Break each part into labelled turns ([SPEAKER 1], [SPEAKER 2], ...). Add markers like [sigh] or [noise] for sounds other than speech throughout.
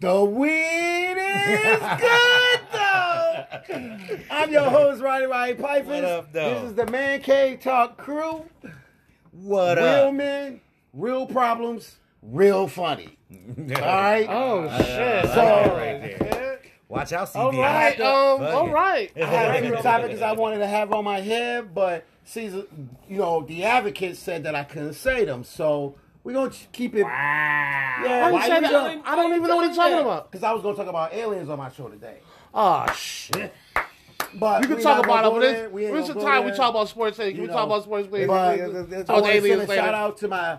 [SPEAKER 1] The weed is good though. I'm your host, Ronnie Ronnie Pipers.
[SPEAKER 2] What up, though?
[SPEAKER 1] this is the Man Cave Talk crew.
[SPEAKER 2] What
[SPEAKER 1] real
[SPEAKER 2] up?
[SPEAKER 1] men, real problems, real funny. All right.
[SPEAKER 3] Oh shit!
[SPEAKER 2] like
[SPEAKER 1] that
[SPEAKER 2] right
[SPEAKER 3] there.
[SPEAKER 2] Watch out, CBS.
[SPEAKER 3] All right, um,
[SPEAKER 2] Fuck
[SPEAKER 3] all
[SPEAKER 2] it.
[SPEAKER 3] right.
[SPEAKER 1] I
[SPEAKER 2] [laughs]
[SPEAKER 1] had two topics I wanted to have on my head, but Caesar, you know, the advocate said that I couldn't say them, so we're gonna ch- keep it. Yeah,
[SPEAKER 2] Ah.
[SPEAKER 3] Why you say that? I don't even know what you're talking about.
[SPEAKER 1] Because I was gonna talk about aliens on my show today,
[SPEAKER 3] Oh shit!
[SPEAKER 1] but
[SPEAKER 3] You can
[SPEAKER 1] we
[SPEAKER 3] talk
[SPEAKER 1] not gonna
[SPEAKER 3] about it,
[SPEAKER 1] go
[SPEAKER 3] but
[SPEAKER 1] there.
[SPEAKER 3] it's
[SPEAKER 1] We ain't
[SPEAKER 3] it's the
[SPEAKER 1] gonna go
[SPEAKER 3] time we
[SPEAKER 1] there.
[SPEAKER 3] talk about sports. Hey, can we
[SPEAKER 1] You
[SPEAKER 3] talk
[SPEAKER 1] know,
[SPEAKER 3] about sports? Later?
[SPEAKER 1] But I
[SPEAKER 3] Oh,
[SPEAKER 1] want
[SPEAKER 3] the
[SPEAKER 1] to send a
[SPEAKER 3] aliens
[SPEAKER 1] shout
[SPEAKER 3] later.
[SPEAKER 1] out to my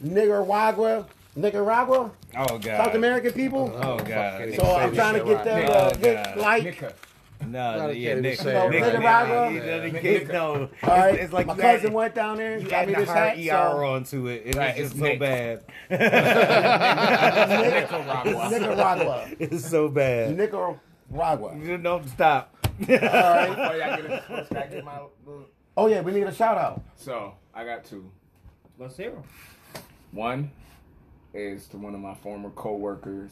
[SPEAKER 1] Nicaragua, Nicaragua,
[SPEAKER 2] Oh god.
[SPEAKER 1] South American people.
[SPEAKER 2] Oh god.
[SPEAKER 1] so I'm trying to get them to
[SPEAKER 2] Oh,
[SPEAKER 1] hit
[SPEAKER 2] God.
[SPEAKER 1] like.
[SPEAKER 2] No,
[SPEAKER 3] Not
[SPEAKER 2] yeah,
[SPEAKER 3] okay to
[SPEAKER 2] Nick.
[SPEAKER 3] say,
[SPEAKER 2] Nick,
[SPEAKER 1] right?
[SPEAKER 2] Nick,
[SPEAKER 1] Nicaragua?
[SPEAKER 2] Nick, Nick, Nick, Nick, no. It's,
[SPEAKER 1] All right,
[SPEAKER 2] it's like
[SPEAKER 1] my
[SPEAKER 2] you
[SPEAKER 1] cousin
[SPEAKER 2] added-
[SPEAKER 1] went down there. and
[SPEAKER 2] You
[SPEAKER 1] got me
[SPEAKER 2] added
[SPEAKER 1] this
[SPEAKER 2] the
[SPEAKER 1] hat.
[SPEAKER 2] hard ER
[SPEAKER 1] so-
[SPEAKER 2] onto it. It's
[SPEAKER 4] Right,
[SPEAKER 2] just
[SPEAKER 4] it's
[SPEAKER 2] so
[SPEAKER 4] Nick.
[SPEAKER 2] bad. [laughs]
[SPEAKER 1] [laughs]
[SPEAKER 4] Nicaragua.
[SPEAKER 1] Nicaragua.
[SPEAKER 2] It's so [laughs] bad.
[SPEAKER 1] Nicaragua.
[SPEAKER 2] You Don't stop.
[SPEAKER 1] All right.
[SPEAKER 2] [laughs]
[SPEAKER 4] Before y'all get it, can I get my little-
[SPEAKER 1] Oh yeah, we need a shout out.
[SPEAKER 4] So I got two.
[SPEAKER 2] Let's hear him.
[SPEAKER 4] One is to one of my former coworkers.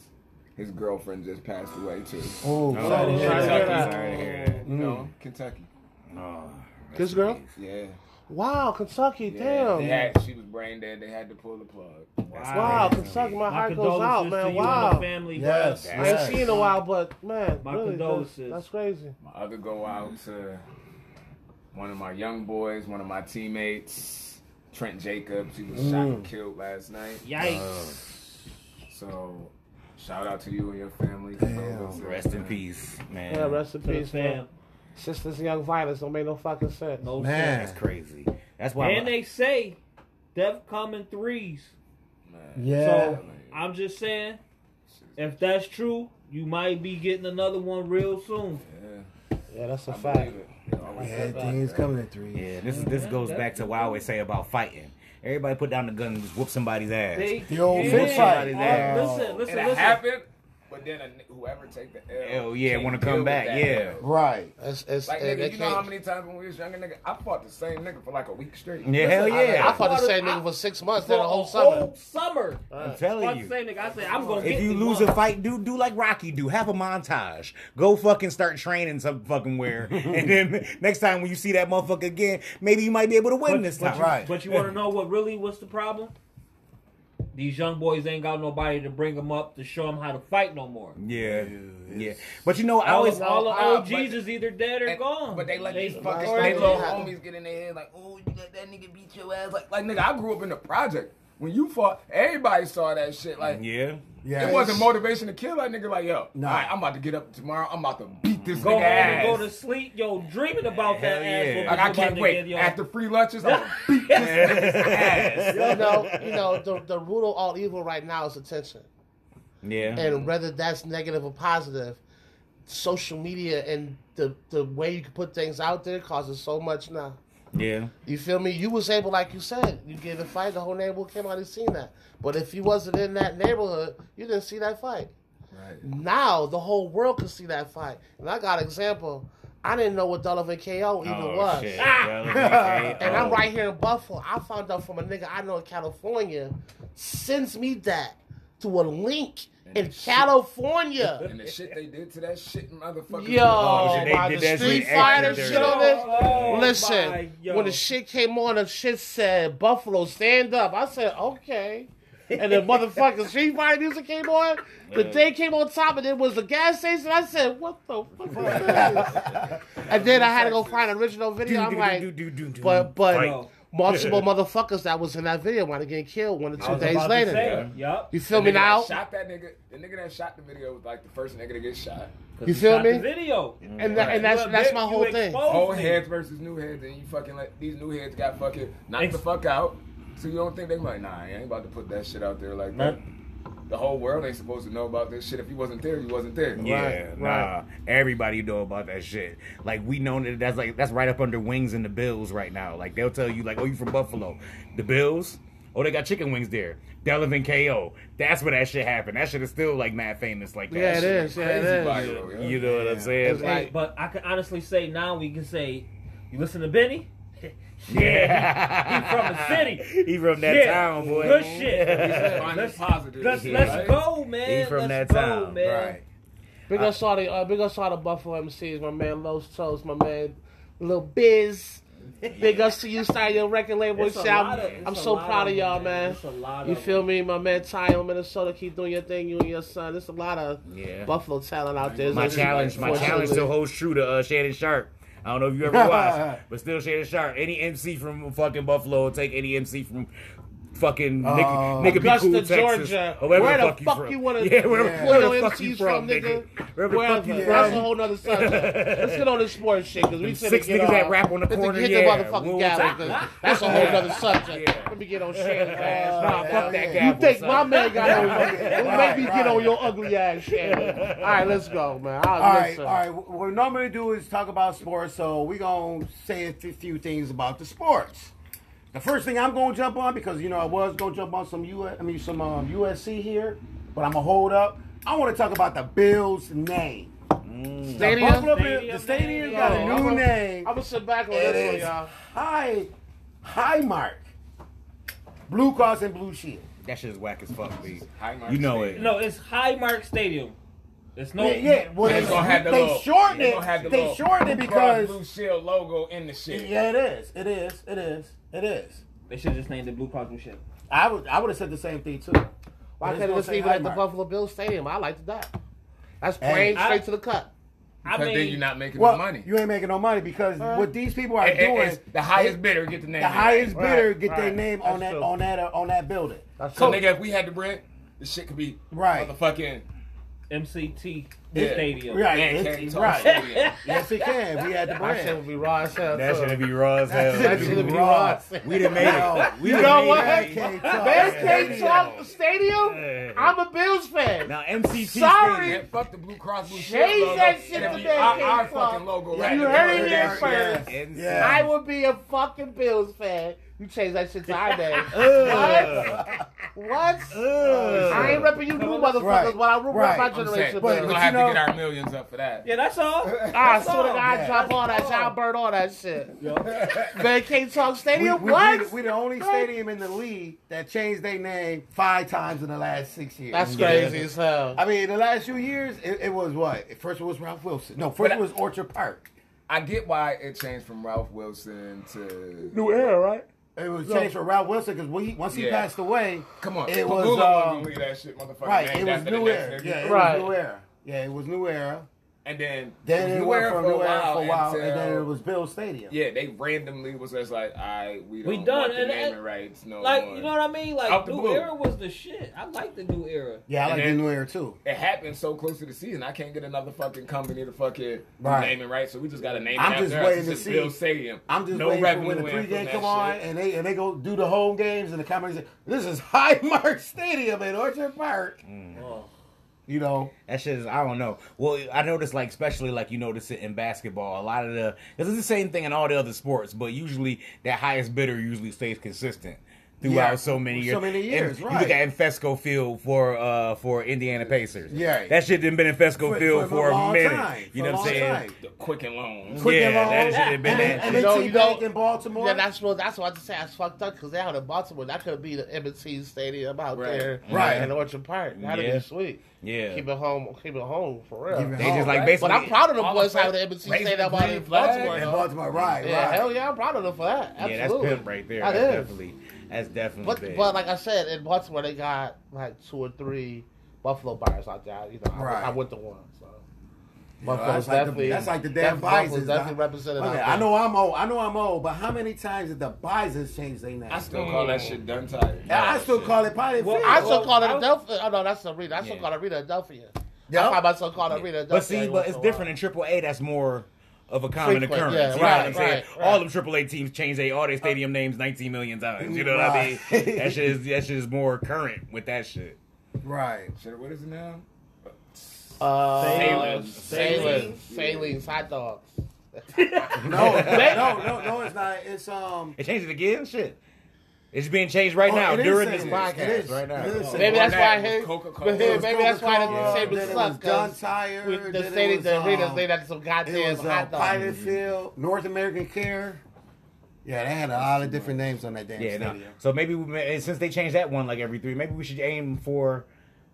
[SPEAKER 4] His girlfriend just passed away too.
[SPEAKER 1] Oh, Mm.
[SPEAKER 2] sorry to hear
[SPEAKER 4] Kentucky.
[SPEAKER 2] that.
[SPEAKER 4] Sorry to hear that. No, Kentucky.
[SPEAKER 2] Oh,
[SPEAKER 3] This girl.
[SPEAKER 4] Yeah.
[SPEAKER 3] Wow, Kentucky.
[SPEAKER 4] yeah.
[SPEAKER 3] Damn.
[SPEAKER 4] They had, she was brain dead. They had to pull the plug.
[SPEAKER 3] Wow, Kentucky. My, heart goes out, man. Wow.
[SPEAKER 5] family,
[SPEAKER 1] Yes.
[SPEAKER 5] bro.
[SPEAKER 3] I ain't seen in a
[SPEAKER 5] Yes.
[SPEAKER 3] while, but man,
[SPEAKER 5] My
[SPEAKER 3] really, that's,
[SPEAKER 5] condolences.
[SPEAKER 3] that's crazy.
[SPEAKER 4] My other go out to one of my young boys, one of my teammates, Trent Jacobs. He was shot
[SPEAKER 1] Mm.
[SPEAKER 4] and killed last night.
[SPEAKER 2] Uh,
[SPEAKER 5] Yikes.
[SPEAKER 4] So shout out to you and your family. Damn.
[SPEAKER 2] Rest in peace, man.
[SPEAKER 3] Yeah, rest in
[SPEAKER 5] To the
[SPEAKER 3] peace, man.
[SPEAKER 5] fam.
[SPEAKER 3] Since this young violence don't make no fucking sense.
[SPEAKER 5] No
[SPEAKER 1] Man.
[SPEAKER 5] sense.
[SPEAKER 2] That's crazy. That's why.
[SPEAKER 5] And they say death come in threes.
[SPEAKER 4] Man.
[SPEAKER 1] Yeah.
[SPEAKER 5] So I'm just saying, if that's true, you might be getting another one real soon.
[SPEAKER 4] Yeah.
[SPEAKER 3] Yeah, that's a
[SPEAKER 4] I
[SPEAKER 3] fact.
[SPEAKER 4] believe it. It always
[SPEAKER 1] yeah,
[SPEAKER 4] said that.
[SPEAKER 1] things coming at three.
[SPEAKER 2] yeah, this is this goes back to what I always say about fighting. Everybody put down the gun and just whoop somebody's ass.
[SPEAKER 5] They,
[SPEAKER 1] The old
[SPEAKER 5] yeah.
[SPEAKER 1] fist fight.
[SPEAKER 5] Oh,
[SPEAKER 1] Yeah.
[SPEAKER 5] Listen,
[SPEAKER 4] It'll
[SPEAKER 5] listen, listen.
[SPEAKER 4] happen, but then a, whoever take the L.
[SPEAKER 2] Hell yeah,
[SPEAKER 4] can't
[SPEAKER 2] want to
[SPEAKER 4] deal
[SPEAKER 2] come
[SPEAKER 4] with
[SPEAKER 2] back.
[SPEAKER 4] that
[SPEAKER 2] Yeah.
[SPEAKER 4] L.
[SPEAKER 1] Right.
[SPEAKER 3] It's, it's,
[SPEAKER 4] Like
[SPEAKER 3] and they
[SPEAKER 4] nigga, you know how
[SPEAKER 3] can't-
[SPEAKER 4] many times when we was younger, nigga, I fought the same nigga for like a week straight.
[SPEAKER 2] Yeah, hell
[SPEAKER 4] Listen, I-
[SPEAKER 2] yeah.
[SPEAKER 3] I fought the same
[SPEAKER 5] I-
[SPEAKER 3] nigga for six months,
[SPEAKER 5] For
[SPEAKER 3] then
[SPEAKER 5] a
[SPEAKER 3] a whole summer.
[SPEAKER 5] whole summer.
[SPEAKER 2] I'm
[SPEAKER 5] Fuck
[SPEAKER 2] telling
[SPEAKER 5] the
[SPEAKER 2] you.
[SPEAKER 5] same nigga. I said, I'm going to
[SPEAKER 2] If
[SPEAKER 5] get
[SPEAKER 2] you
[SPEAKER 5] me
[SPEAKER 2] lose
[SPEAKER 5] one.
[SPEAKER 2] a fight, do do like Rocky do. Have a montage. Go fucking start training some fucking where, and then next time when you see that motherfucker again, maybe you might be able to win
[SPEAKER 5] But-
[SPEAKER 2] this
[SPEAKER 5] but
[SPEAKER 2] time.
[SPEAKER 5] you-
[SPEAKER 1] Right.
[SPEAKER 5] But you want to know what really was the problem? These young boys ain't got nobody to bring them up to show them how to fight no more.
[SPEAKER 2] Yeah, yeah. But you know, I
[SPEAKER 5] All,
[SPEAKER 2] always.
[SPEAKER 5] of all
[SPEAKER 4] Nah,
[SPEAKER 5] the
[SPEAKER 4] but-
[SPEAKER 5] OGs is either dead or
[SPEAKER 4] and-
[SPEAKER 5] gone.
[SPEAKER 4] But they let these fucking
[SPEAKER 3] or
[SPEAKER 4] they
[SPEAKER 3] they
[SPEAKER 4] little
[SPEAKER 3] have-
[SPEAKER 4] homies get in their head like, oh, you let that nigga beat your ass. Like, like nigga, I grew up in the project. When you fought, everybody saw that shit. Like,
[SPEAKER 2] [laughs] Yeah.
[SPEAKER 1] Yeah.
[SPEAKER 4] it wasn't motivation to kill that nigga. Like, yo,
[SPEAKER 1] Nah.
[SPEAKER 4] all right, I'm about to get up tomorrow. I'm about to beat this
[SPEAKER 5] go
[SPEAKER 4] nigga
[SPEAKER 5] home
[SPEAKER 4] ass.
[SPEAKER 5] and go to sleep, yo, dreaming about
[SPEAKER 2] Hell
[SPEAKER 5] that ass.
[SPEAKER 2] yeah.
[SPEAKER 5] whooping
[SPEAKER 4] like, I
[SPEAKER 5] somebody
[SPEAKER 4] can't
[SPEAKER 5] to
[SPEAKER 4] wait.
[SPEAKER 5] get, yo. [laughs]
[SPEAKER 4] After free lunches, I'm gonna [laughs] beat this
[SPEAKER 2] [laughs]
[SPEAKER 4] nigga's ass.
[SPEAKER 3] You know, you know, the, the root of all evil right now is attention,
[SPEAKER 2] Yeah.
[SPEAKER 3] and whether that's negative or positive, social media and the the way you can put things out there causes so much now.
[SPEAKER 2] yeah.
[SPEAKER 3] You feel me? You was able, like you said, you get in a fight, the whole neighborhood came out and seen that. But if you wasn't in that neighborhood, you didn't see that fight. Now the whole world can see that fight. And I got an example. I didn't know what Donovan KO even
[SPEAKER 2] oh,
[SPEAKER 3] was. [laughs]
[SPEAKER 2] Shit. Ah! [laughs]
[SPEAKER 3] And I'm right here in Buffalo. I found out from a nigga I know in California sends me that to a link in California.
[SPEAKER 4] And the shit they did to that shit, motherfucker.
[SPEAKER 3] Yo,
[SPEAKER 2] Oh, shit, they
[SPEAKER 3] why
[SPEAKER 2] did
[SPEAKER 3] the
[SPEAKER 2] that
[SPEAKER 3] Street
[SPEAKER 2] shit extra
[SPEAKER 3] Fighter shit
[SPEAKER 2] dirty.
[SPEAKER 3] on this.
[SPEAKER 5] Oh,
[SPEAKER 3] Listen,
[SPEAKER 5] my, yo.
[SPEAKER 3] when the shit came on, the shit said Buffalo stand up. I said okay, and the motherfucking Street Fighter music came on. But they came on top, and it was the gas station. I said, what the fuck
[SPEAKER 2] [laughs]
[SPEAKER 3] is this? and then I had to go find original video. I'm like, but but
[SPEAKER 5] Fight. [laughs]
[SPEAKER 3] multiple motherfuckers that was in that video wound up getting killed one or
[SPEAKER 5] I
[SPEAKER 3] two
[SPEAKER 5] was
[SPEAKER 3] days
[SPEAKER 5] about to
[SPEAKER 3] later.
[SPEAKER 5] say, Yup.
[SPEAKER 3] You
[SPEAKER 4] The
[SPEAKER 3] feel
[SPEAKER 4] nigga
[SPEAKER 3] me
[SPEAKER 4] that
[SPEAKER 3] now?
[SPEAKER 4] Shot that nigga. The nigga that shot the video was like the first nigga to get shot.
[SPEAKER 3] You
[SPEAKER 5] 'Cause he
[SPEAKER 3] feel
[SPEAKER 5] shot the
[SPEAKER 3] me?
[SPEAKER 5] Video.
[SPEAKER 3] And that, and that's
[SPEAKER 5] You
[SPEAKER 3] that's
[SPEAKER 5] admit
[SPEAKER 3] my
[SPEAKER 5] you
[SPEAKER 3] whole thing.
[SPEAKER 5] exposed
[SPEAKER 4] Old
[SPEAKER 5] me.
[SPEAKER 4] heads versus new heads, and you fucking let these new heads got fucking knocked the fuck out. So you don't think they like, nah, I ain't about to put that shit out there like that. The whole world ain't supposed to know about this shit. If you wasn't there, you wasn't there.
[SPEAKER 2] Yeah,
[SPEAKER 3] Right,
[SPEAKER 2] nah.
[SPEAKER 3] right.
[SPEAKER 2] Everybody know about that shit. Like we know that that's like that's right up under wings and the Bills right now. Like they'll tell you like, oh, you from Buffalo, the Bills. Oh, they got chicken wings there. Delavan KO. That's where that shit happened. That shit is still like mad famous like that.
[SPEAKER 3] Yeah, it
[SPEAKER 2] shit.
[SPEAKER 3] is. Yeah, it
[SPEAKER 4] Crazy
[SPEAKER 3] is.
[SPEAKER 4] viral, yo.
[SPEAKER 2] You know what I'm saying?
[SPEAKER 3] It's like-
[SPEAKER 5] But I can honestly say now we can say, you listen to Benny? [laughs]
[SPEAKER 2] Yeah,
[SPEAKER 5] He from the
[SPEAKER 2] [laughs]
[SPEAKER 5] city.
[SPEAKER 2] He from that
[SPEAKER 5] Shit.
[SPEAKER 2] town, boy.
[SPEAKER 5] Good shit.
[SPEAKER 4] Find it
[SPEAKER 5] Let's-
[SPEAKER 4] positive.
[SPEAKER 5] Let's
[SPEAKER 4] Yeah.
[SPEAKER 5] let's
[SPEAKER 4] Right?
[SPEAKER 5] go, man.
[SPEAKER 2] He from
[SPEAKER 5] let's
[SPEAKER 2] that
[SPEAKER 5] go,
[SPEAKER 2] town,
[SPEAKER 5] man.
[SPEAKER 1] Right.
[SPEAKER 3] Big us all the uh, big us all the Buffalo MCs, my man Los Toes, my man Lil Biz. Big us to you, starting your record label.
[SPEAKER 5] It's a
[SPEAKER 3] Shout-
[SPEAKER 5] lot of- it's
[SPEAKER 3] I'm
[SPEAKER 5] a
[SPEAKER 3] so
[SPEAKER 5] lot
[SPEAKER 3] proud of
[SPEAKER 5] them,
[SPEAKER 3] y'all, man.
[SPEAKER 5] It's a lot
[SPEAKER 3] You
[SPEAKER 5] of
[SPEAKER 3] feel me, my man Tyler, Minnesota, keep doing your thing, you and your son. There's a lot of
[SPEAKER 2] Yeah.
[SPEAKER 3] Buffalo talent out there.
[SPEAKER 2] My
[SPEAKER 3] It's like-
[SPEAKER 2] challenge, my challenge still holds true to uh, Shannon Sharp. I don't know if you ever
[SPEAKER 3] [laughs]
[SPEAKER 2] watched, but still Shannon Sharp. Any MC from fucking Buffalo will take any MC from fucking Nick,
[SPEAKER 1] Oh.
[SPEAKER 2] nigga be
[SPEAKER 3] Augusta,
[SPEAKER 2] cool, Texas,
[SPEAKER 3] Georgia.
[SPEAKER 2] or wherever
[SPEAKER 3] Where
[SPEAKER 2] the fuck, you, from.
[SPEAKER 3] wanna-
[SPEAKER 2] [laughs] yeah, wherever,
[SPEAKER 1] Yeah.
[SPEAKER 2] wherever
[SPEAKER 3] Where
[SPEAKER 2] the
[SPEAKER 3] the
[SPEAKER 2] fuck you
[SPEAKER 3] MCs
[SPEAKER 2] from,
[SPEAKER 3] from,
[SPEAKER 2] nigga.
[SPEAKER 3] nigga?
[SPEAKER 2] Wherever the
[SPEAKER 3] Wherever.
[SPEAKER 2] fuck you
[SPEAKER 3] That's a
[SPEAKER 2] from.
[SPEAKER 3] whole nother subject. Let's get on this sports shit, because we finna
[SPEAKER 2] Six
[SPEAKER 3] get
[SPEAKER 2] niggas
[SPEAKER 3] on-
[SPEAKER 2] that rap on the
[SPEAKER 3] Let's
[SPEAKER 2] corner,
[SPEAKER 3] get
[SPEAKER 2] yeah.
[SPEAKER 3] the
[SPEAKER 2] we'll
[SPEAKER 3] motherfucking
[SPEAKER 2] take
[SPEAKER 3] guy.
[SPEAKER 2] it.
[SPEAKER 3] because That's a whole other subject.
[SPEAKER 2] Yeah.
[SPEAKER 3] Let me get on Shannon's
[SPEAKER 2] [laughs]
[SPEAKER 3] ass.
[SPEAKER 2] Nah, fuck that guy.
[SPEAKER 3] You think my
[SPEAKER 2] son. [laughs]
[SPEAKER 3] man got on Don't make me
[SPEAKER 1] Right,
[SPEAKER 3] get on
[SPEAKER 1] right.
[SPEAKER 3] your ugly ass, Shannon. All right, let's go, man. All
[SPEAKER 1] All
[SPEAKER 3] right,
[SPEAKER 1] right,
[SPEAKER 3] listen.
[SPEAKER 1] all right. What we normally do is talk about sports, so we're going to say a f- few things about the sports. The first thing I'm going to jump on, because, you know, I was going to jump on some U. I mean, some um, USC here, but I'm going to hold up. I want to talk about the Bills' name. The,
[SPEAKER 3] Stadium?
[SPEAKER 1] Buffalo Bills-
[SPEAKER 5] Stadium
[SPEAKER 1] the stadium
[SPEAKER 5] name.
[SPEAKER 1] got a
[SPEAKER 3] Yo,
[SPEAKER 1] new
[SPEAKER 3] I'm a-
[SPEAKER 1] name.
[SPEAKER 3] I'm gonna sit back on
[SPEAKER 1] It
[SPEAKER 3] this one,
[SPEAKER 1] is.
[SPEAKER 3] y'all.
[SPEAKER 1] Hi, hi, Mark. Blue Cross and Blue Shield.
[SPEAKER 2] That shit is whack as fuck, B.
[SPEAKER 4] Highmark
[SPEAKER 2] You know
[SPEAKER 4] Stadium.
[SPEAKER 2] it.
[SPEAKER 5] No, it's Highmark Stadium. It's no.
[SPEAKER 1] yeah, yeah. Well,
[SPEAKER 4] They
[SPEAKER 1] they,
[SPEAKER 4] gonna have the
[SPEAKER 1] they
[SPEAKER 4] little-
[SPEAKER 1] shortened
[SPEAKER 4] they gonna have the
[SPEAKER 1] it. They
[SPEAKER 4] little
[SPEAKER 1] shortened it
[SPEAKER 4] Blue
[SPEAKER 1] because.
[SPEAKER 4] Blue Shield logo in the shit.
[SPEAKER 1] Yeah, it is. It is. It is. It is.
[SPEAKER 5] They should just name the Blue Cross Blue Shield.
[SPEAKER 1] I would I would have said the same thing too.
[SPEAKER 3] Why
[SPEAKER 1] But it's
[SPEAKER 3] can't it just
[SPEAKER 1] gonna
[SPEAKER 3] leave it
[SPEAKER 1] say
[SPEAKER 3] at the
[SPEAKER 1] Highmark.
[SPEAKER 3] Buffalo Bills Stadium? I like that. That's
[SPEAKER 1] Hey.
[SPEAKER 3] plain
[SPEAKER 5] I-
[SPEAKER 3] straight to the cut.
[SPEAKER 5] I
[SPEAKER 4] Because
[SPEAKER 5] mean,
[SPEAKER 4] then you're not making
[SPEAKER 1] Well,
[SPEAKER 4] the money.
[SPEAKER 1] you ain't making no money because what these people are
[SPEAKER 4] And- and-
[SPEAKER 1] doing,
[SPEAKER 4] and the highest bidder get the name.
[SPEAKER 1] the highest
[SPEAKER 3] Right,
[SPEAKER 1] bidder get their
[SPEAKER 3] right.
[SPEAKER 1] name on
[SPEAKER 3] That's
[SPEAKER 1] that
[SPEAKER 3] true.
[SPEAKER 1] on that uh, on that building.
[SPEAKER 3] That's
[SPEAKER 4] So
[SPEAKER 3] it.
[SPEAKER 4] nigga, if we had the bread, the shit could be
[SPEAKER 1] Right.
[SPEAKER 4] Motherfucking
[SPEAKER 5] MCT
[SPEAKER 4] Yeah.
[SPEAKER 5] Stadium.
[SPEAKER 1] Right,
[SPEAKER 4] Man,
[SPEAKER 1] it's-
[SPEAKER 4] can't
[SPEAKER 1] it's
[SPEAKER 4] talk
[SPEAKER 1] right.
[SPEAKER 3] [laughs]
[SPEAKER 4] shit, yeah.
[SPEAKER 1] yes, it can. We had the
[SPEAKER 3] That shit would
[SPEAKER 1] brand.
[SPEAKER 3] be raw as hell.
[SPEAKER 2] That
[SPEAKER 3] too.
[SPEAKER 2] shit be raw as hell.
[SPEAKER 3] That shit would be raw. [laughs] as hell.
[SPEAKER 2] We done made
[SPEAKER 1] No.
[SPEAKER 2] it. We
[SPEAKER 3] You
[SPEAKER 2] done
[SPEAKER 3] know
[SPEAKER 2] made
[SPEAKER 3] what?
[SPEAKER 2] it.
[SPEAKER 1] Can't talk.
[SPEAKER 3] Bears
[SPEAKER 1] Yeah.
[SPEAKER 3] can't talk
[SPEAKER 2] Yeah.
[SPEAKER 3] stadium. I'm a Bills fan.
[SPEAKER 2] Now MCT
[SPEAKER 3] Sorry.
[SPEAKER 2] Stadium.
[SPEAKER 4] Yeah, fuck the Blue Cross Blue
[SPEAKER 3] Change
[SPEAKER 4] Shield logo.
[SPEAKER 3] that shit
[SPEAKER 4] It'd
[SPEAKER 3] to
[SPEAKER 4] be
[SPEAKER 3] that
[SPEAKER 4] our,
[SPEAKER 3] King
[SPEAKER 4] our
[SPEAKER 3] Kong.
[SPEAKER 4] fucking logo.
[SPEAKER 1] Yeah,
[SPEAKER 4] right
[SPEAKER 3] you
[SPEAKER 4] there.
[SPEAKER 3] heard it
[SPEAKER 4] Yeah.
[SPEAKER 3] here first.
[SPEAKER 1] Yes.
[SPEAKER 2] Yeah.
[SPEAKER 3] I would be a fucking Bills fan. You change that shit to
[SPEAKER 1] [laughs]
[SPEAKER 3] our name.
[SPEAKER 1] Uh.
[SPEAKER 2] Ugh.
[SPEAKER 3] what?
[SPEAKER 2] Ugh.
[SPEAKER 3] I ain't repping you new motherfuckers,
[SPEAKER 1] Right.
[SPEAKER 3] but I root
[SPEAKER 1] Right.
[SPEAKER 3] for my
[SPEAKER 1] I'm
[SPEAKER 4] I'm saying,
[SPEAKER 3] generation.
[SPEAKER 4] we're
[SPEAKER 1] but-
[SPEAKER 3] Bills.
[SPEAKER 1] but
[SPEAKER 4] gonna
[SPEAKER 1] you
[SPEAKER 4] have
[SPEAKER 1] know-
[SPEAKER 4] to get our millions up for that.
[SPEAKER 5] Yeah,
[SPEAKER 1] [laughs]
[SPEAKER 5] that's all.
[SPEAKER 3] I
[SPEAKER 5] That's
[SPEAKER 3] swear to
[SPEAKER 5] all.
[SPEAKER 3] God, I drop all that shit. I burn all
[SPEAKER 1] [laughs]
[SPEAKER 3] that shit. Man, can't talk
[SPEAKER 1] We,
[SPEAKER 3] stadium.
[SPEAKER 1] we,
[SPEAKER 3] what?
[SPEAKER 1] we, we the only stadium in the league that changed their name five times in the last six years.
[SPEAKER 3] That's crazy as hell.
[SPEAKER 1] I mean, the last few years, it, it was what? First it was Ralph Wilson. No, first
[SPEAKER 4] But I-
[SPEAKER 1] it was Orchard Park.
[SPEAKER 4] I get why it changed from Ralph Wilson to
[SPEAKER 2] New era, right?
[SPEAKER 1] It was changed for Ralph Wilson because when he, once he
[SPEAKER 4] Yeah.
[SPEAKER 1] passed away,
[SPEAKER 4] Come on,
[SPEAKER 1] it
[SPEAKER 4] Pagula
[SPEAKER 1] was
[SPEAKER 4] wasn't
[SPEAKER 1] um,
[SPEAKER 4] gonna leave that shit, motherfucker.
[SPEAKER 1] right.
[SPEAKER 4] named
[SPEAKER 1] It was
[SPEAKER 4] after the
[SPEAKER 1] new
[SPEAKER 4] next
[SPEAKER 1] era.
[SPEAKER 4] nigga.
[SPEAKER 1] Yeah, it
[SPEAKER 3] Right.
[SPEAKER 1] was new era. Yeah, it was new era.
[SPEAKER 4] And then,
[SPEAKER 1] Then it,
[SPEAKER 4] was
[SPEAKER 1] went from new era for a while, and then
[SPEAKER 4] until-
[SPEAKER 1] it was Bill Stadium.
[SPEAKER 4] yeah, they randomly was just like, all right, we don't
[SPEAKER 5] We done,
[SPEAKER 4] want the
[SPEAKER 5] and-
[SPEAKER 4] naming
[SPEAKER 5] and-
[SPEAKER 4] rights no
[SPEAKER 5] Like
[SPEAKER 4] more.
[SPEAKER 5] you know what I mean? Like
[SPEAKER 4] Out the
[SPEAKER 5] New
[SPEAKER 4] blue.
[SPEAKER 5] Era was the shit. I like the New Era.
[SPEAKER 1] Yeah, I
[SPEAKER 4] And
[SPEAKER 1] like the
[SPEAKER 4] then-
[SPEAKER 1] new era too.
[SPEAKER 4] it happened so close to the season. I can't get another fucking company to fucking
[SPEAKER 1] Right.
[SPEAKER 4] name it right. So we just got to name it
[SPEAKER 1] I'm
[SPEAKER 4] after
[SPEAKER 1] just
[SPEAKER 4] us.
[SPEAKER 1] waiting
[SPEAKER 4] It's
[SPEAKER 1] to
[SPEAKER 4] just
[SPEAKER 1] see.
[SPEAKER 4] Bill Stadium.
[SPEAKER 1] I'm just
[SPEAKER 4] no
[SPEAKER 1] waiting
[SPEAKER 4] rep
[SPEAKER 1] for when the
[SPEAKER 4] win-win from
[SPEAKER 1] pregame
[SPEAKER 4] that
[SPEAKER 1] come on
[SPEAKER 4] shit.
[SPEAKER 1] and they and they go do the home games and the comments. say, This is [laughs] Highmark Stadium in Orchard Park.
[SPEAKER 5] Oh.
[SPEAKER 1] You know,
[SPEAKER 2] That shit is I don't know. Well, I noticed like especially like you notice it in basketball. A lot of the this is the same thing in all the other sports, but usually that highest bidder usually stays consistent throughout
[SPEAKER 1] Yeah,
[SPEAKER 2] so many years.
[SPEAKER 1] so many years,
[SPEAKER 2] And You
[SPEAKER 1] right.
[SPEAKER 2] look at Fesco Field for uh for Indiana Pacers.
[SPEAKER 1] Yeah.
[SPEAKER 2] that shit didn't been in Fesco
[SPEAKER 1] For-
[SPEAKER 2] Field
[SPEAKER 1] for
[SPEAKER 2] for,
[SPEAKER 1] a
[SPEAKER 2] a,
[SPEAKER 1] long
[SPEAKER 2] minute.
[SPEAKER 1] time.
[SPEAKER 2] You
[SPEAKER 1] For
[SPEAKER 2] know
[SPEAKER 1] a
[SPEAKER 2] what I'm
[SPEAKER 1] long
[SPEAKER 2] saying?
[SPEAKER 1] time.
[SPEAKER 4] The quick and loans.
[SPEAKER 1] quick
[SPEAKER 2] Yeah,
[SPEAKER 1] and long.
[SPEAKER 2] that shit had been
[SPEAKER 1] and they,
[SPEAKER 2] that
[SPEAKER 1] and
[SPEAKER 2] shit.
[SPEAKER 1] they
[SPEAKER 3] You know,
[SPEAKER 1] teabagged
[SPEAKER 3] you know-
[SPEAKER 1] in Baltimore.
[SPEAKER 3] Yeah, that's what that's what I just say. That's fucked up because they out in Baltimore. That could be the M&T Stadium out
[SPEAKER 4] Right.
[SPEAKER 3] there,
[SPEAKER 1] Right.
[SPEAKER 3] In Orchard Park, that'd
[SPEAKER 2] Yeah.
[SPEAKER 3] be sweet.
[SPEAKER 2] Yeah.
[SPEAKER 3] keep it home, keep it home for real.
[SPEAKER 1] Keep it
[SPEAKER 2] They
[SPEAKER 1] home.
[SPEAKER 2] just like
[SPEAKER 4] Right.
[SPEAKER 2] basically.
[SPEAKER 3] But I'm proud of the
[SPEAKER 4] All
[SPEAKER 3] boys
[SPEAKER 4] the
[SPEAKER 3] out
[SPEAKER 4] fa-
[SPEAKER 3] of MC
[SPEAKER 4] raising
[SPEAKER 3] Stadium out
[SPEAKER 4] green
[SPEAKER 3] in
[SPEAKER 4] flag.
[SPEAKER 3] Baltimore.
[SPEAKER 1] in
[SPEAKER 3] though.
[SPEAKER 1] Baltimore, right?
[SPEAKER 3] Yeah,
[SPEAKER 1] right.
[SPEAKER 3] hell yeah, I'm proud of them for that. Absolutely.
[SPEAKER 2] yeah, that's pimp right there.
[SPEAKER 3] That
[SPEAKER 2] that's
[SPEAKER 3] is.
[SPEAKER 2] definitely that's definitely.
[SPEAKER 3] But
[SPEAKER 2] big.
[SPEAKER 3] but like I said, in Baltimore they got like two or three Buffalo bars out there. You know, I,
[SPEAKER 1] Right.
[SPEAKER 3] I went to one. So.
[SPEAKER 1] Well, that's, like the, that's like the damn
[SPEAKER 3] Buffalo's
[SPEAKER 1] Bisons.
[SPEAKER 3] definitely
[SPEAKER 1] huh?
[SPEAKER 3] represented.
[SPEAKER 1] Okay,
[SPEAKER 3] out
[SPEAKER 1] I
[SPEAKER 3] there.
[SPEAKER 1] know I'm old. I know I'm old, but how many times did the Bisons change their name?
[SPEAKER 4] I still call that shit done tired.
[SPEAKER 1] I, I still call it Potty
[SPEAKER 5] Well,
[SPEAKER 1] Field.
[SPEAKER 3] I still
[SPEAKER 5] Well,
[SPEAKER 3] call it
[SPEAKER 5] I-
[SPEAKER 3] Adelphia. Oh no, that's arena. I still
[SPEAKER 2] Yeah.
[SPEAKER 3] call it arena Adelphia.
[SPEAKER 1] Yeah.
[SPEAKER 3] I probably still call it arena. Adelphia
[SPEAKER 2] But see,
[SPEAKER 3] every
[SPEAKER 2] but
[SPEAKER 3] once
[SPEAKER 2] it's
[SPEAKER 3] in a
[SPEAKER 2] different
[SPEAKER 3] while.
[SPEAKER 2] in AAA. That's more of a common
[SPEAKER 3] Frequent,
[SPEAKER 2] occurrence.
[SPEAKER 3] yeah,
[SPEAKER 2] you know
[SPEAKER 3] right,
[SPEAKER 2] what I'm saying?
[SPEAKER 3] right, Uh, right.
[SPEAKER 2] All them AAA teams change they all their stadium names 19 million times. You know what I mean?
[SPEAKER 1] Right.
[SPEAKER 2] That shit is that shit is more current with that shit.
[SPEAKER 1] Right.
[SPEAKER 4] Shit, what is it now?
[SPEAKER 3] Uh,
[SPEAKER 4] Sailings.
[SPEAKER 3] Sailings,
[SPEAKER 4] Sailings.
[SPEAKER 3] Sailings, hot dogs.
[SPEAKER 1] No,
[SPEAKER 2] [laughs]
[SPEAKER 1] no, no, no. It's not. It's um.
[SPEAKER 2] It changed it again. Shit, it's being changed right
[SPEAKER 1] Oh,
[SPEAKER 2] now
[SPEAKER 1] it is
[SPEAKER 2] during this
[SPEAKER 1] saying
[SPEAKER 2] podcast.
[SPEAKER 1] it. It is.
[SPEAKER 2] Right now.
[SPEAKER 1] It is saying
[SPEAKER 3] Maybe
[SPEAKER 1] it.
[SPEAKER 3] that's
[SPEAKER 4] Cornette
[SPEAKER 3] why. I
[SPEAKER 4] was
[SPEAKER 3] hate-
[SPEAKER 4] Coca-Cola.
[SPEAKER 3] But
[SPEAKER 1] It
[SPEAKER 3] hey,
[SPEAKER 1] was
[SPEAKER 3] maybe that's why the
[SPEAKER 1] Coca-Cola,
[SPEAKER 3] same
[SPEAKER 1] then it was
[SPEAKER 3] stuff.
[SPEAKER 1] Done
[SPEAKER 3] 'cause
[SPEAKER 1] Tire.
[SPEAKER 3] with The
[SPEAKER 1] then it
[SPEAKER 3] stadium,
[SPEAKER 1] was,
[SPEAKER 3] the arenas,
[SPEAKER 1] um,
[SPEAKER 3] they got some
[SPEAKER 1] It
[SPEAKER 3] goddamn
[SPEAKER 1] was uh,
[SPEAKER 3] hot dogs.
[SPEAKER 1] Pilot Field, North American Care. Yeah, they had a lot of different names on that damn
[SPEAKER 2] Yeah, no.
[SPEAKER 1] stadium.
[SPEAKER 2] So maybe we, may- and since they changed that one like every three, maybe we should aim for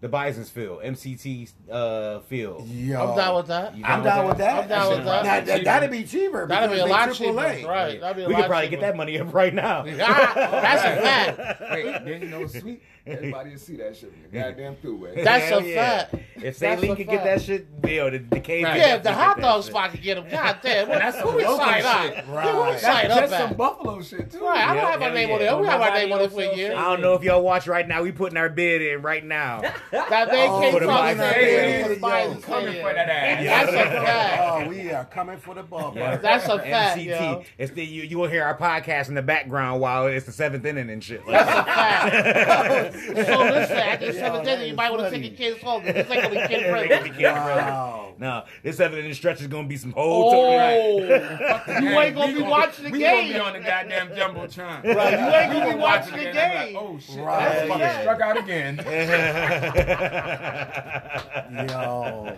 [SPEAKER 2] the Bison's Field, MCT uh, Field.
[SPEAKER 1] Yo,
[SPEAKER 3] I'm down with that.
[SPEAKER 2] You
[SPEAKER 1] I'm down with that.
[SPEAKER 3] I'm down with that.
[SPEAKER 1] Now, that that'd be cheaper.
[SPEAKER 3] That'd be
[SPEAKER 1] because they
[SPEAKER 3] a lot cheaper,
[SPEAKER 1] triple A.
[SPEAKER 3] right? That'd be a
[SPEAKER 2] we
[SPEAKER 3] lot
[SPEAKER 2] could probably get
[SPEAKER 3] cheaper.
[SPEAKER 2] that money up right now.
[SPEAKER 3] [laughs] Ah, that's a
[SPEAKER 2] [laughs]
[SPEAKER 3] fact.
[SPEAKER 4] Wait, then you know
[SPEAKER 1] [laughs]
[SPEAKER 4] what's sweet? Everybody will see that shit in the goddamn throughway.
[SPEAKER 3] That's
[SPEAKER 2] Hell
[SPEAKER 3] a fact.
[SPEAKER 2] If
[SPEAKER 3] That's
[SPEAKER 2] Saline
[SPEAKER 3] a
[SPEAKER 2] could get
[SPEAKER 3] fact.
[SPEAKER 2] that shit, yo, the, the cave.
[SPEAKER 3] Yeah, if the hot dog spot could get him, god damn, what,
[SPEAKER 2] that's
[SPEAKER 3] who
[SPEAKER 2] some
[SPEAKER 3] we
[SPEAKER 2] local
[SPEAKER 3] sign
[SPEAKER 2] shit.
[SPEAKER 3] up? Who we
[SPEAKER 1] Right.
[SPEAKER 3] sign up
[SPEAKER 4] That's some
[SPEAKER 3] at?
[SPEAKER 4] Buffalo shit too.
[SPEAKER 3] Right, I don't
[SPEAKER 2] Yeah,
[SPEAKER 3] have my
[SPEAKER 2] yeah,
[SPEAKER 3] name
[SPEAKER 2] yeah.
[SPEAKER 3] on it. We
[SPEAKER 5] Don't
[SPEAKER 3] have my
[SPEAKER 5] nobody
[SPEAKER 3] name on it
[SPEAKER 5] else
[SPEAKER 3] for
[SPEAKER 5] sell
[SPEAKER 3] a year.
[SPEAKER 5] shit.
[SPEAKER 2] I don't know if y'all watch right now. We putting our bid in right now.
[SPEAKER 3] That they
[SPEAKER 1] Oh,
[SPEAKER 3] came
[SPEAKER 2] for the
[SPEAKER 3] from
[SPEAKER 2] Biden
[SPEAKER 3] that
[SPEAKER 2] stadium.
[SPEAKER 3] for the Biden
[SPEAKER 4] Coming
[SPEAKER 3] stadium.
[SPEAKER 4] for that ass.
[SPEAKER 1] [laughs]
[SPEAKER 3] That's a fact.
[SPEAKER 1] Oh, we are coming for the ball.
[SPEAKER 2] Yeah.
[SPEAKER 1] bro.
[SPEAKER 3] That's a fact,
[SPEAKER 2] MCT.
[SPEAKER 3] yo.
[SPEAKER 2] It's the, you you will hear our podcast in the background while it's the seventh inning and shit. Like,
[SPEAKER 3] [laughs] That's a fact. so listen, after
[SPEAKER 1] Yo,
[SPEAKER 3] seven
[SPEAKER 1] that
[SPEAKER 3] days, you
[SPEAKER 1] is
[SPEAKER 3] might want to
[SPEAKER 1] funny.
[SPEAKER 3] take your kids home. This ain't gonna be
[SPEAKER 2] [laughs]
[SPEAKER 3] kid
[SPEAKER 2] they gonna be
[SPEAKER 3] friendly.
[SPEAKER 2] kids, brother.
[SPEAKER 1] Wow.
[SPEAKER 2] No, this seventh inning stretch is gonna be some whole.
[SPEAKER 3] Oh,
[SPEAKER 2] [laughs]
[SPEAKER 3] you [laughs]
[SPEAKER 4] Hey,
[SPEAKER 3] ain't gonna be
[SPEAKER 4] we
[SPEAKER 3] watching the
[SPEAKER 4] we gonna
[SPEAKER 3] game.
[SPEAKER 4] be on the goddamn jumbotron.
[SPEAKER 3] Right, you ain't gonna
[SPEAKER 4] We
[SPEAKER 3] be watching
[SPEAKER 4] watch
[SPEAKER 3] the
[SPEAKER 4] it and
[SPEAKER 3] game.
[SPEAKER 4] be like, oh shit!
[SPEAKER 1] Right,
[SPEAKER 4] that motherfucker
[SPEAKER 1] yeah.
[SPEAKER 4] struck out again.
[SPEAKER 1] Yo.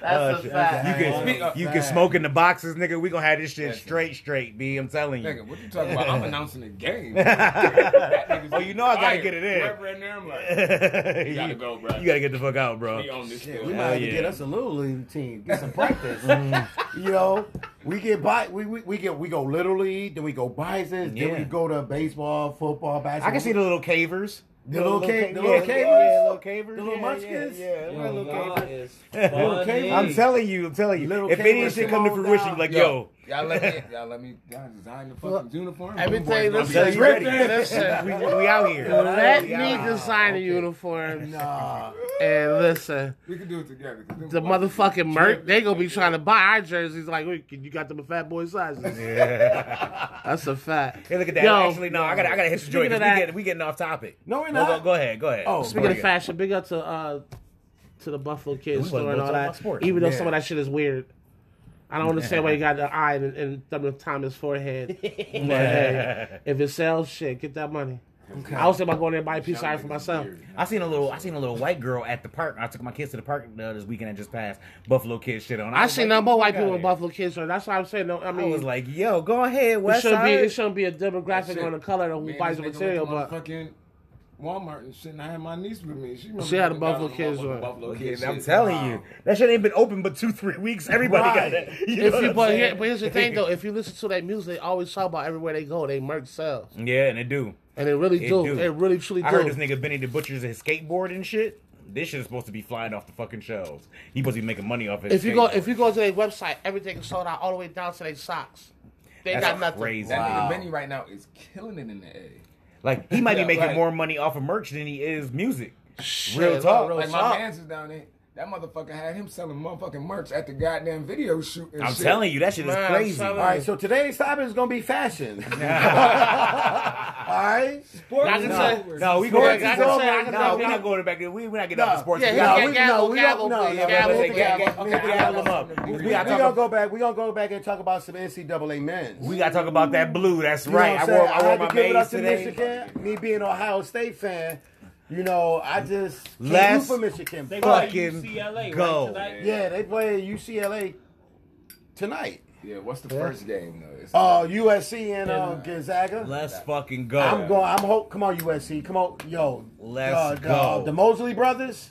[SPEAKER 3] That's a
[SPEAKER 2] You
[SPEAKER 3] fact.
[SPEAKER 2] can
[SPEAKER 4] Speak up,
[SPEAKER 2] you can
[SPEAKER 1] man.
[SPEAKER 2] smoke in the boxes, nigga. We gonna have this shit
[SPEAKER 4] Listen.
[SPEAKER 2] straight, straight. B, I'm telling you.
[SPEAKER 4] Nigga, what you talking about? I'm announcing
[SPEAKER 3] [laughs]
[SPEAKER 4] the
[SPEAKER 2] [laughs]
[SPEAKER 4] game. That nigga's
[SPEAKER 2] Oh, you know I gotta
[SPEAKER 4] fired.
[SPEAKER 2] get it in.
[SPEAKER 4] Whoever in there,
[SPEAKER 2] [laughs]
[SPEAKER 4] I'm [laughs] like,
[SPEAKER 2] you
[SPEAKER 4] gotta go, bro.
[SPEAKER 2] You gotta get the fuck out, bro.
[SPEAKER 4] we on this
[SPEAKER 1] Yeah,
[SPEAKER 4] field.
[SPEAKER 1] we
[SPEAKER 2] Hell
[SPEAKER 1] might have to
[SPEAKER 2] yeah.
[SPEAKER 1] get us a little league team, get
[SPEAKER 3] [laughs]
[SPEAKER 1] some practice.
[SPEAKER 3] Mm-hmm.
[SPEAKER 1] you know, we get by, we, we we get we go little league, then we go Bisons, then
[SPEAKER 2] Yeah.
[SPEAKER 1] we go to baseball, football, basketball.
[SPEAKER 2] I can see the little cavers.
[SPEAKER 1] The little ca- the little cavers?
[SPEAKER 2] yeah, yeah, little cavers,
[SPEAKER 1] The little
[SPEAKER 2] yeah,
[SPEAKER 1] munchkins?
[SPEAKER 2] Yeah, yeah,
[SPEAKER 5] Yo,
[SPEAKER 2] little
[SPEAKER 5] y'all
[SPEAKER 2] cavers.
[SPEAKER 5] is
[SPEAKER 1] Little
[SPEAKER 5] funny.
[SPEAKER 1] cave-
[SPEAKER 2] I'm telling you, I'm telling you.
[SPEAKER 1] Little
[SPEAKER 2] if any of
[SPEAKER 1] cavers,
[SPEAKER 2] shit
[SPEAKER 1] come
[SPEAKER 2] come to
[SPEAKER 1] on
[SPEAKER 2] fruition,
[SPEAKER 1] down.
[SPEAKER 2] like yo,
[SPEAKER 4] y'all let me, y'all let me, y'all design the fucking uniform.
[SPEAKER 3] Let me
[SPEAKER 4] Boy,
[SPEAKER 3] tell you,
[SPEAKER 4] it's
[SPEAKER 2] so
[SPEAKER 4] gonna
[SPEAKER 3] listen,
[SPEAKER 4] be
[SPEAKER 2] you ready?
[SPEAKER 3] listen.
[SPEAKER 2] we, we out here.
[SPEAKER 3] Let
[SPEAKER 2] We out
[SPEAKER 3] me
[SPEAKER 2] here.
[SPEAKER 3] design a
[SPEAKER 2] [laughs]
[SPEAKER 3] uniform
[SPEAKER 1] Nah,
[SPEAKER 3] and listen.
[SPEAKER 4] We can do it together. 'cause them
[SPEAKER 3] The
[SPEAKER 4] boys-
[SPEAKER 3] motherfucking Merc, they gonna be trying to buy our jerseys. Like, wait, you got them in fat boy sizes. That's a fact.
[SPEAKER 2] Hey, look at that.
[SPEAKER 3] Yo.
[SPEAKER 2] Actually, no, I gotta, I gotta hit the joint.
[SPEAKER 3] Speaking
[SPEAKER 2] 'cause
[SPEAKER 3] of
[SPEAKER 2] We
[SPEAKER 3] that-
[SPEAKER 2] get, we getting off topic.
[SPEAKER 1] No, we're
[SPEAKER 2] Go-
[SPEAKER 1] not.
[SPEAKER 2] Go, go ahead, go ahead.
[SPEAKER 1] Oh.
[SPEAKER 3] Speaking of
[SPEAKER 2] Go ahead.
[SPEAKER 3] fashion, big up to uh to the Buffalo Kids
[SPEAKER 2] We wasn't
[SPEAKER 3] store
[SPEAKER 2] gonna
[SPEAKER 3] and all
[SPEAKER 2] talk about
[SPEAKER 3] that.
[SPEAKER 2] sports.
[SPEAKER 3] Even though
[SPEAKER 1] Yeah.
[SPEAKER 3] some of that shit is weird. I don't understand why you got the eye and, and thumb of Thomas
[SPEAKER 2] [laughs]
[SPEAKER 3] forehead. But hey, if it sells shit, get that money. I was thinking about going there and buy a piece of iron for myself.
[SPEAKER 2] I seen a little, I seen a little white girl at the park. I took my kids to the park uh, this weekend and just passed Buffalo Kids shit on.
[SPEAKER 3] I
[SPEAKER 2] was
[SPEAKER 3] seen
[SPEAKER 2] like,
[SPEAKER 3] no more white
[SPEAKER 2] get
[SPEAKER 3] people in
[SPEAKER 2] outta
[SPEAKER 3] Buffalo Kids store. That's why I'm saying no I
[SPEAKER 2] here. I
[SPEAKER 3] mean
[SPEAKER 2] was like, yo, go ahead,
[SPEAKER 3] it
[SPEAKER 2] West
[SPEAKER 3] shouldn't be it
[SPEAKER 2] Side.
[SPEAKER 3] shouldn't be a demographic
[SPEAKER 4] Shit.
[SPEAKER 3] on the color of who
[SPEAKER 4] Man,
[SPEAKER 3] buys the
[SPEAKER 4] this nigga
[SPEAKER 3] material,
[SPEAKER 4] went to
[SPEAKER 3] but
[SPEAKER 4] motherfucking Walmart and shit, and I had my niece with me. She, remember
[SPEAKER 3] She had a
[SPEAKER 4] going
[SPEAKER 3] Buffalo
[SPEAKER 4] down to
[SPEAKER 3] Kids
[SPEAKER 4] Buffalo-
[SPEAKER 3] one.
[SPEAKER 4] Buffalo Kids
[SPEAKER 2] Kids, I'm
[SPEAKER 4] shit.
[SPEAKER 2] telling
[SPEAKER 4] Wow.
[SPEAKER 2] you, that shit ain't been open but two, three weeks. Everybody
[SPEAKER 1] Right.
[SPEAKER 2] got that. [laughs] You know
[SPEAKER 3] [laughs] if
[SPEAKER 2] what
[SPEAKER 3] you
[SPEAKER 2] I'm
[SPEAKER 3] but,
[SPEAKER 2] saying?
[SPEAKER 3] here, but here's the thing though, if you listen to that music, they always talk about everywhere they go, they merch sells.
[SPEAKER 2] Yeah, and it do.
[SPEAKER 3] And they really
[SPEAKER 2] It
[SPEAKER 3] do.
[SPEAKER 2] do.
[SPEAKER 3] They really truly
[SPEAKER 2] I
[SPEAKER 3] do.
[SPEAKER 2] heard this nigga Benny the Butcher's his skateboard and shit. This shit is supposed to be flying off the fucking shelves. He supposed to be making money off his.
[SPEAKER 3] If you go,
[SPEAKER 2] skateboard.
[SPEAKER 3] if you go to their website, everything is sold out all the way down to their socks. They
[SPEAKER 2] That's
[SPEAKER 3] got nothing.
[SPEAKER 2] crazy.
[SPEAKER 4] That
[SPEAKER 1] Wow.
[SPEAKER 4] nigga Benny right now is killing it in the A.
[SPEAKER 2] Like he might
[SPEAKER 4] Yeah,
[SPEAKER 2] be making
[SPEAKER 4] right.
[SPEAKER 2] more money off of merch than he is music.
[SPEAKER 3] Shit,
[SPEAKER 2] Real talk.
[SPEAKER 3] real
[SPEAKER 4] Like my
[SPEAKER 3] talk.
[SPEAKER 4] man's is down there. That motherfucker had him selling motherfucking merch at the goddamn video shoot. And
[SPEAKER 2] I'm
[SPEAKER 4] shit.
[SPEAKER 2] telling you, that shit is
[SPEAKER 3] Man, I'm
[SPEAKER 2] crazy.
[SPEAKER 3] telling
[SPEAKER 1] All right, so today's topic is gonna be
[SPEAKER 2] [laughs]
[SPEAKER 1] fashion. [laughs] All right,
[SPEAKER 5] Sports
[SPEAKER 3] Like I
[SPEAKER 5] is
[SPEAKER 3] said-
[SPEAKER 5] over.
[SPEAKER 2] No, we
[SPEAKER 1] Sports
[SPEAKER 2] going.
[SPEAKER 1] is over.
[SPEAKER 2] No,
[SPEAKER 1] I
[SPEAKER 3] can
[SPEAKER 2] no,
[SPEAKER 3] say-
[SPEAKER 2] we're not going back there. We we not getting off
[SPEAKER 1] No.
[SPEAKER 2] the sports.
[SPEAKER 3] Yeah,
[SPEAKER 2] We
[SPEAKER 3] he
[SPEAKER 2] got-
[SPEAKER 1] No,
[SPEAKER 3] can't
[SPEAKER 1] we-
[SPEAKER 3] gavel,
[SPEAKER 1] no, we
[SPEAKER 3] gavel,
[SPEAKER 1] don't- no,
[SPEAKER 3] please,
[SPEAKER 1] no,
[SPEAKER 3] gavel,
[SPEAKER 1] no, we-
[SPEAKER 3] gavel.
[SPEAKER 1] gavel.
[SPEAKER 3] Okay,
[SPEAKER 1] We- we-
[SPEAKER 3] gavel.
[SPEAKER 2] them up. We,
[SPEAKER 1] we
[SPEAKER 2] gotta
[SPEAKER 1] gonna
[SPEAKER 2] talk,
[SPEAKER 1] go back. We gonna go back and talk about some NCAA men's.
[SPEAKER 2] we gotta talk about that blue. That's
[SPEAKER 1] You know
[SPEAKER 2] right. I
[SPEAKER 1] what
[SPEAKER 2] wore,
[SPEAKER 1] I'm saying?
[SPEAKER 2] I wore
[SPEAKER 1] had
[SPEAKER 2] my
[SPEAKER 1] to give it
[SPEAKER 2] maze
[SPEAKER 1] up to
[SPEAKER 2] today.
[SPEAKER 1] Michigan. Me being an Ohio State fan, you know, I just can't
[SPEAKER 2] Last-
[SPEAKER 1] root for Michigan.
[SPEAKER 5] They
[SPEAKER 1] But,
[SPEAKER 5] play
[SPEAKER 2] Fucking
[SPEAKER 5] UCLA
[SPEAKER 2] go.
[SPEAKER 5] right tonight.
[SPEAKER 1] yeah, they play UCLA tonight.
[SPEAKER 4] Yeah, what's the first game though? It's-
[SPEAKER 1] Uh, USC and uh, Gonzaga.
[SPEAKER 2] Let's fucking go.
[SPEAKER 1] I'm going. I'm hope. Come on, USC. Come on, yo.
[SPEAKER 2] Let's
[SPEAKER 1] uh, the,
[SPEAKER 2] go.
[SPEAKER 1] The Mosley brothers.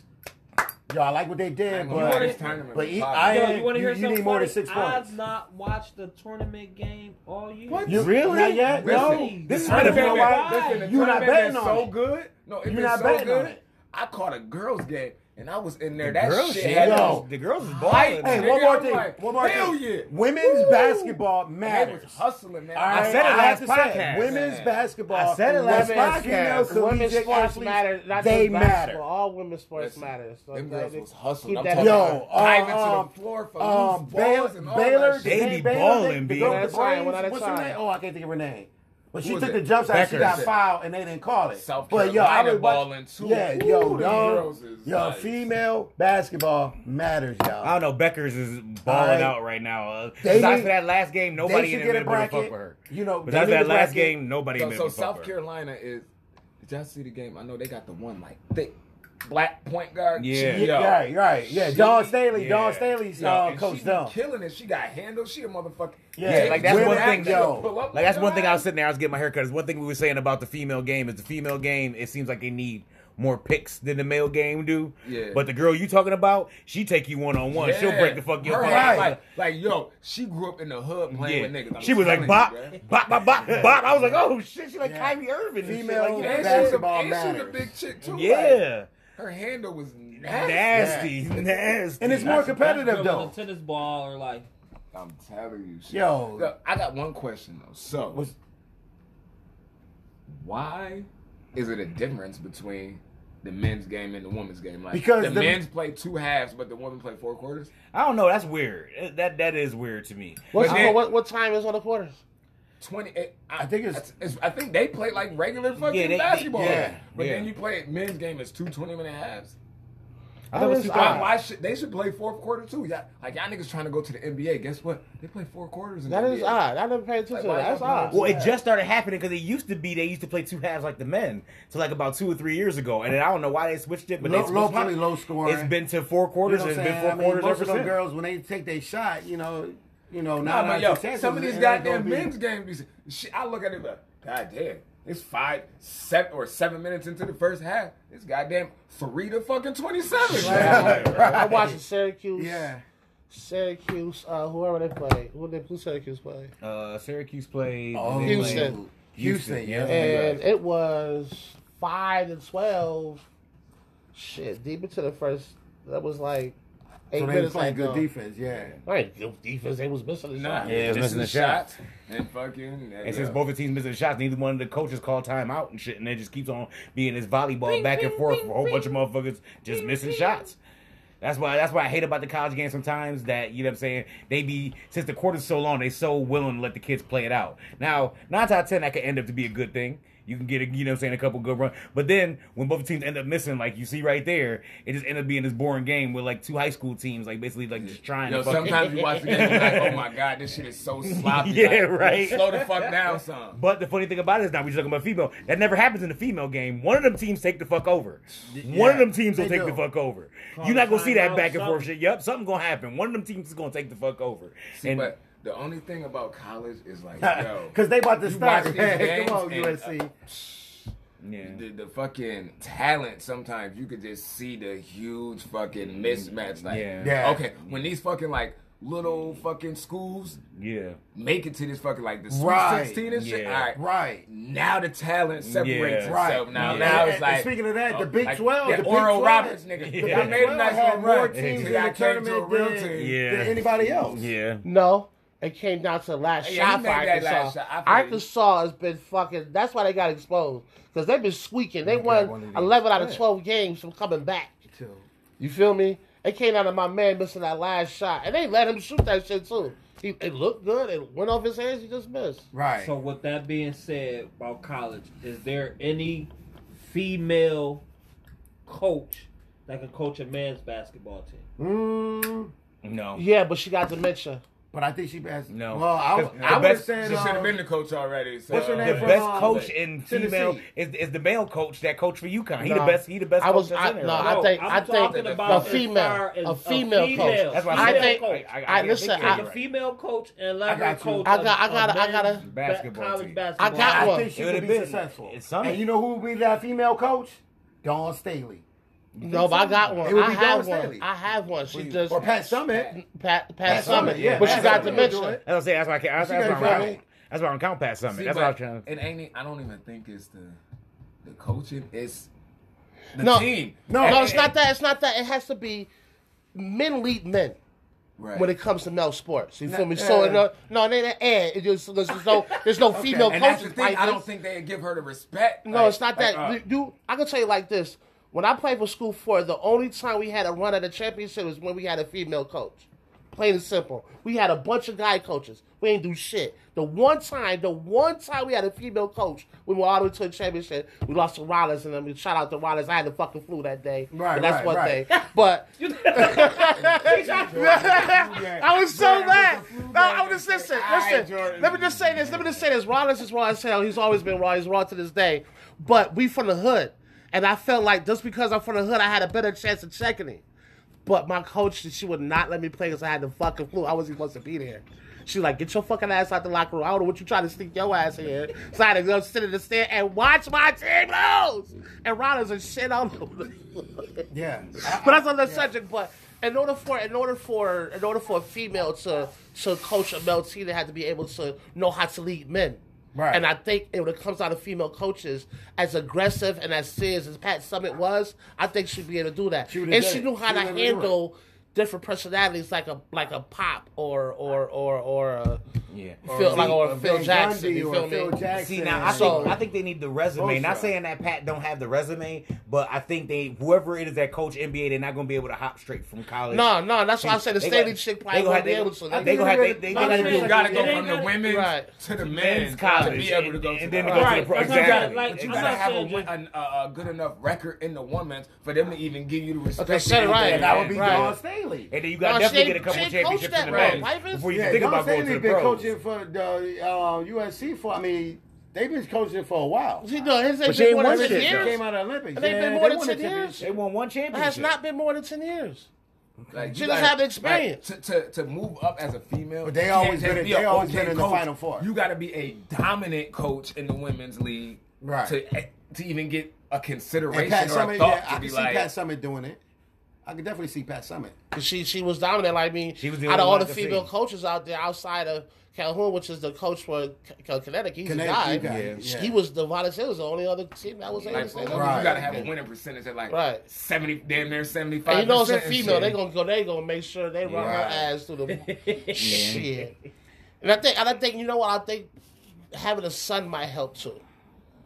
[SPEAKER 1] Yo, I like what they did,
[SPEAKER 4] You want this
[SPEAKER 1] but
[SPEAKER 4] tournament
[SPEAKER 1] but
[SPEAKER 4] to
[SPEAKER 1] he-
[SPEAKER 4] pop.
[SPEAKER 1] I-
[SPEAKER 5] Yo,
[SPEAKER 1] Man,
[SPEAKER 5] you want to
[SPEAKER 1] you-
[SPEAKER 5] hear
[SPEAKER 1] you
[SPEAKER 5] something?
[SPEAKER 1] need more than
[SPEAKER 5] funny?
[SPEAKER 1] six points.
[SPEAKER 5] I've not watched the tournament game all year.
[SPEAKER 4] What?
[SPEAKER 1] you
[SPEAKER 2] Really?
[SPEAKER 1] Not yet. No.
[SPEAKER 5] Really?
[SPEAKER 2] This is
[SPEAKER 1] I
[SPEAKER 2] for the
[SPEAKER 1] don't know
[SPEAKER 2] tournament.
[SPEAKER 1] why-
[SPEAKER 4] Listen, the
[SPEAKER 1] You not
[SPEAKER 4] tournament
[SPEAKER 1] betting
[SPEAKER 4] been
[SPEAKER 1] on
[SPEAKER 4] so
[SPEAKER 1] it.
[SPEAKER 4] good. No, it's
[SPEAKER 1] You
[SPEAKER 4] been
[SPEAKER 1] not
[SPEAKER 4] so
[SPEAKER 1] betting on
[SPEAKER 4] good.
[SPEAKER 1] it.
[SPEAKER 4] I caught a girls game and I was in there.
[SPEAKER 2] The
[SPEAKER 4] that
[SPEAKER 2] girls
[SPEAKER 4] shit.
[SPEAKER 2] shit.
[SPEAKER 4] had
[SPEAKER 1] Yo.
[SPEAKER 4] us-
[SPEAKER 2] The girls is
[SPEAKER 4] Hey,
[SPEAKER 2] balling.
[SPEAKER 1] Hey,
[SPEAKER 4] Nigga,
[SPEAKER 1] one more
[SPEAKER 4] I'm
[SPEAKER 1] thing.
[SPEAKER 4] like,
[SPEAKER 1] one more
[SPEAKER 4] hell
[SPEAKER 1] thing.
[SPEAKER 4] yeah.
[SPEAKER 1] Women's
[SPEAKER 4] Woo.
[SPEAKER 1] basketball
[SPEAKER 4] Man, they was
[SPEAKER 1] matters.
[SPEAKER 4] hustling, man.
[SPEAKER 1] All
[SPEAKER 2] I
[SPEAKER 1] right,
[SPEAKER 2] said it
[SPEAKER 1] I have
[SPEAKER 2] last
[SPEAKER 1] to say
[SPEAKER 2] podcast.
[SPEAKER 1] Women's
[SPEAKER 4] Man.
[SPEAKER 1] basketball.
[SPEAKER 2] I said it
[SPEAKER 1] West
[SPEAKER 2] last
[SPEAKER 1] Black female
[SPEAKER 2] podcast.
[SPEAKER 1] collegiate
[SPEAKER 3] Women's sports
[SPEAKER 1] athletes,
[SPEAKER 3] matter. Not
[SPEAKER 1] they
[SPEAKER 3] just
[SPEAKER 1] matter.
[SPEAKER 3] basketball. All women's sports
[SPEAKER 4] Listen,
[SPEAKER 3] matters. So
[SPEAKER 4] them
[SPEAKER 3] like,
[SPEAKER 4] girls
[SPEAKER 3] they-
[SPEAKER 4] was hustling.
[SPEAKER 3] keep
[SPEAKER 4] I'm
[SPEAKER 3] that
[SPEAKER 4] talking
[SPEAKER 3] down.
[SPEAKER 1] Yo,
[SPEAKER 4] about diving
[SPEAKER 1] uh,
[SPEAKER 4] to the floor for
[SPEAKER 1] Um,
[SPEAKER 4] loose balls
[SPEAKER 1] Baylor,
[SPEAKER 4] and all
[SPEAKER 1] Baylor,
[SPEAKER 4] that shit.
[SPEAKER 2] They
[SPEAKER 1] Jay
[SPEAKER 2] be
[SPEAKER 1] Baylor,
[SPEAKER 2] balling,
[SPEAKER 1] the
[SPEAKER 2] B.
[SPEAKER 1] girl
[SPEAKER 2] One
[SPEAKER 1] with the
[SPEAKER 3] at a time, one
[SPEAKER 1] braids,
[SPEAKER 3] at a
[SPEAKER 1] What's her
[SPEAKER 3] time.
[SPEAKER 1] name? Oh, I can't think of her name. But she
[SPEAKER 4] Who is
[SPEAKER 1] took
[SPEAKER 4] it?
[SPEAKER 1] the jump shot. She
[SPEAKER 2] Beckers.
[SPEAKER 1] got fouled, and they didn't call it.
[SPEAKER 4] South
[SPEAKER 1] but yo, I
[SPEAKER 4] Carolina
[SPEAKER 1] was watch-
[SPEAKER 4] balling, too.
[SPEAKER 1] Yeah,
[SPEAKER 4] Ooh,
[SPEAKER 1] yo,
[SPEAKER 4] them
[SPEAKER 1] yo,
[SPEAKER 4] girls is
[SPEAKER 1] yo,
[SPEAKER 4] nice.
[SPEAKER 1] female basketball matters,
[SPEAKER 2] I
[SPEAKER 1] y'all.
[SPEAKER 2] don't know. Becker's is
[SPEAKER 1] All
[SPEAKER 2] balling
[SPEAKER 1] right.
[SPEAKER 2] out right now. Uh,
[SPEAKER 1] They
[SPEAKER 2] besides
[SPEAKER 1] need-
[SPEAKER 2] for that last game,
[SPEAKER 1] They
[SPEAKER 2] nobody in
[SPEAKER 1] should
[SPEAKER 2] the
[SPEAKER 1] get a
[SPEAKER 2] middle of fuck
[SPEAKER 1] bracket.
[SPEAKER 2] with her.
[SPEAKER 1] You know,
[SPEAKER 2] But
[SPEAKER 1] they
[SPEAKER 2] after
[SPEAKER 1] need a
[SPEAKER 2] that last
[SPEAKER 1] bracket.
[SPEAKER 2] game, nobody in
[SPEAKER 4] So,
[SPEAKER 2] the
[SPEAKER 4] so
[SPEAKER 2] middle of fuck
[SPEAKER 4] South
[SPEAKER 2] with her.
[SPEAKER 4] Carolina is. Did y'all see the game? I know they got the one like thick black point guard.
[SPEAKER 2] Yeah.
[SPEAKER 4] Yo,
[SPEAKER 1] Yeah, right, right. Yeah, Don Staley.
[SPEAKER 2] yeah.
[SPEAKER 1] Don Staley's
[SPEAKER 4] yo,
[SPEAKER 1] uh,
[SPEAKER 4] and
[SPEAKER 1] coach
[SPEAKER 4] she
[SPEAKER 1] Don.
[SPEAKER 4] be killing it. She got handles. She a motherfucker.
[SPEAKER 1] Yeah,
[SPEAKER 2] like, that's
[SPEAKER 1] women
[SPEAKER 2] one
[SPEAKER 1] act-
[SPEAKER 2] thing,
[SPEAKER 4] [laughs]
[SPEAKER 1] Yo,
[SPEAKER 2] Like that's one thing I was sitting there. I was getting my haircut. Is one thing we were saying about the female game is the female game. It seems like they need more picks than the male game do.
[SPEAKER 4] Yeah.
[SPEAKER 2] But the girl you talking about, she take you one on one. She'll break the fuck your
[SPEAKER 4] Her
[SPEAKER 2] back.
[SPEAKER 4] hand, Like, like, yo, she grew up in the hood playing
[SPEAKER 2] Yeah.
[SPEAKER 4] with niggas. I'm
[SPEAKER 2] she was like bop,
[SPEAKER 4] telling you, bruh.
[SPEAKER 2] bop, bop, bop, bop. I was like, oh shit, she like
[SPEAKER 1] Yeah.
[SPEAKER 2] Kyrie Irving. and shit.
[SPEAKER 1] Female
[SPEAKER 2] Like, you know,
[SPEAKER 4] And
[SPEAKER 2] that's-
[SPEAKER 4] she's a,
[SPEAKER 1] Basketball
[SPEAKER 4] and she's a
[SPEAKER 1] matters.
[SPEAKER 4] big chick too. Like,
[SPEAKER 2] yeah,
[SPEAKER 4] her handle was nasty.
[SPEAKER 2] nasty, [laughs]
[SPEAKER 1] Yeah.
[SPEAKER 2] nasty.
[SPEAKER 1] and it's more competitive
[SPEAKER 5] With
[SPEAKER 1] though.
[SPEAKER 5] a tennis ball or like
[SPEAKER 4] I'm telling you. Shit.
[SPEAKER 1] Yo.
[SPEAKER 4] Look, I got one question though. So,
[SPEAKER 1] Was-
[SPEAKER 4] why is it a difference between the men's game and the women's game? Like,
[SPEAKER 1] Because
[SPEAKER 4] the,
[SPEAKER 1] the-
[SPEAKER 4] men's play two halves, but the women play four quarters.
[SPEAKER 2] I don't know. That's weird. It- That that is weird to me.
[SPEAKER 3] What's,
[SPEAKER 4] But then-
[SPEAKER 3] what, what time is on the quarters?
[SPEAKER 4] Twenty. It, I,
[SPEAKER 1] I think it's-
[SPEAKER 4] I think they play like regular fucking
[SPEAKER 2] Yeah, they-
[SPEAKER 4] basketball.
[SPEAKER 2] yeah,
[SPEAKER 4] But
[SPEAKER 2] yeah.
[SPEAKER 4] then you play men's game is two 20 minute halves.
[SPEAKER 2] I thought it was two
[SPEAKER 3] How is-
[SPEAKER 4] Why,
[SPEAKER 2] thousand.
[SPEAKER 4] why should they should play fourth quarter too? Yeah, like y'all niggas trying to go to the NBA. Guess what? They play four quarters. In
[SPEAKER 3] That
[SPEAKER 4] the
[SPEAKER 3] is
[SPEAKER 4] NBA.
[SPEAKER 3] odd. I never paid attention
[SPEAKER 4] Like,
[SPEAKER 3] to
[SPEAKER 4] why
[SPEAKER 3] that. That's
[SPEAKER 4] y'all doing
[SPEAKER 3] odd.
[SPEAKER 4] this?
[SPEAKER 2] Well, it just started happening because it used to be they used to play two halves like the men, so like about two or three years ago, and then I don't know why they switched it, but
[SPEAKER 1] Low-
[SPEAKER 2] they
[SPEAKER 1] low-
[SPEAKER 2] switched
[SPEAKER 1] probably
[SPEAKER 2] it.
[SPEAKER 1] low scoring.
[SPEAKER 2] It's been to four quarters,
[SPEAKER 1] You know
[SPEAKER 2] and
[SPEAKER 1] what
[SPEAKER 2] it's
[SPEAKER 1] I'm
[SPEAKER 2] been
[SPEAKER 1] saying?
[SPEAKER 2] four
[SPEAKER 1] I mean,
[SPEAKER 2] quarters
[SPEAKER 1] most
[SPEAKER 2] ever
[SPEAKER 1] of them
[SPEAKER 2] since.
[SPEAKER 1] girls when they take their shot, you know, you know,
[SPEAKER 4] Nah,
[SPEAKER 1] now
[SPEAKER 4] but yo, some of these goddamn men's games, be- shit, I look at it like, goddamn, it's five, seven, or seven minutes into the first half. It's goddamn three to fucking twenty-seven.
[SPEAKER 1] Right.
[SPEAKER 4] Like,
[SPEAKER 3] I watched Syracuse.
[SPEAKER 1] Yeah,
[SPEAKER 3] Syracuse, uh, whoever they play. Who they who Syracuse play?
[SPEAKER 2] Uh, Syracuse played
[SPEAKER 1] Oh,
[SPEAKER 2] they
[SPEAKER 3] Houston.
[SPEAKER 2] played-
[SPEAKER 1] Houston, yeah.
[SPEAKER 3] And it was five to twelve. Shit, deep into the first that was like
[SPEAKER 1] so
[SPEAKER 3] eight
[SPEAKER 1] they was
[SPEAKER 3] minutes
[SPEAKER 1] playing
[SPEAKER 3] like
[SPEAKER 1] good defense. Yeah,
[SPEAKER 3] Right, good defense. They was missing the
[SPEAKER 4] nah,
[SPEAKER 3] shot.
[SPEAKER 2] Yeah,
[SPEAKER 4] just
[SPEAKER 2] missing
[SPEAKER 4] the
[SPEAKER 2] the shots.
[SPEAKER 4] and fucking.
[SPEAKER 2] And since both the teams missing shots, neither one of the coaches called timeout and shit, and it just keeps on being this volleyball back and forth for a whole bunch of motherfuckers just missing shots. That's why that's why I hate about the college game sometimes that you know what I'm saying they be since the quarter's so long they so willing to let the kids play it out. Now nine out of ten that could end up to be a good thing. You can get a you know what I'm saying a couple good runs, but then when both teams end up missing like you see right there, it just end up being this boring game with like two high school teams like basically like just trying.
[SPEAKER 4] Yo,
[SPEAKER 2] to fucking-
[SPEAKER 4] sometimes you watch the game, you're like, oh my god, this shit is so sloppy.
[SPEAKER 2] Yeah,
[SPEAKER 4] Like,
[SPEAKER 2] right.
[SPEAKER 4] Slow the fuck down, son.
[SPEAKER 2] But the funny thing about it is now we just talking about female. That never happens in the female game. One of them teams take the fuck over. One of them teams will
[SPEAKER 1] they
[SPEAKER 2] take the
[SPEAKER 1] do.
[SPEAKER 2] fuck over.
[SPEAKER 5] Call
[SPEAKER 2] You're not gonna see that
[SPEAKER 5] timeout,
[SPEAKER 2] back and forth
[SPEAKER 5] something.
[SPEAKER 2] shit. Yep, something gonna happen. One of them teams is gonna take the fuck over.
[SPEAKER 4] See,
[SPEAKER 2] and
[SPEAKER 4] but the only thing about college
[SPEAKER 1] [laughs]
[SPEAKER 4] is like, yo,
[SPEAKER 1] because they about to
[SPEAKER 4] You
[SPEAKER 1] start.
[SPEAKER 4] watch these games
[SPEAKER 1] Come on,
[SPEAKER 4] and,
[SPEAKER 1] USC.
[SPEAKER 4] uh,
[SPEAKER 2] yeah.
[SPEAKER 4] the, the fucking talent sometimes you could just see the huge fucking mismatch like
[SPEAKER 2] Yeah.
[SPEAKER 1] Yeah.
[SPEAKER 4] okay when these fucking like little fucking schools
[SPEAKER 2] yeah.
[SPEAKER 4] make it to this fucking like the Sweet
[SPEAKER 1] Right.
[SPEAKER 4] 16 and shit
[SPEAKER 2] Yeah.
[SPEAKER 4] all right
[SPEAKER 1] right.
[SPEAKER 4] now the talent separates
[SPEAKER 2] Yeah.
[SPEAKER 4] itself
[SPEAKER 1] Right.
[SPEAKER 4] now
[SPEAKER 2] Yeah.
[SPEAKER 4] now
[SPEAKER 1] And- and
[SPEAKER 4] it's like
[SPEAKER 1] speaking of that, the Big
[SPEAKER 4] like
[SPEAKER 1] 12,
[SPEAKER 4] that
[SPEAKER 1] the Big
[SPEAKER 4] Oral
[SPEAKER 1] 12
[SPEAKER 4] Roberts nigga
[SPEAKER 2] Yeah.
[SPEAKER 4] I made a
[SPEAKER 1] Well,
[SPEAKER 4] nice
[SPEAKER 1] had
[SPEAKER 4] little
[SPEAKER 1] more
[SPEAKER 4] run
[SPEAKER 1] teams in
[SPEAKER 4] Nigga, I
[SPEAKER 1] the
[SPEAKER 4] came to a
[SPEAKER 1] tournament
[SPEAKER 4] real
[SPEAKER 1] than,
[SPEAKER 4] team
[SPEAKER 2] Yeah.
[SPEAKER 1] than anybody else.
[SPEAKER 2] Yeah.
[SPEAKER 3] No, it came down to the last
[SPEAKER 4] Yeah,
[SPEAKER 3] shot
[SPEAKER 4] he
[SPEAKER 3] for
[SPEAKER 4] made that
[SPEAKER 3] Arkansas.
[SPEAKER 4] last shot. I feel you.
[SPEAKER 3] Arkansas has been fucking. That's why they got exposed because they've been squeaking. They won
[SPEAKER 1] one of these.
[SPEAKER 3] eleven out of
[SPEAKER 1] Yeah.
[SPEAKER 3] twelve games from coming back.
[SPEAKER 1] Too.
[SPEAKER 3] You feel me? It came out of my man missing that last shot, and they let him shoot that shit too. He, it looked good. It went off his hands. He just missed.
[SPEAKER 1] Right.
[SPEAKER 5] So with that being said about college, is there any female coach that can coach a man's basketball team?
[SPEAKER 1] mm,
[SPEAKER 2] No.
[SPEAKER 3] Yeah, but she got dementia.
[SPEAKER 1] but I think she passed.
[SPEAKER 2] No.
[SPEAKER 1] Well, I,
[SPEAKER 2] The
[SPEAKER 1] I would
[SPEAKER 2] best-
[SPEAKER 1] say
[SPEAKER 4] she should have been the coach already so
[SPEAKER 1] What's her
[SPEAKER 2] The
[SPEAKER 1] name?
[SPEAKER 2] best
[SPEAKER 1] From, uh,
[SPEAKER 2] coach in
[SPEAKER 1] Tennessee.
[SPEAKER 2] female is, is the male coach that coach for UConn. He the
[SPEAKER 3] No.
[SPEAKER 2] best. He the best.
[SPEAKER 3] I was-
[SPEAKER 2] coach
[SPEAKER 3] I-
[SPEAKER 2] that's in there
[SPEAKER 3] no,
[SPEAKER 2] right
[SPEAKER 3] I
[SPEAKER 2] now.
[SPEAKER 5] No,
[SPEAKER 3] think-
[SPEAKER 5] I'm
[SPEAKER 3] I think
[SPEAKER 5] talking
[SPEAKER 4] a
[SPEAKER 5] about as
[SPEAKER 3] female-
[SPEAKER 5] far as
[SPEAKER 3] a female coach.
[SPEAKER 2] That's why I
[SPEAKER 3] I
[SPEAKER 5] female
[SPEAKER 3] think-
[SPEAKER 5] coach.
[SPEAKER 2] I-
[SPEAKER 3] I- listen,
[SPEAKER 2] I-
[SPEAKER 5] Can the female coach and level
[SPEAKER 1] got you.
[SPEAKER 5] coach.
[SPEAKER 3] I got-
[SPEAKER 5] a-
[SPEAKER 3] I got-
[SPEAKER 5] a
[SPEAKER 3] I got a-
[SPEAKER 5] men's ba-
[SPEAKER 2] Basketball
[SPEAKER 5] college
[SPEAKER 2] team.
[SPEAKER 5] basketball
[SPEAKER 3] I got
[SPEAKER 5] team?
[SPEAKER 1] I
[SPEAKER 3] one.
[SPEAKER 1] think she
[SPEAKER 2] It
[SPEAKER 1] would
[SPEAKER 2] would've
[SPEAKER 1] be
[SPEAKER 2] been-
[SPEAKER 1] successful.
[SPEAKER 2] it's something.
[SPEAKER 1] And you know who would be that female coach? Dawn Staley
[SPEAKER 3] No, but I got one.
[SPEAKER 1] It would
[SPEAKER 3] I
[SPEAKER 1] be
[SPEAKER 3] have
[SPEAKER 1] Dawn
[SPEAKER 3] one.
[SPEAKER 1] Staley.
[SPEAKER 3] I have one. She just
[SPEAKER 1] or Pat Summit.
[SPEAKER 3] Pat, Pat,
[SPEAKER 1] Summit,
[SPEAKER 3] Summit,
[SPEAKER 1] yeah,
[SPEAKER 3] but
[SPEAKER 1] Pat
[SPEAKER 3] she got
[SPEAKER 1] Summit would do
[SPEAKER 3] dementia.
[SPEAKER 1] it.
[SPEAKER 2] That's what I'm saying. That's why I can't. That's,
[SPEAKER 1] She
[SPEAKER 2] that's
[SPEAKER 1] got
[SPEAKER 2] why I
[SPEAKER 1] it.
[SPEAKER 2] don't. That's why I don't count past something.
[SPEAKER 4] See,
[SPEAKER 2] That's
[SPEAKER 4] but
[SPEAKER 2] what I was trying. to-
[SPEAKER 4] It ain't. e- I don't even think it's the the coaching. It's the
[SPEAKER 3] No.
[SPEAKER 4] team.
[SPEAKER 1] No,
[SPEAKER 3] No, it's not that. It's not that. It has to be men lead men
[SPEAKER 4] Right.
[SPEAKER 3] when it comes to male sports. You
[SPEAKER 1] Nah,
[SPEAKER 3] feel me? So
[SPEAKER 1] yeah.
[SPEAKER 3] no, no, they didn't add. It just, there's no, there's no female
[SPEAKER 4] and that's
[SPEAKER 3] coaches.
[SPEAKER 4] the thing.
[SPEAKER 3] like
[SPEAKER 4] I
[SPEAKER 3] this.
[SPEAKER 4] don't think they give her the respect.
[SPEAKER 3] No,
[SPEAKER 4] Like-
[SPEAKER 3] it's not
[SPEAKER 4] like,
[SPEAKER 3] that.
[SPEAKER 4] uh,
[SPEAKER 3] You- you, I can tell you like this. When I played for school four, the only time we had a run at a championship was when we had a female coach. Plain and simple. We had a bunch of guy coaches. We ain't do shit. The one time, the one time we had a female coach, we were all the way to a championship. We lost to Rollins, and then we shout out to Rollins. I had the fucking flu that day.
[SPEAKER 1] Right,
[SPEAKER 3] but that's
[SPEAKER 1] right,
[SPEAKER 3] one
[SPEAKER 1] right.
[SPEAKER 3] thing. But [laughs] I was so
[SPEAKER 1] Jordan was
[SPEAKER 3] mad.
[SPEAKER 1] the flu
[SPEAKER 3] No,
[SPEAKER 1] guy.
[SPEAKER 3] I was listen,
[SPEAKER 1] All right,
[SPEAKER 3] listen.
[SPEAKER 1] Jordan.
[SPEAKER 3] Let me just say this. Let me just say this. Rollins is raw as hell. He's always been raw. He's raw to this day. But we from the hood. And I felt like just because I'm from the hood, I had a better chance of checking it. But my coach, she would not let me play because I had the fucking flu. I wasn't supposed to be there. She like, get your fucking ass out the locker room. I don't know what you trying to sneak your ass in here. So I had to go sit in the stand and watch my team lose. And Rollins and shit all over the [laughs] floor.
[SPEAKER 1] Yeah.
[SPEAKER 3] But that's another subject. But in order for in order for in order for a female to to coach a male team, they have to be able to know how to lead men.
[SPEAKER 1] Right.
[SPEAKER 3] And I think when it comes down to female coaches, as aggressive and as serious as Pat Summit was, I think she'd be able to do that.
[SPEAKER 1] She would've
[SPEAKER 3] and
[SPEAKER 1] done
[SPEAKER 3] she
[SPEAKER 1] it.
[SPEAKER 3] knew how
[SPEAKER 1] She
[SPEAKER 3] to
[SPEAKER 1] would've done it.
[SPEAKER 3] handle different personalities like a like a pop or or or or a,
[SPEAKER 2] Yeah.
[SPEAKER 3] Phil, like or
[SPEAKER 1] Or
[SPEAKER 3] Phil
[SPEAKER 1] Van
[SPEAKER 3] Jackson.
[SPEAKER 1] Gundy
[SPEAKER 3] You
[SPEAKER 1] or
[SPEAKER 3] feel me?
[SPEAKER 1] Phil Jackson.
[SPEAKER 2] See now, I
[SPEAKER 3] So-
[SPEAKER 2] think I think they need the resume.
[SPEAKER 1] Both
[SPEAKER 2] Not
[SPEAKER 1] sides.
[SPEAKER 2] saying that Pat don't have the resume, but I think they whoever it is that coach NBA, they're not gonna be able to hop straight from college.
[SPEAKER 3] No, no, that's why I said the
[SPEAKER 2] They
[SPEAKER 3] Stanley
[SPEAKER 2] got-
[SPEAKER 3] chick
[SPEAKER 2] they
[SPEAKER 3] probably
[SPEAKER 2] gonna
[SPEAKER 3] won't
[SPEAKER 2] have-
[SPEAKER 3] be
[SPEAKER 2] they-
[SPEAKER 3] able to.
[SPEAKER 2] I think they gonna have they they
[SPEAKER 5] That's
[SPEAKER 2] gotta
[SPEAKER 5] what
[SPEAKER 2] do
[SPEAKER 5] I'm
[SPEAKER 4] You
[SPEAKER 5] saying.
[SPEAKER 4] gotta
[SPEAKER 5] It
[SPEAKER 4] go
[SPEAKER 5] ain't
[SPEAKER 4] from the
[SPEAKER 5] gotta-
[SPEAKER 4] women's
[SPEAKER 3] Right.
[SPEAKER 4] to the
[SPEAKER 2] men's
[SPEAKER 4] men's
[SPEAKER 2] college
[SPEAKER 4] to be able to go
[SPEAKER 2] and
[SPEAKER 4] to
[SPEAKER 2] then
[SPEAKER 4] the
[SPEAKER 2] to go to
[SPEAKER 4] college.
[SPEAKER 2] the pro.
[SPEAKER 5] Right.
[SPEAKER 4] You gotta,
[SPEAKER 2] Exactly.
[SPEAKER 5] Like,
[SPEAKER 4] but you
[SPEAKER 5] I'm
[SPEAKER 4] gotta
[SPEAKER 5] not
[SPEAKER 4] have a,
[SPEAKER 5] saying
[SPEAKER 4] win- an- a, a good enough record in the women's for them to even give you the respect.
[SPEAKER 3] Okay, said it
[SPEAKER 4] that
[SPEAKER 3] right.
[SPEAKER 4] they
[SPEAKER 1] And that would
[SPEAKER 4] have.
[SPEAKER 1] be
[SPEAKER 3] Right.
[SPEAKER 1] Don Staley.
[SPEAKER 2] And then you got to
[SPEAKER 3] No,
[SPEAKER 2] definitely
[SPEAKER 3] she-
[SPEAKER 2] get a couple
[SPEAKER 3] she
[SPEAKER 2] championships
[SPEAKER 3] coached
[SPEAKER 2] in the
[SPEAKER 3] that,
[SPEAKER 2] men's
[SPEAKER 3] bro. Pipers?
[SPEAKER 2] before you
[SPEAKER 1] Yeah,
[SPEAKER 2] think
[SPEAKER 1] Don
[SPEAKER 2] about going to the
[SPEAKER 1] been
[SPEAKER 2] pros.
[SPEAKER 1] coaching for the uh, USC for. I mean, they've been coaching for a while.
[SPEAKER 3] You know, his
[SPEAKER 2] she
[SPEAKER 3] been
[SPEAKER 2] ain't
[SPEAKER 3] more than
[SPEAKER 2] won
[SPEAKER 3] ten
[SPEAKER 2] shit, though.
[SPEAKER 1] Came
[SPEAKER 3] years.
[SPEAKER 1] out of Olympics.
[SPEAKER 3] And they've
[SPEAKER 1] yeah,
[SPEAKER 3] been
[SPEAKER 1] they
[SPEAKER 3] more than
[SPEAKER 1] won a
[SPEAKER 3] 10 years.
[SPEAKER 2] They won one
[SPEAKER 3] It
[SPEAKER 2] championship.
[SPEAKER 3] has not been more than ten years.
[SPEAKER 4] Like,
[SPEAKER 3] She doesn't
[SPEAKER 4] you gotta-
[SPEAKER 3] have the experience.
[SPEAKER 4] like, to, to, to move up as a female,
[SPEAKER 1] But they
[SPEAKER 4] you
[SPEAKER 1] always
[SPEAKER 4] can't
[SPEAKER 1] been
[SPEAKER 4] just
[SPEAKER 1] in-
[SPEAKER 4] be a
[SPEAKER 1] they always been
[SPEAKER 4] okay
[SPEAKER 1] in the
[SPEAKER 4] coach.
[SPEAKER 1] Final Four.
[SPEAKER 4] You got to be a dominant coach in the women's league,
[SPEAKER 1] Right.
[SPEAKER 4] To eh, to even get a
[SPEAKER 1] And
[SPEAKER 4] consideration
[SPEAKER 1] Pat
[SPEAKER 4] or
[SPEAKER 1] Summit,
[SPEAKER 4] a thought
[SPEAKER 1] yeah, I
[SPEAKER 4] to be
[SPEAKER 1] can see
[SPEAKER 4] like.
[SPEAKER 1] Pat Summit doing it. I can definitely see Pat Summit.
[SPEAKER 3] 'Cause She she was dominant. Like, I mean,
[SPEAKER 2] She was the
[SPEAKER 3] out
[SPEAKER 2] only
[SPEAKER 3] of all
[SPEAKER 2] one
[SPEAKER 3] the
[SPEAKER 2] I could
[SPEAKER 3] female
[SPEAKER 2] see.
[SPEAKER 3] coaches out there outside of Calhoun, which is the coach for K- Connecticut, he's
[SPEAKER 1] Connecticut,
[SPEAKER 3] a
[SPEAKER 1] you
[SPEAKER 3] guy.
[SPEAKER 1] got
[SPEAKER 2] Yeah.
[SPEAKER 1] it,
[SPEAKER 3] She-
[SPEAKER 1] yeah.
[SPEAKER 3] He was the Volunteers, the only other team that was able to
[SPEAKER 4] Like,
[SPEAKER 3] say
[SPEAKER 4] you
[SPEAKER 3] that.
[SPEAKER 1] Right.
[SPEAKER 4] gotta have a winning percentage at like
[SPEAKER 3] Right.
[SPEAKER 4] seventy, damn near seventy five.
[SPEAKER 3] And you know, it's a female. They gonna go. They gonna make sure they run her ass
[SPEAKER 2] [laughs]
[SPEAKER 3] through the shit. And I think, and I think, you know what? I think having a son might help too.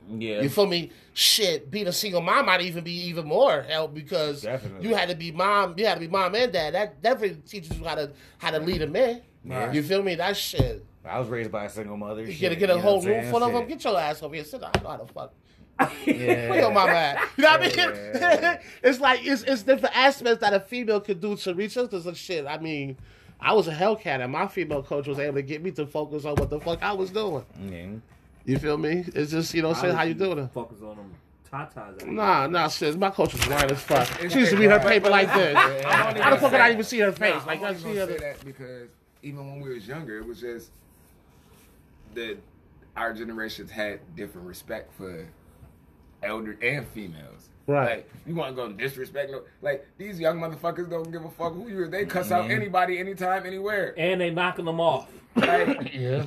[SPEAKER 2] Yeah.
[SPEAKER 3] You feel me? Shit, being a single mom might even be even more help because
[SPEAKER 2] Definitely.
[SPEAKER 3] you had to be mom, you had to be mom and dad. That definitely teaches you how to how to lead a man.
[SPEAKER 2] Right.
[SPEAKER 3] You feel me? That shit.
[SPEAKER 2] I was raised by a single mother.
[SPEAKER 3] You
[SPEAKER 2] shit,
[SPEAKER 3] gotta get a
[SPEAKER 2] you know
[SPEAKER 3] whole
[SPEAKER 2] what I'm
[SPEAKER 3] room
[SPEAKER 2] saying?
[SPEAKER 3] full of them.
[SPEAKER 2] Shit.
[SPEAKER 3] Get your ass over here. Sit down. I know how to fuck. [laughs]
[SPEAKER 2] Yeah.
[SPEAKER 3] Where your mama at? You know what I mean?
[SPEAKER 2] Yeah.
[SPEAKER 3] [laughs] it's like it's it's different aspects that a female could do to reach us to some shit. I mean, I was a Hellcat and my female coach was able to get me to focus on what the fuck I was doing.
[SPEAKER 2] Yeah.
[SPEAKER 3] You feel me? It's just you know, saying how you doing it.
[SPEAKER 5] Focus on them tatas.
[SPEAKER 3] Nah, nah, sis. My coach was lying as fuck. She used to read her paper like this. How the fuck could I even see her face? Like, I
[SPEAKER 4] I'm
[SPEAKER 3] see
[SPEAKER 4] gonna say
[SPEAKER 3] her.
[SPEAKER 4] that because even when we was younger, it was just that our generations had different respect for elder and females.
[SPEAKER 3] Right.
[SPEAKER 4] Like, you want to go disrespect? No, like these young motherfuckers don't give a fuck who you. are. They cuss out
[SPEAKER 3] Mm-hmm.
[SPEAKER 4] anybody,
[SPEAKER 3] [laughs]
[SPEAKER 4] anytime, anywhere.
[SPEAKER 5] And they knocking them off.
[SPEAKER 4] Like,
[SPEAKER 3] Yeah.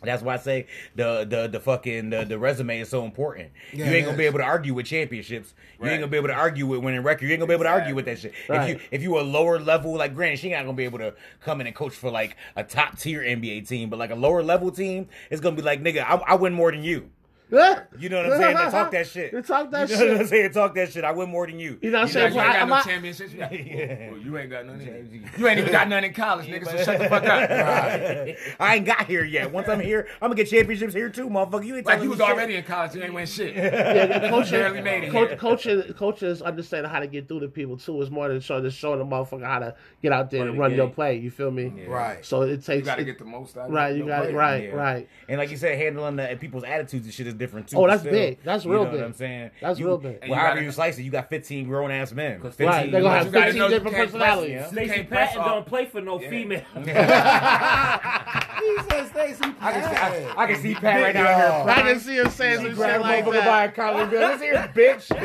[SPEAKER 2] That's why I say the the the fucking the, the resume is so important. you ain't
[SPEAKER 1] it
[SPEAKER 2] gonna be
[SPEAKER 1] is.
[SPEAKER 2] able to argue with championships. You
[SPEAKER 4] Right.
[SPEAKER 2] ain't gonna be able to argue with winning record. You ain't gonna be able to argue with that shit.
[SPEAKER 3] Right.
[SPEAKER 2] If you if you a lower level, like granted, she not gonna be able to come in and coach for like a top tier NBA team, but like a lower level team, it's gonna be like nigga, I, I win more than you. You know what I'm saying? They talk that shit.
[SPEAKER 3] They [laughs] talk that
[SPEAKER 2] you know What I'm
[SPEAKER 3] shit.
[SPEAKER 2] saying? Talk that shit. I win more than you.
[SPEAKER 3] You know what I'm
[SPEAKER 4] You
[SPEAKER 3] saying?
[SPEAKER 4] ain't got
[SPEAKER 3] I'm
[SPEAKER 4] no
[SPEAKER 3] not- [laughs]
[SPEAKER 4] championships. You, got-
[SPEAKER 2] Yeah.
[SPEAKER 4] Well, you ain't got none. either. You ain't even got none in college, nigga. So shut the fuck up.
[SPEAKER 2] [laughs] I ain't got here yet. Once I'm here, I'm gonna get championships here too, motherfucker. You ain't
[SPEAKER 4] Like
[SPEAKER 2] telling
[SPEAKER 4] you
[SPEAKER 2] me
[SPEAKER 4] was
[SPEAKER 2] shit.
[SPEAKER 4] already in college. You ain't win shit.
[SPEAKER 3] Yeah, coaches,
[SPEAKER 4] barely made it
[SPEAKER 3] coach,
[SPEAKER 4] here.
[SPEAKER 3] coaches, coaches understand how to get through to people too. It's more than showing, just showing the motherfucker how to get out there
[SPEAKER 5] Run
[SPEAKER 3] and
[SPEAKER 5] the
[SPEAKER 3] run your
[SPEAKER 5] game.
[SPEAKER 3] play. You feel me?
[SPEAKER 1] Right.
[SPEAKER 3] So it takes
[SPEAKER 4] You gotta
[SPEAKER 3] it-
[SPEAKER 4] get the most out. of
[SPEAKER 3] right.
[SPEAKER 4] your
[SPEAKER 3] You got
[SPEAKER 4] player.
[SPEAKER 3] it. Right.
[SPEAKER 2] Yeah.
[SPEAKER 3] Right.
[SPEAKER 2] And like you said, handling the people's attitudes and shit is different too.
[SPEAKER 3] Oh, that's
[SPEAKER 2] still.
[SPEAKER 3] big. That's
[SPEAKER 2] You
[SPEAKER 3] real
[SPEAKER 2] know
[SPEAKER 3] big.
[SPEAKER 2] What I'm saying
[SPEAKER 3] That's
[SPEAKER 2] You-
[SPEAKER 3] real big.
[SPEAKER 2] Well, however you slice it, you got 15 grown ass men. 15
[SPEAKER 3] Right. They're gonna
[SPEAKER 4] You
[SPEAKER 3] have
[SPEAKER 4] gotta
[SPEAKER 3] 15
[SPEAKER 4] know you
[SPEAKER 3] different
[SPEAKER 4] can't press
[SPEAKER 3] personalities.
[SPEAKER 4] it.
[SPEAKER 5] Stacy
[SPEAKER 4] can't press
[SPEAKER 5] Patton
[SPEAKER 4] off.
[SPEAKER 5] don't play for no female.
[SPEAKER 1] Jesus, Stacey.
[SPEAKER 2] I can, see, I, I can see Pat
[SPEAKER 1] Big
[SPEAKER 2] right now in
[SPEAKER 1] dog.
[SPEAKER 2] her
[SPEAKER 3] I
[SPEAKER 2] prime.
[SPEAKER 3] can see him saying some
[SPEAKER 2] Grab
[SPEAKER 3] shit
[SPEAKER 2] a
[SPEAKER 3] like
[SPEAKER 2] motherfucker by a
[SPEAKER 3] that.
[SPEAKER 2] collar and be like,
[SPEAKER 3] [laughs]
[SPEAKER 2] "Listen here, bitch.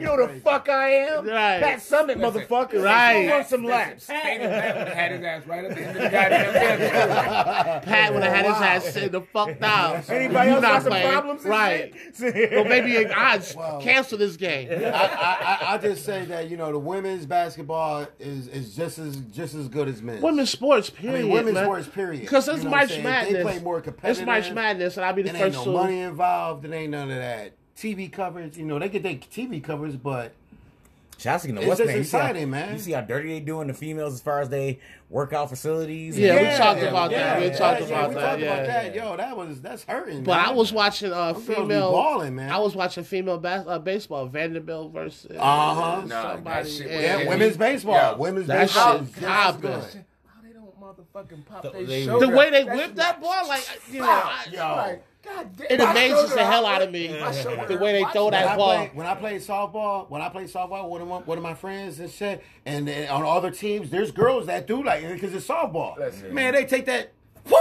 [SPEAKER 2] [laughs] you know the fuck I am.
[SPEAKER 3] Right.
[SPEAKER 2] Pat Summit,
[SPEAKER 4] Listen,
[SPEAKER 2] motherfucker.
[SPEAKER 3] Right.
[SPEAKER 2] You want some laps?
[SPEAKER 4] David Blatt would've
[SPEAKER 2] [laughs]
[SPEAKER 4] had his ass right up there in [laughs] the goddamn sandwich.
[SPEAKER 3] Pat would have had his ass sitting the fuck down.
[SPEAKER 2] Anybody
[SPEAKER 3] You
[SPEAKER 2] else
[SPEAKER 3] not
[SPEAKER 2] got some
[SPEAKER 3] playing.
[SPEAKER 2] problems? and
[SPEAKER 3] Right.
[SPEAKER 2] [laughs] shit?
[SPEAKER 3] So maybe I
[SPEAKER 1] [laughs] Wow.
[SPEAKER 3] cancel this game.
[SPEAKER 1] I, I, I just say that you know the women's basketball is is just as just as good as men's.
[SPEAKER 3] Women's sports,
[SPEAKER 1] I
[SPEAKER 3] period.
[SPEAKER 1] mean, women's
[SPEAKER 3] man.
[SPEAKER 1] sports, period.
[SPEAKER 3] Because it's
[SPEAKER 1] You know what I'm
[SPEAKER 3] March
[SPEAKER 1] saying?
[SPEAKER 3] Madness.
[SPEAKER 1] They play more competitive.
[SPEAKER 3] It's March Madness, and I'll be the
[SPEAKER 1] It ain't
[SPEAKER 3] first
[SPEAKER 1] no
[SPEAKER 3] to.
[SPEAKER 1] money involved. It ain't none of that. TV covers, you know, they get their TV covers, but
[SPEAKER 2] Shots, you know
[SPEAKER 1] It's
[SPEAKER 2] what's
[SPEAKER 1] just
[SPEAKER 2] man, you see how-
[SPEAKER 1] exciting, man.
[SPEAKER 2] You see how dirty they doing the females as far as they workout facilities. and-
[SPEAKER 3] Yeah, we
[SPEAKER 1] Yeah,
[SPEAKER 3] talked
[SPEAKER 1] yeah,
[SPEAKER 3] about that. We
[SPEAKER 1] yeah,
[SPEAKER 3] talked
[SPEAKER 1] yeah,
[SPEAKER 3] about
[SPEAKER 1] we
[SPEAKER 3] that.
[SPEAKER 1] talked
[SPEAKER 3] yeah.
[SPEAKER 1] about that. Yo, that was that's hurting.
[SPEAKER 3] But
[SPEAKER 1] man.
[SPEAKER 3] I was watching uh,
[SPEAKER 1] girls be
[SPEAKER 3] female.
[SPEAKER 1] ballin', man.
[SPEAKER 3] I was watching female bas- uh, baseball. Vanderbilt versus
[SPEAKER 1] Uh-huh.
[SPEAKER 4] Nah, that
[SPEAKER 3] somebody.
[SPEAKER 4] shit was-
[SPEAKER 3] yeah.
[SPEAKER 1] yeah, women's baseball,
[SPEAKER 4] Yo,
[SPEAKER 1] women's
[SPEAKER 3] that
[SPEAKER 1] baseball
[SPEAKER 3] shit
[SPEAKER 1] is just as
[SPEAKER 3] popping.
[SPEAKER 1] good.
[SPEAKER 4] How they don't motherfucking pop their
[SPEAKER 2] They-
[SPEAKER 4] shoulder.
[SPEAKER 3] The way they
[SPEAKER 4] That's
[SPEAKER 3] whipped that
[SPEAKER 4] not-
[SPEAKER 3] ball, like you know, I,
[SPEAKER 1] Yo,
[SPEAKER 4] Like, God damn.
[SPEAKER 3] It
[SPEAKER 4] my
[SPEAKER 3] amazes
[SPEAKER 4] shoulder
[SPEAKER 3] the hell
[SPEAKER 4] hurt.
[SPEAKER 3] out of me
[SPEAKER 4] My shoulder
[SPEAKER 3] the way they
[SPEAKER 4] hurt.
[SPEAKER 3] throw
[SPEAKER 4] Watch
[SPEAKER 1] When
[SPEAKER 3] that
[SPEAKER 1] I,
[SPEAKER 3] ball.
[SPEAKER 1] play, when I play softball, when I play softball with one of my, one of my friends and shit, and, then on other teams, there's girls that do like because it's softball.
[SPEAKER 4] Listen.
[SPEAKER 1] Man, they take that. Woo!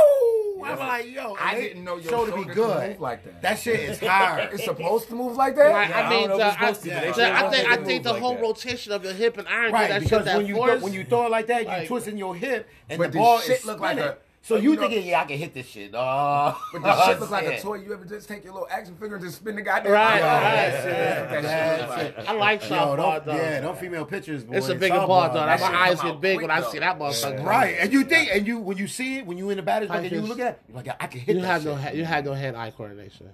[SPEAKER 1] I'm
[SPEAKER 4] Listen,
[SPEAKER 1] like, yo,
[SPEAKER 4] I
[SPEAKER 1] they
[SPEAKER 4] didn't know your
[SPEAKER 1] shoulder be
[SPEAKER 4] shoulder could
[SPEAKER 1] good.
[SPEAKER 4] move like that.
[SPEAKER 1] That shit
[SPEAKER 4] [laughs]
[SPEAKER 1] is hard.
[SPEAKER 4] It's supposed to move like that?
[SPEAKER 3] Right,
[SPEAKER 2] Yeah, I
[SPEAKER 3] I mean,
[SPEAKER 2] don't know
[SPEAKER 3] the-
[SPEAKER 2] if it's
[SPEAKER 3] I,
[SPEAKER 2] supposed to, but
[SPEAKER 3] the-
[SPEAKER 2] they sure
[SPEAKER 3] I think
[SPEAKER 2] don't
[SPEAKER 3] I
[SPEAKER 2] do
[SPEAKER 3] think the
[SPEAKER 2] moves like
[SPEAKER 3] whole
[SPEAKER 2] that.
[SPEAKER 3] rotation of the hip and iron
[SPEAKER 1] Right,
[SPEAKER 3] that shit
[SPEAKER 1] because
[SPEAKER 3] that
[SPEAKER 1] when you throw,
[SPEAKER 3] force.
[SPEAKER 1] when you throw it like that, you
[SPEAKER 3] Like-
[SPEAKER 1] twisting your hip, and
[SPEAKER 4] But
[SPEAKER 1] the
[SPEAKER 4] this
[SPEAKER 1] ball
[SPEAKER 4] shit
[SPEAKER 1] is
[SPEAKER 4] look like
[SPEAKER 1] spinning.
[SPEAKER 4] a-
[SPEAKER 1] so
[SPEAKER 4] but
[SPEAKER 1] you
[SPEAKER 4] you know-
[SPEAKER 1] thinking, yeah, I can hit this shit. Uh,
[SPEAKER 4] But the shit looks like
[SPEAKER 3] [laughs]
[SPEAKER 4] a toy. You ever just take your little action figure and just spin the goddamn
[SPEAKER 3] Right,
[SPEAKER 4] Yo,
[SPEAKER 3] right.
[SPEAKER 4] that shit, that's what that shit look
[SPEAKER 1] That's
[SPEAKER 4] like.
[SPEAKER 1] it.
[SPEAKER 3] I like
[SPEAKER 1] Yo,
[SPEAKER 3] softball
[SPEAKER 1] don't,
[SPEAKER 3] though.
[SPEAKER 1] yeah, don't female pitchers. Boy,
[SPEAKER 3] it's a
[SPEAKER 1] in
[SPEAKER 3] bigger
[SPEAKER 1] softball,
[SPEAKER 3] ball though.
[SPEAKER 1] that
[SPEAKER 3] My
[SPEAKER 1] shit-
[SPEAKER 4] shit
[SPEAKER 3] eyes
[SPEAKER 4] come
[SPEAKER 3] get
[SPEAKER 4] out
[SPEAKER 3] big
[SPEAKER 4] quick,
[SPEAKER 3] when I
[SPEAKER 4] though.
[SPEAKER 3] see that motherfucker.
[SPEAKER 1] Right, and you think, and you when you see it, when you in the batter's
[SPEAKER 3] I
[SPEAKER 1] box, and you
[SPEAKER 3] just-
[SPEAKER 1] look at, it, you're like, I can hit
[SPEAKER 3] You
[SPEAKER 1] that
[SPEAKER 3] had
[SPEAKER 1] shit.
[SPEAKER 3] no ha- you had no hand eye coordination.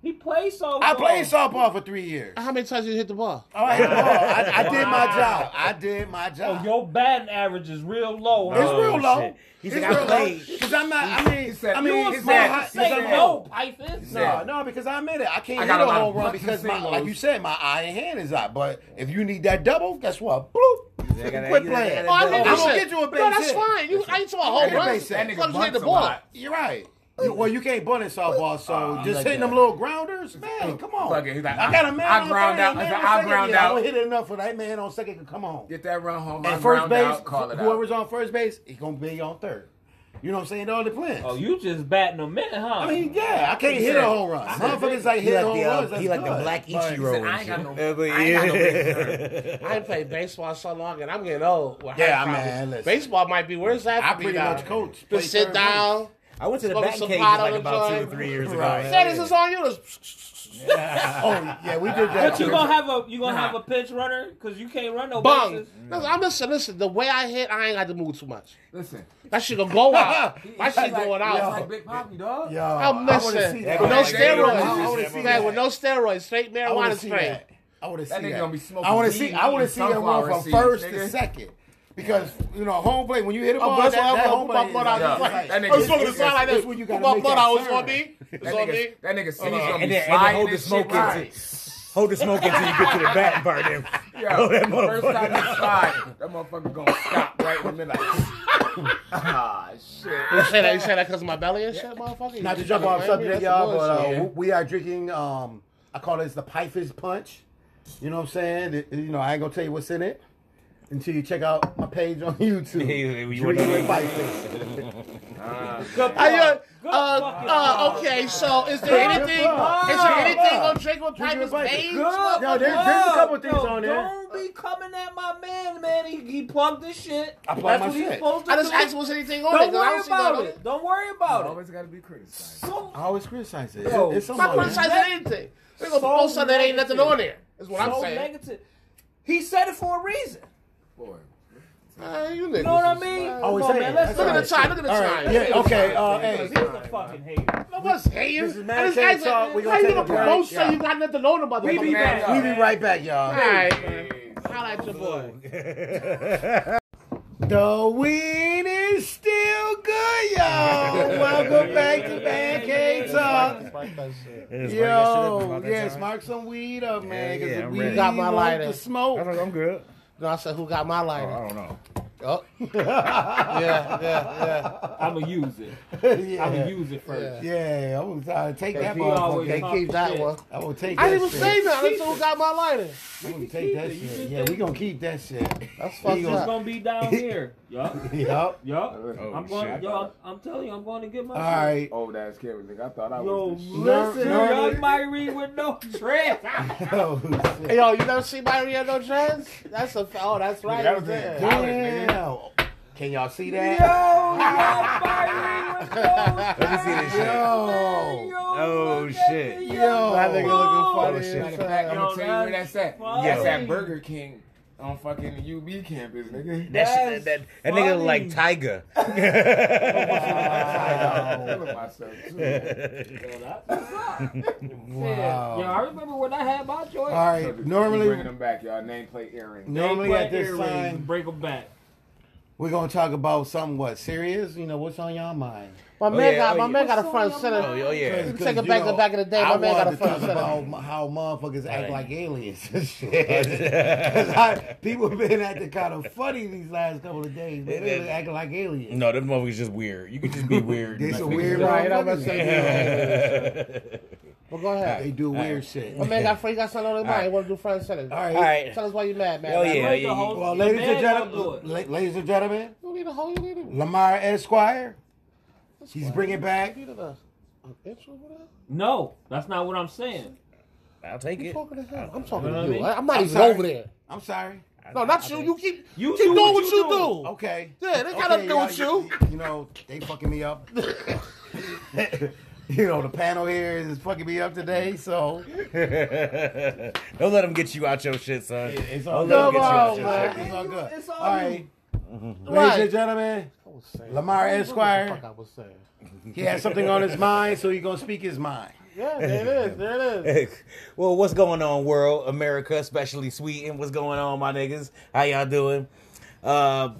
[SPEAKER 5] He plays so.
[SPEAKER 1] I
[SPEAKER 5] well.
[SPEAKER 1] played softball for three years.
[SPEAKER 3] How many times did you hit the ball?
[SPEAKER 1] All right, well, I, I did my job. I did my
[SPEAKER 5] Oh,
[SPEAKER 1] job.
[SPEAKER 5] your batting average is real low.
[SPEAKER 1] It's
[SPEAKER 5] huh?
[SPEAKER 1] real low.
[SPEAKER 2] shit. He
[SPEAKER 1] it's
[SPEAKER 2] said,
[SPEAKER 1] real
[SPEAKER 2] I played.
[SPEAKER 1] Because I'm not. I mean,
[SPEAKER 4] He said-
[SPEAKER 1] I
[SPEAKER 4] You
[SPEAKER 1] mean,
[SPEAKER 4] was
[SPEAKER 1] it's
[SPEAKER 4] supposed
[SPEAKER 1] my
[SPEAKER 4] to
[SPEAKER 1] high-
[SPEAKER 5] Say
[SPEAKER 1] it's
[SPEAKER 4] Yeah.
[SPEAKER 1] my-
[SPEAKER 5] no, Python.
[SPEAKER 1] No, no, because I admit it. I can't
[SPEAKER 4] I
[SPEAKER 1] hit
[SPEAKER 4] got
[SPEAKER 1] a
[SPEAKER 4] a lot
[SPEAKER 1] home
[SPEAKER 4] of
[SPEAKER 1] run
[SPEAKER 4] punches
[SPEAKER 1] because my,
[SPEAKER 4] and
[SPEAKER 1] like
[SPEAKER 4] throws.
[SPEAKER 1] you said, my eye and hand is out. But if you need that double, guess what? Bloop.
[SPEAKER 2] Yeah, I gotta-
[SPEAKER 1] Quit
[SPEAKER 2] you
[SPEAKER 1] playing.
[SPEAKER 2] gotta-
[SPEAKER 1] Oh,
[SPEAKER 2] I
[SPEAKER 1] I'm
[SPEAKER 2] mean,
[SPEAKER 1] gonna
[SPEAKER 3] listen,
[SPEAKER 1] get you a base
[SPEAKER 3] No, that's
[SPEAKER 1] hit.
[SPEAKER 3] fine. You, I ain't talking about
[SPEAKER 1] That
[SPEAKER 3] home
[SPEAKER 1] nigga
[SPEAKER 3] runs.
[SPEAKER 1] base hit.
[SPEAKER 4] That nigga
[SPEAKER 3] Fuck, you hit the
[SPEAKER 4] bunts a
[SPEAKER 3] ball.
[SPEAKER 4] lot.
[SPEAKER 1] You're right. You- well, you can't bunt in softball, so just hitting
[SPEAKER 2] like that.
[SPEAKER 1] them little grounders, man. Come on.
[SPEAKER 4] Fuck it, he's like,
[SPEAKER 1] I got a
[SPEAKER 4] I-
[SPEAKER 1] man.
[SPEAKER 4] I
[SPEAKER 1] on
[SPEAKER 4] ground
[SPEAKER 1] third,
[SPEAKER 4] out.
[SPEAKER 1] man
[SPEAKER 4] He's
[SPEAKER 1] on
[SPEAKER 4] like, I
[SPEAKER 1] second.
[SPEAKER 4] ground
[SPEAKER 1] Yeah,
[SPEAKER 4] out.
[SPEAKER 1] I don't hit it enough for that man on second can come home.
[SPEAKER 4] Get that run home.
[SPEAKER 1] At
[SPEAKER 4] I
[SPEAKER 1] first
[SPEAKER 4] ground
[SPEAKER 1] base,
[SPEAKER 4] out, call it out.
[SPEAKER 1] whoever's on first base, he's gonna be on third. You know what I'm saying? It all depends.
[SPEAKER 5] Oh, you just batting a minute, huh?
[SPEAKER 1] I mean, yeah, I can't hit a home run. Motherfuckers like
[SPEAKER 2] He
[SPEAKER 1] hit
[SPEAKER 2] like
[SPEAKER 1] home
[SPEAKER 2] the, uh,
[SPEAKER 1] runs. that's
[SPEAKER 2] he like the
[SPEAKER 1] good.
[SPEAKER 2] black
[SPEAKER 1] But-
[SPEAKER 2] Ichiro.
[SPEAKER 4] He said, I ain't got no-
[SPEAKER 2] Yeah, but
[SPEAKER 4] I ain't got no
[SPEAKER 2] yeah.
[SPEAKER 3] I ain't played baseball so long, and I'm getting old. Well,
[SPEAKER 1] Yeah,
[SPEAKER 3] I probably-
[SPEAKER 1] man, listen.
[SPEAKER 3] Baseball might be where's that?
[SPEAKER 1] I
[SPEAKER 3] for me
[SPEAKER 1] pretty
[SPEAKER 3] now?
[SPEAKER 1] much coach.
[SPEAKER 3] To
[SPEAKER 1] Play
[SPEAKER 3] sit
[SPEAKER 1] third
[SPEAKER 3] down.
[SPEAKER 2] [laughs] I went to the
[SPEAKER 3] Smoking
[SPEAKER 2] back
[SPEAKER 3] some
[SPEAKER 2] cage
[SPEAKER 3] pot
[SPEAKER 2] like
[SPEAKER 3] on the
[SPEAKER 2] about two or
[SPEAKER 3] joint.
[SPEAKER 2] three years ago.
[SPEAKER 1] Right.
[SPEAKER 3] Say this is on you. Let's-
[SPEAKER 1] base. [laughs] Oh yeah, we did
[SPEAKER 5] [laughs]
[SPEAKER 1] that.
[SPEAKER 5] But you
[SPEAKER 1] too.
[SPEAKER 5] gonna have a you gonna
[SPEAKER 4] Nah.
[SPEAKER 5] have a pinch runner because you can't run no
[SPEAKER 3] Bung.
[SPEAKER 5] bases.
[SPEAKER 3] Listen, I'm listen. Listen, the way I hit, I ain't got to move too much.
[SPEAKER 4] Listen.
[SPEAKER 3] That shit gonna
[SPEAKER 1] [laughs]
[SPEAKER 3] go out. My
[SPEAKER 4] He's
[SPEAKER 3] shit
[SPEAKER 4] like-
[SPEAKER 3] going
[SPEAKER 4] he's
[SPEAKER 3] out.
[SPEAKER 4] like Big Poppy, dog.
[SPEAKER 1] Yo,
[SPEAKER 3] I'm
[SPEAKER 1] I wanna
[SPEAKER 3] listening.
[SPEAKER 1] see
[SPEAKER 3] With
[SPEAKER 1] that.
[SPEAKER 2] With
[SPEAKER 3] no
[SPEAKER 2] Like, they don't-
[SPEAKER 1] I wanna
[SPEAKER 3] steroids.
[SPEAKER 1] see
[SPEAKER 3] Man,
[SPEAKER 1] that.
[SPEAKER 3] with no steroids. Straight
[SPEAKER 1] I want
[SPEAKER 3] marijuana
[SPEAKER 1] to see
[SPEAKER 3] straight.
[SPEAKER 1] that. I want to see
[SPEAKER 4] That nigga gonna be smoking
[SPEAKER 1] I want to
[SPEAKER 4] weed
[SPEAKER 1] see. I want to
[SPEAKER 4] and
[SPEAKER 1] see that
[SPEAKER 4] sunflower
[SPEAKER 1] run from
[SPEAKER 4] seeds,
[SPEAKER 1] first to
[SPEAKER 4] nigga.
[SPEAKER 1] second. Because you know, home plate when you hit a
[SPEAKER 3] Oh,
[SPEAKER 1] ball, that,
[SPEAKER 3] but that's what
[SPEAKER 1] that
[SPEAKER 3] I'm
[SPEAKER 1] home
[SPEAKER 3] gonna put my
[SPEAKER 1] plate
[SPEAKER 3] blood
[SPEAKER 1] is
[SPEAKER 3] out.
[SPEAKER 1] like-
[SPEAKER 3] It's
[SPEAKER 4] Yeah.
[SPEAKER 3] like,
[SPEAKER 4] That nigga-
[SPEAKER 3] I'm smoking the
[SPEAKER 4] it's-
[SPEAKER 3] side like
[SPEAKER 1] it's
[SPEAKER 3] this.
[SPEAKER 1] when you
[SPEAKER 3] Put
[SPEAKER 1] gotta
[SPEAKER 3] my
[SPEAKER 1] make
[SPEAKER 3] blood
[SPEAKER 1] that
[SPEAKER 3] out. It's
[SPEAKER 1] turn.
[SPEAKER 3] on me. It's on
[SPEAKER 4] That
[SPEAKER 3] me. Uh-huh.
[SPEAKER 4] nigga, that nigga C's
[SPEAKER 3] Hold on.
[SPEAKER 4] gonna
[SPEAKER 2] And
[SPEAKER 4] be
[SPEAKER 2] then, and then
[SPEAKER 4] sliding
[SPEAKER 2] hold the
[SPEAKER 4] this
[SPEAKER 2] smoke
[SPEAKER 4] shit
[SPEAKER 2] until
[SPEAKER 4] right.
[SPEAKER 2] hold the smoke until you get to the bat part.
[SPEAKER 3] [laughs]
[SPEAKER 2] Then
[SPEAKER 4] Yeah,
[SPEAKER 2] [laughs] Oh, that
[SPEAKER 4] first
[SPEAKER 2] [laughs]
[SPEAKER 4] time
[SPEAKER 2] motherfucker.
[SPEAKER 4] he slide, that motherfucker gonna stop right in the middle. ah,
[SPEAKER 3] You
[SPEAKER 4] shit.
[SPEAKER 3] say that? You say that because of my belly and shit, motherfucker?
[SPEAKER 1] Not to
[SPEAKER 3] You
[SPEAKER 1] jump off
[SPEAKER 3] fucking hate me?
[SPEAKER 1] subject,
[SPEAKER 3] That's
[SPEAKER 1] y'all,
[SPEAKER 3] bullshit.
[SPEAKER 1] but uh,
[SPEAKER 4] bullshit.
[SPEAKER 1] w- we are drinking. Um, I call this the Pife's Punch. You know what I'm saying? It- you know, I ain't gonna tell you what's in it until you check out my page on [laughs] YouTube.
[SPEAKER 2] Yeah, yeah, [laughs] you
[SPEAKER 1] Drinking
[SPEAKER 2] wanna-
[SPEAKER 1] with Pife's.
[SPEAKER 2] [laughs] Ah.
[SPEAKER 5] Good
[SPEAKER 3] Are you-
[SPEAKER 5] plug. Good
[SPEAKER 3] uh,
[SPEAKER 5] fucking
[SPEAKER 3] uh,
[SPEAKER 5] plug.
[SPEAKER 3] okay, so is there anything? Is there anything on drink with
[SPEAKER 1] Drink
[SPEAKER 3] Piper's
[SPEAKER 1] with Piper.
[SPEAKER 3] page?
[SPEAKER 1] Good.
[SPEAKER 3] motherfucker?
[SPEAKER 1] Yo, there's, there's a couple things
[SPEAKER 5] Yo,
[SPEAKER 1] on there.
[SPEAKER 5] Don't be coming at my man, man. He, he plugged this shit.
[SPEAKER 1] I plugged
[SPEAKER 5] That's
[SPEAKER 1] my
[SPEAKER 5] what he's
[SPEAKER 1] shit.
[SPEAKER 5] supposed to
[SPEAKER 3] I just
[SPEAKER 5] do.
[SPEAKER 3] asked was anything on it.
[SPEAKER 5] don't
[SPEAKER 3] 'cause I
[SPEAKER 5] worry
[SPEAKER 3] don't see that
[SPEAKER 5] about
[SPEAKER 3] on
[SPEAKER 5] it. Don't worry about it.
[SPEAKER 4] Always gotta be criticized.
[SPEAKER 5] So
[SPEAKER 1] I always criticize it.
[SPEAKER 5] Yo,
[SPEAKER 1] it's something
[SPEAKER 3] Stop
[SPEAKER 1] on
[SPEAKER 3] criticizing
[SPEAKER 1] there.
[SPEAKER 3] anything. We're gonna
[SPEAKER 5] So
[SPEAKER 3] post something that ain't nothing
[SPEAKER 5] negative.
[SPEAKER 3] on there. Is what
[SPEAKER 5] so
[SPEAKER 3] I'm saying.
[SPEAKER 5] negative. He said it for a reason.
[SPEAKER 4] Boy.
[SPEAKER 3] Uh, you
[SPEAKER 5] You know what I
[SPEAKER 3] niggas is-
[SPEAKER 5] mean?
[SPEAKER 3] uh,
[SPEAKER 1] Always
[SPEAKER 5] Come on,
[SPEAKER 1] hate
[SPEAKER 5] man.
[SPEAKER 1] it.
[SPEAKER 5] Let's
[SPEAKER 1] That's
[SPEAKER 3] Look at
[SPEAKER 1] right.
[SPEAKER 3] the time. Look at the
[SPEAKER 1] All right.
[SPEAKER 3] time.
[SPEAKER 1] Yeah. Okay. Uh,
[SPEAKER 5] He's
[SPEAKER 1] hey.
[SPEAKER 5] a fucking hater.
[SPEAKER 3] I was hating.
[SPEAKER 1] This is
[SPEAKER 3] And
[SPEAKER 1] Man
[SPEAKER 3] this
[SPEAKER 1] Cave
[SPEAKER 3] guy's
[SPEAKER 1] Talk.
[SPEAKER 3] like,
[SPEAKER 1] We
[SPEAKER 3] how
[SPEAKER 1] gonna
[SPEAKER 3] you
[SPEAKER 1] take
[SPEAKER 3] gonna
[SPEAKER 1] a break.
[SPEAKER 3] promote
[SPEAKER 1] Yeah.
[SPEAKER 3] something you got nothing on about?
[SPEAKER 5] We be
[SPEAKER 3] motherfucker?
[SPEAKER 5] back.
[SPEAKER 1] We be right back, y'all.
[SPEAKER 3] All right. Holla at your boy.
[SPEAKER 1] The weed is still good, y'all. Welcome back to Man Cave Talk. Yo, yeah, smoke some weed up, man.
[SPEAKER 2] Yeah,
[SPEAKER 1] Because
[SPEAKER 2] yeah,
[SPEAKER 1] the
[SPEAKER 2] I'm
[SPEAKER 1] weed
[SPEAKER 2] ready.
[SPEAKER 1] got
[SPEAKER 3] Got
[SPEAKER 1] my
[SPEAKER 3] my
[SPEAKER 1] light
[SPEAKER 3] lighter.
[SPEAKER 1] to [laughs] smoke.
[SPEAKER 2] I'm good.
[SPEAKER 3] No, I said, who got my
[SPEAKER 2] I
[SPEAKER 3] lighter?
[SPEAKER 2] don't know.
[SPEAKER 3] Oh. [laughs] yeah, yeah, yeah.
[SPEAKER 5] I'm gonna use it. I'm gonna
[SPEAKER 1] yeah.
[SPEAKER 5] use it first.
[SPEAKER 1] yeah, I'm gonna take that
[SPEAKER 5] He always
[SPEAKER 1] motherfucker.
[SPEAKER 5] talk
[SPEAKER 3] Keep that
[SPEAKER 5] shit.
[SPEAKER 3] one.
[SPEAKER 1] I'm gonna take that
[SPEAKER 3] I didn't even
[SPEAKER 1] shit.
[SPEAKER 3] say nothing. I said, who got my lighter?
[SPEAKER 1] I'm gonna take that
[SPEAKER 5] it. You
[SPEAKER 1] shit.
[SPEAKER 5] just
[SPEAKER 1] Yeah,
[SPEAKER 5] said-
[SPEAKER 1] we gonna keep that shit. [laughs]
[SPEAKER 3] That's
[SPEAKER 1] We
[SPEAKER 3] fucked
[SPEAKER 1] gonna-
[SPEAKER 5] It's
[SPEAKER 3] up.
[SPEAKER 5] gonna be down here. Yup.
[SPEAKER 1] Yup.
[SPEAKER 5] Yup.
[SPEAKER 2] Oh,
[SPEAKER 5] I'm going.
[SPEAKER 2] shit.
[SPEAKER 5] Yo, I'm, I'm telling you, I'm going to get my.
[SPEAKER 1] All
[SPEAKER 4] [laughs]
[SPEAKER 5] shit.
[SPEAKER 1] right. [laughs]
[SPEAKER 4] Old ass camera, nigga. I thought I
[SPEAKER 5] Yo,
[SPEAKER 4] was. the shit.
[SPEAKER 5] listen,
[SPEAKER 1] No, no,
[SPEAKER 5] young Myrie with no dress.
[SPEAKER 1] [laughs] Oh,
[SPEAKER 3] Hey,
[SPEAKER 1] shit.
[SPEAKER 3] yo, you never see my Rio no trends? That's a. Oh, that's right.
[SPEAKER 4] That was
[SPEAKER 3] yeah.
[SPEAKER 4] in college, nigga.
[SPEAKER 1] Damn. Can y'all see
[SPEAKER 5] Yo, young
[SPEAKER 1] that?
[SPEAKER 5] Myrie with no
[SPEAKER 2] Let me see this shit.
[SPEAKER 1] Yo.
[SPEAKER 2] Oh,
[SPEAKER 5] look at
[SPEAKER 2] shit.
[SPEAKER 5] the
[SPEAKER 1] Yo.
[SPEAKER 5] young
[SPEAKER 3] That nigga
[SPEAKER 5] Whoa.
[SPEAKER 3] looking funny.
[SPEAKER 2] shit.
[SPEAKER 3] as
[SPEAKER 4] Matter of fact, I'm
[SPEAKER 3] hell.
[SPEAKER 4] gonna tell you where that's at.
[SPEAKER 5] Yo.
[SPEAKER 4] That's at Burger King on fucking UB campus, nigga.
[SPEAKER 2] That,
[SPEAKER 4] [laughs]
[SPEAKER 5] That's
[SPEAKER 2] shit, that, that, that nigga look like [laughs] Tiger.
[SPEAKER 3] Oh,
[SPEAKER 4] I'm killing myself, too.
[SPEAKER 5] Yo,
[SPEAKER 1] [laughs]
[SPEAKER 5] that's what's up.
[SPEAKER 1] Wow.
[SPEAKER 5] Yo, I remember when I had my joint.
[SPEAKER 1] All right.
[SPEAKER 4] Keep bringing
[SPEAKER 1] Normally,
[SPEAKER 4] them back, y'all. Nameplate earrings.
[SPEAKER 1] normally
[SPEAKER 5] They
[SPEAKER 1] at this
[SPEAKER 5] put earrings,
[SPEAKER 1] time,
[SPEAKER 5] break them back.
[SPEAKER 1] We're gonna talk about something what serious? You know what's on your mind?
[SPEAKER 3] My
[SPEAKER 4] Oh,
[SPEAKER 3] man
[SPEAKER 4] yeah,
[SPEAKER 3] got
[SPEAKER 4] oh,
[SPEAKER 3] my
[SPEAKER 4] yeah.
[SPEAKER 3] man got a front and center.
[SPEAKER 2] Oh, yeah, oh, [laughs] yeah.
[SPEAKER 3] Take it back
[SPEAKER 1] you
[SPEAKER 3] to back in the day, my
[SPEAKER 1] I
[SPEAKER 3] man got
[SPEAKER 1] wanted
[SPEAKER 3] a
[SPEAKER 1] to
[SPEAKER 3] front
[SPEAKER 1] talk
[SPEAKER 3] center.
[SPEAKER 1] about m- how motherfuckers act
[SPEAKER 2] Right.
[SPEAKER 1] like aliens and shit. [laughs] 'Cause I- people been acting kind of funny these last couple of days. They
[SPEAKER 2] It is.
[SPEAKER 1] been acting like aliens.
[SPEAKER 2] No, them motherfuckers just weird. You can just be weird.
[SPEAKER 1] They some
[SPEAKER 2] Like,
[SPEAKER 1] weird
[SPEAKER 3] Right, I'm
[SPEAKER 1] motherfuckers.
[SPEAKER 3] gonna say But go
[SPEAKER 1] [laughs]
[SPEAKER 3] ahead.
[SPEAKER 1] They do weird shit.
[SPEAKER 3] My man got free got something on his mind. He want to do front and center.
[SPEAKER 1] All right.
[SPEAKER 2] All right.
[SPEAKER 3] Tell us why you mad, man.
[SPEAKER 2] Oh,
[SPEAKER 3] man.
[SPEAKER 2] yeah.
[SPEAKER 5] Break the whole-
[SPEAKER 1] Well,
[SPEAKER 5] your
[SPEAKER 1] ladies and
[SPEAKER 5] man gonna
[SPEAKER 1] gentlemen,
[SPEAKER 5] do it.
[SPEAKER 1] la- ladies and gentlemen,
[SPEAKER 3] You need a whole. You need a.
[SPEAKER 1] Lamar Esquire, he's
[SPEAKER 3] Esquire.
[SPEAKER 1] bringing back.
[SPEAKER 3] You need a. An intro for that?
[SPEAKER 5] No, that's not what I'm saying.
[SPEAKER 2] [laughs] I'll take
[SPEAKER 3] You
[SPEAKER 2] it.
[SPEAKER 3] talking to him? I'm talking
[SPEAKER 5] know what I
[SPEAKER 3] to you.
[SPEAKER 5] mean?
[SPEAKER 3] I- I'm not
[SPEAKER 1] I'm
[SPEAKER 3] even
[SPEAKER 1] sorry.
[SPEAKER 3] over there.
[SPEAKER 1] I'm sorry.
[SPEAKER 3] No, not you. You keep
[SPEAKER 5] You
[SPEAKER 3] keep
[SPEAKER 5] do
[SPEAKER 3] doing
[SPEAKER 5] what
[SPEAKER 3] what
[SPEAKER 5] you
[SPEAKER 3] you
[SPEAKER 5] do.
[SPEAKER 3] do.
[SPEAKER 1] Okay.
[SPEAKER 3] Yeah, they got nothing to do with you.
[SPEAKER 1] You know, they fucking me up. [laughs] you know, the panel here is fucking me up today, so
[SPEAKER 2] Don't let them get you out your shit, son.
[SPEAKER 1] it's all
[SPEAKER 2] Don't
[SPEAKER 1] good.
[SPEAKER 2] let them get
[SPEAKER 3] Come
[SPEAKER 2] you out your
[SPEAKER 3] on,
[SPEAKER 2] shit.
[SPEAKER 1] It's all good.
[SPEAKER 5] It's all
[SPEAKER 1] all right. Ladies
[SPEAKER 3] Right.
[SPEAKER 1] and gentlemen,
[SPEAKER 3] I was saying-
[SPEAKER 1] Lamar Esquire.
[SPEAKER 3] What the fuck I was saying.
[SPEAKER 1] he has something on his mind, so he's gonna speak his mind.
[SPEAKER 3] [laughs] Yeah, there it is. There it is.
[SPEAKER 2] [laughs] well, what's going on, world, America, especially Sweden? What's going on, my niggas? How y'all doing? Uh,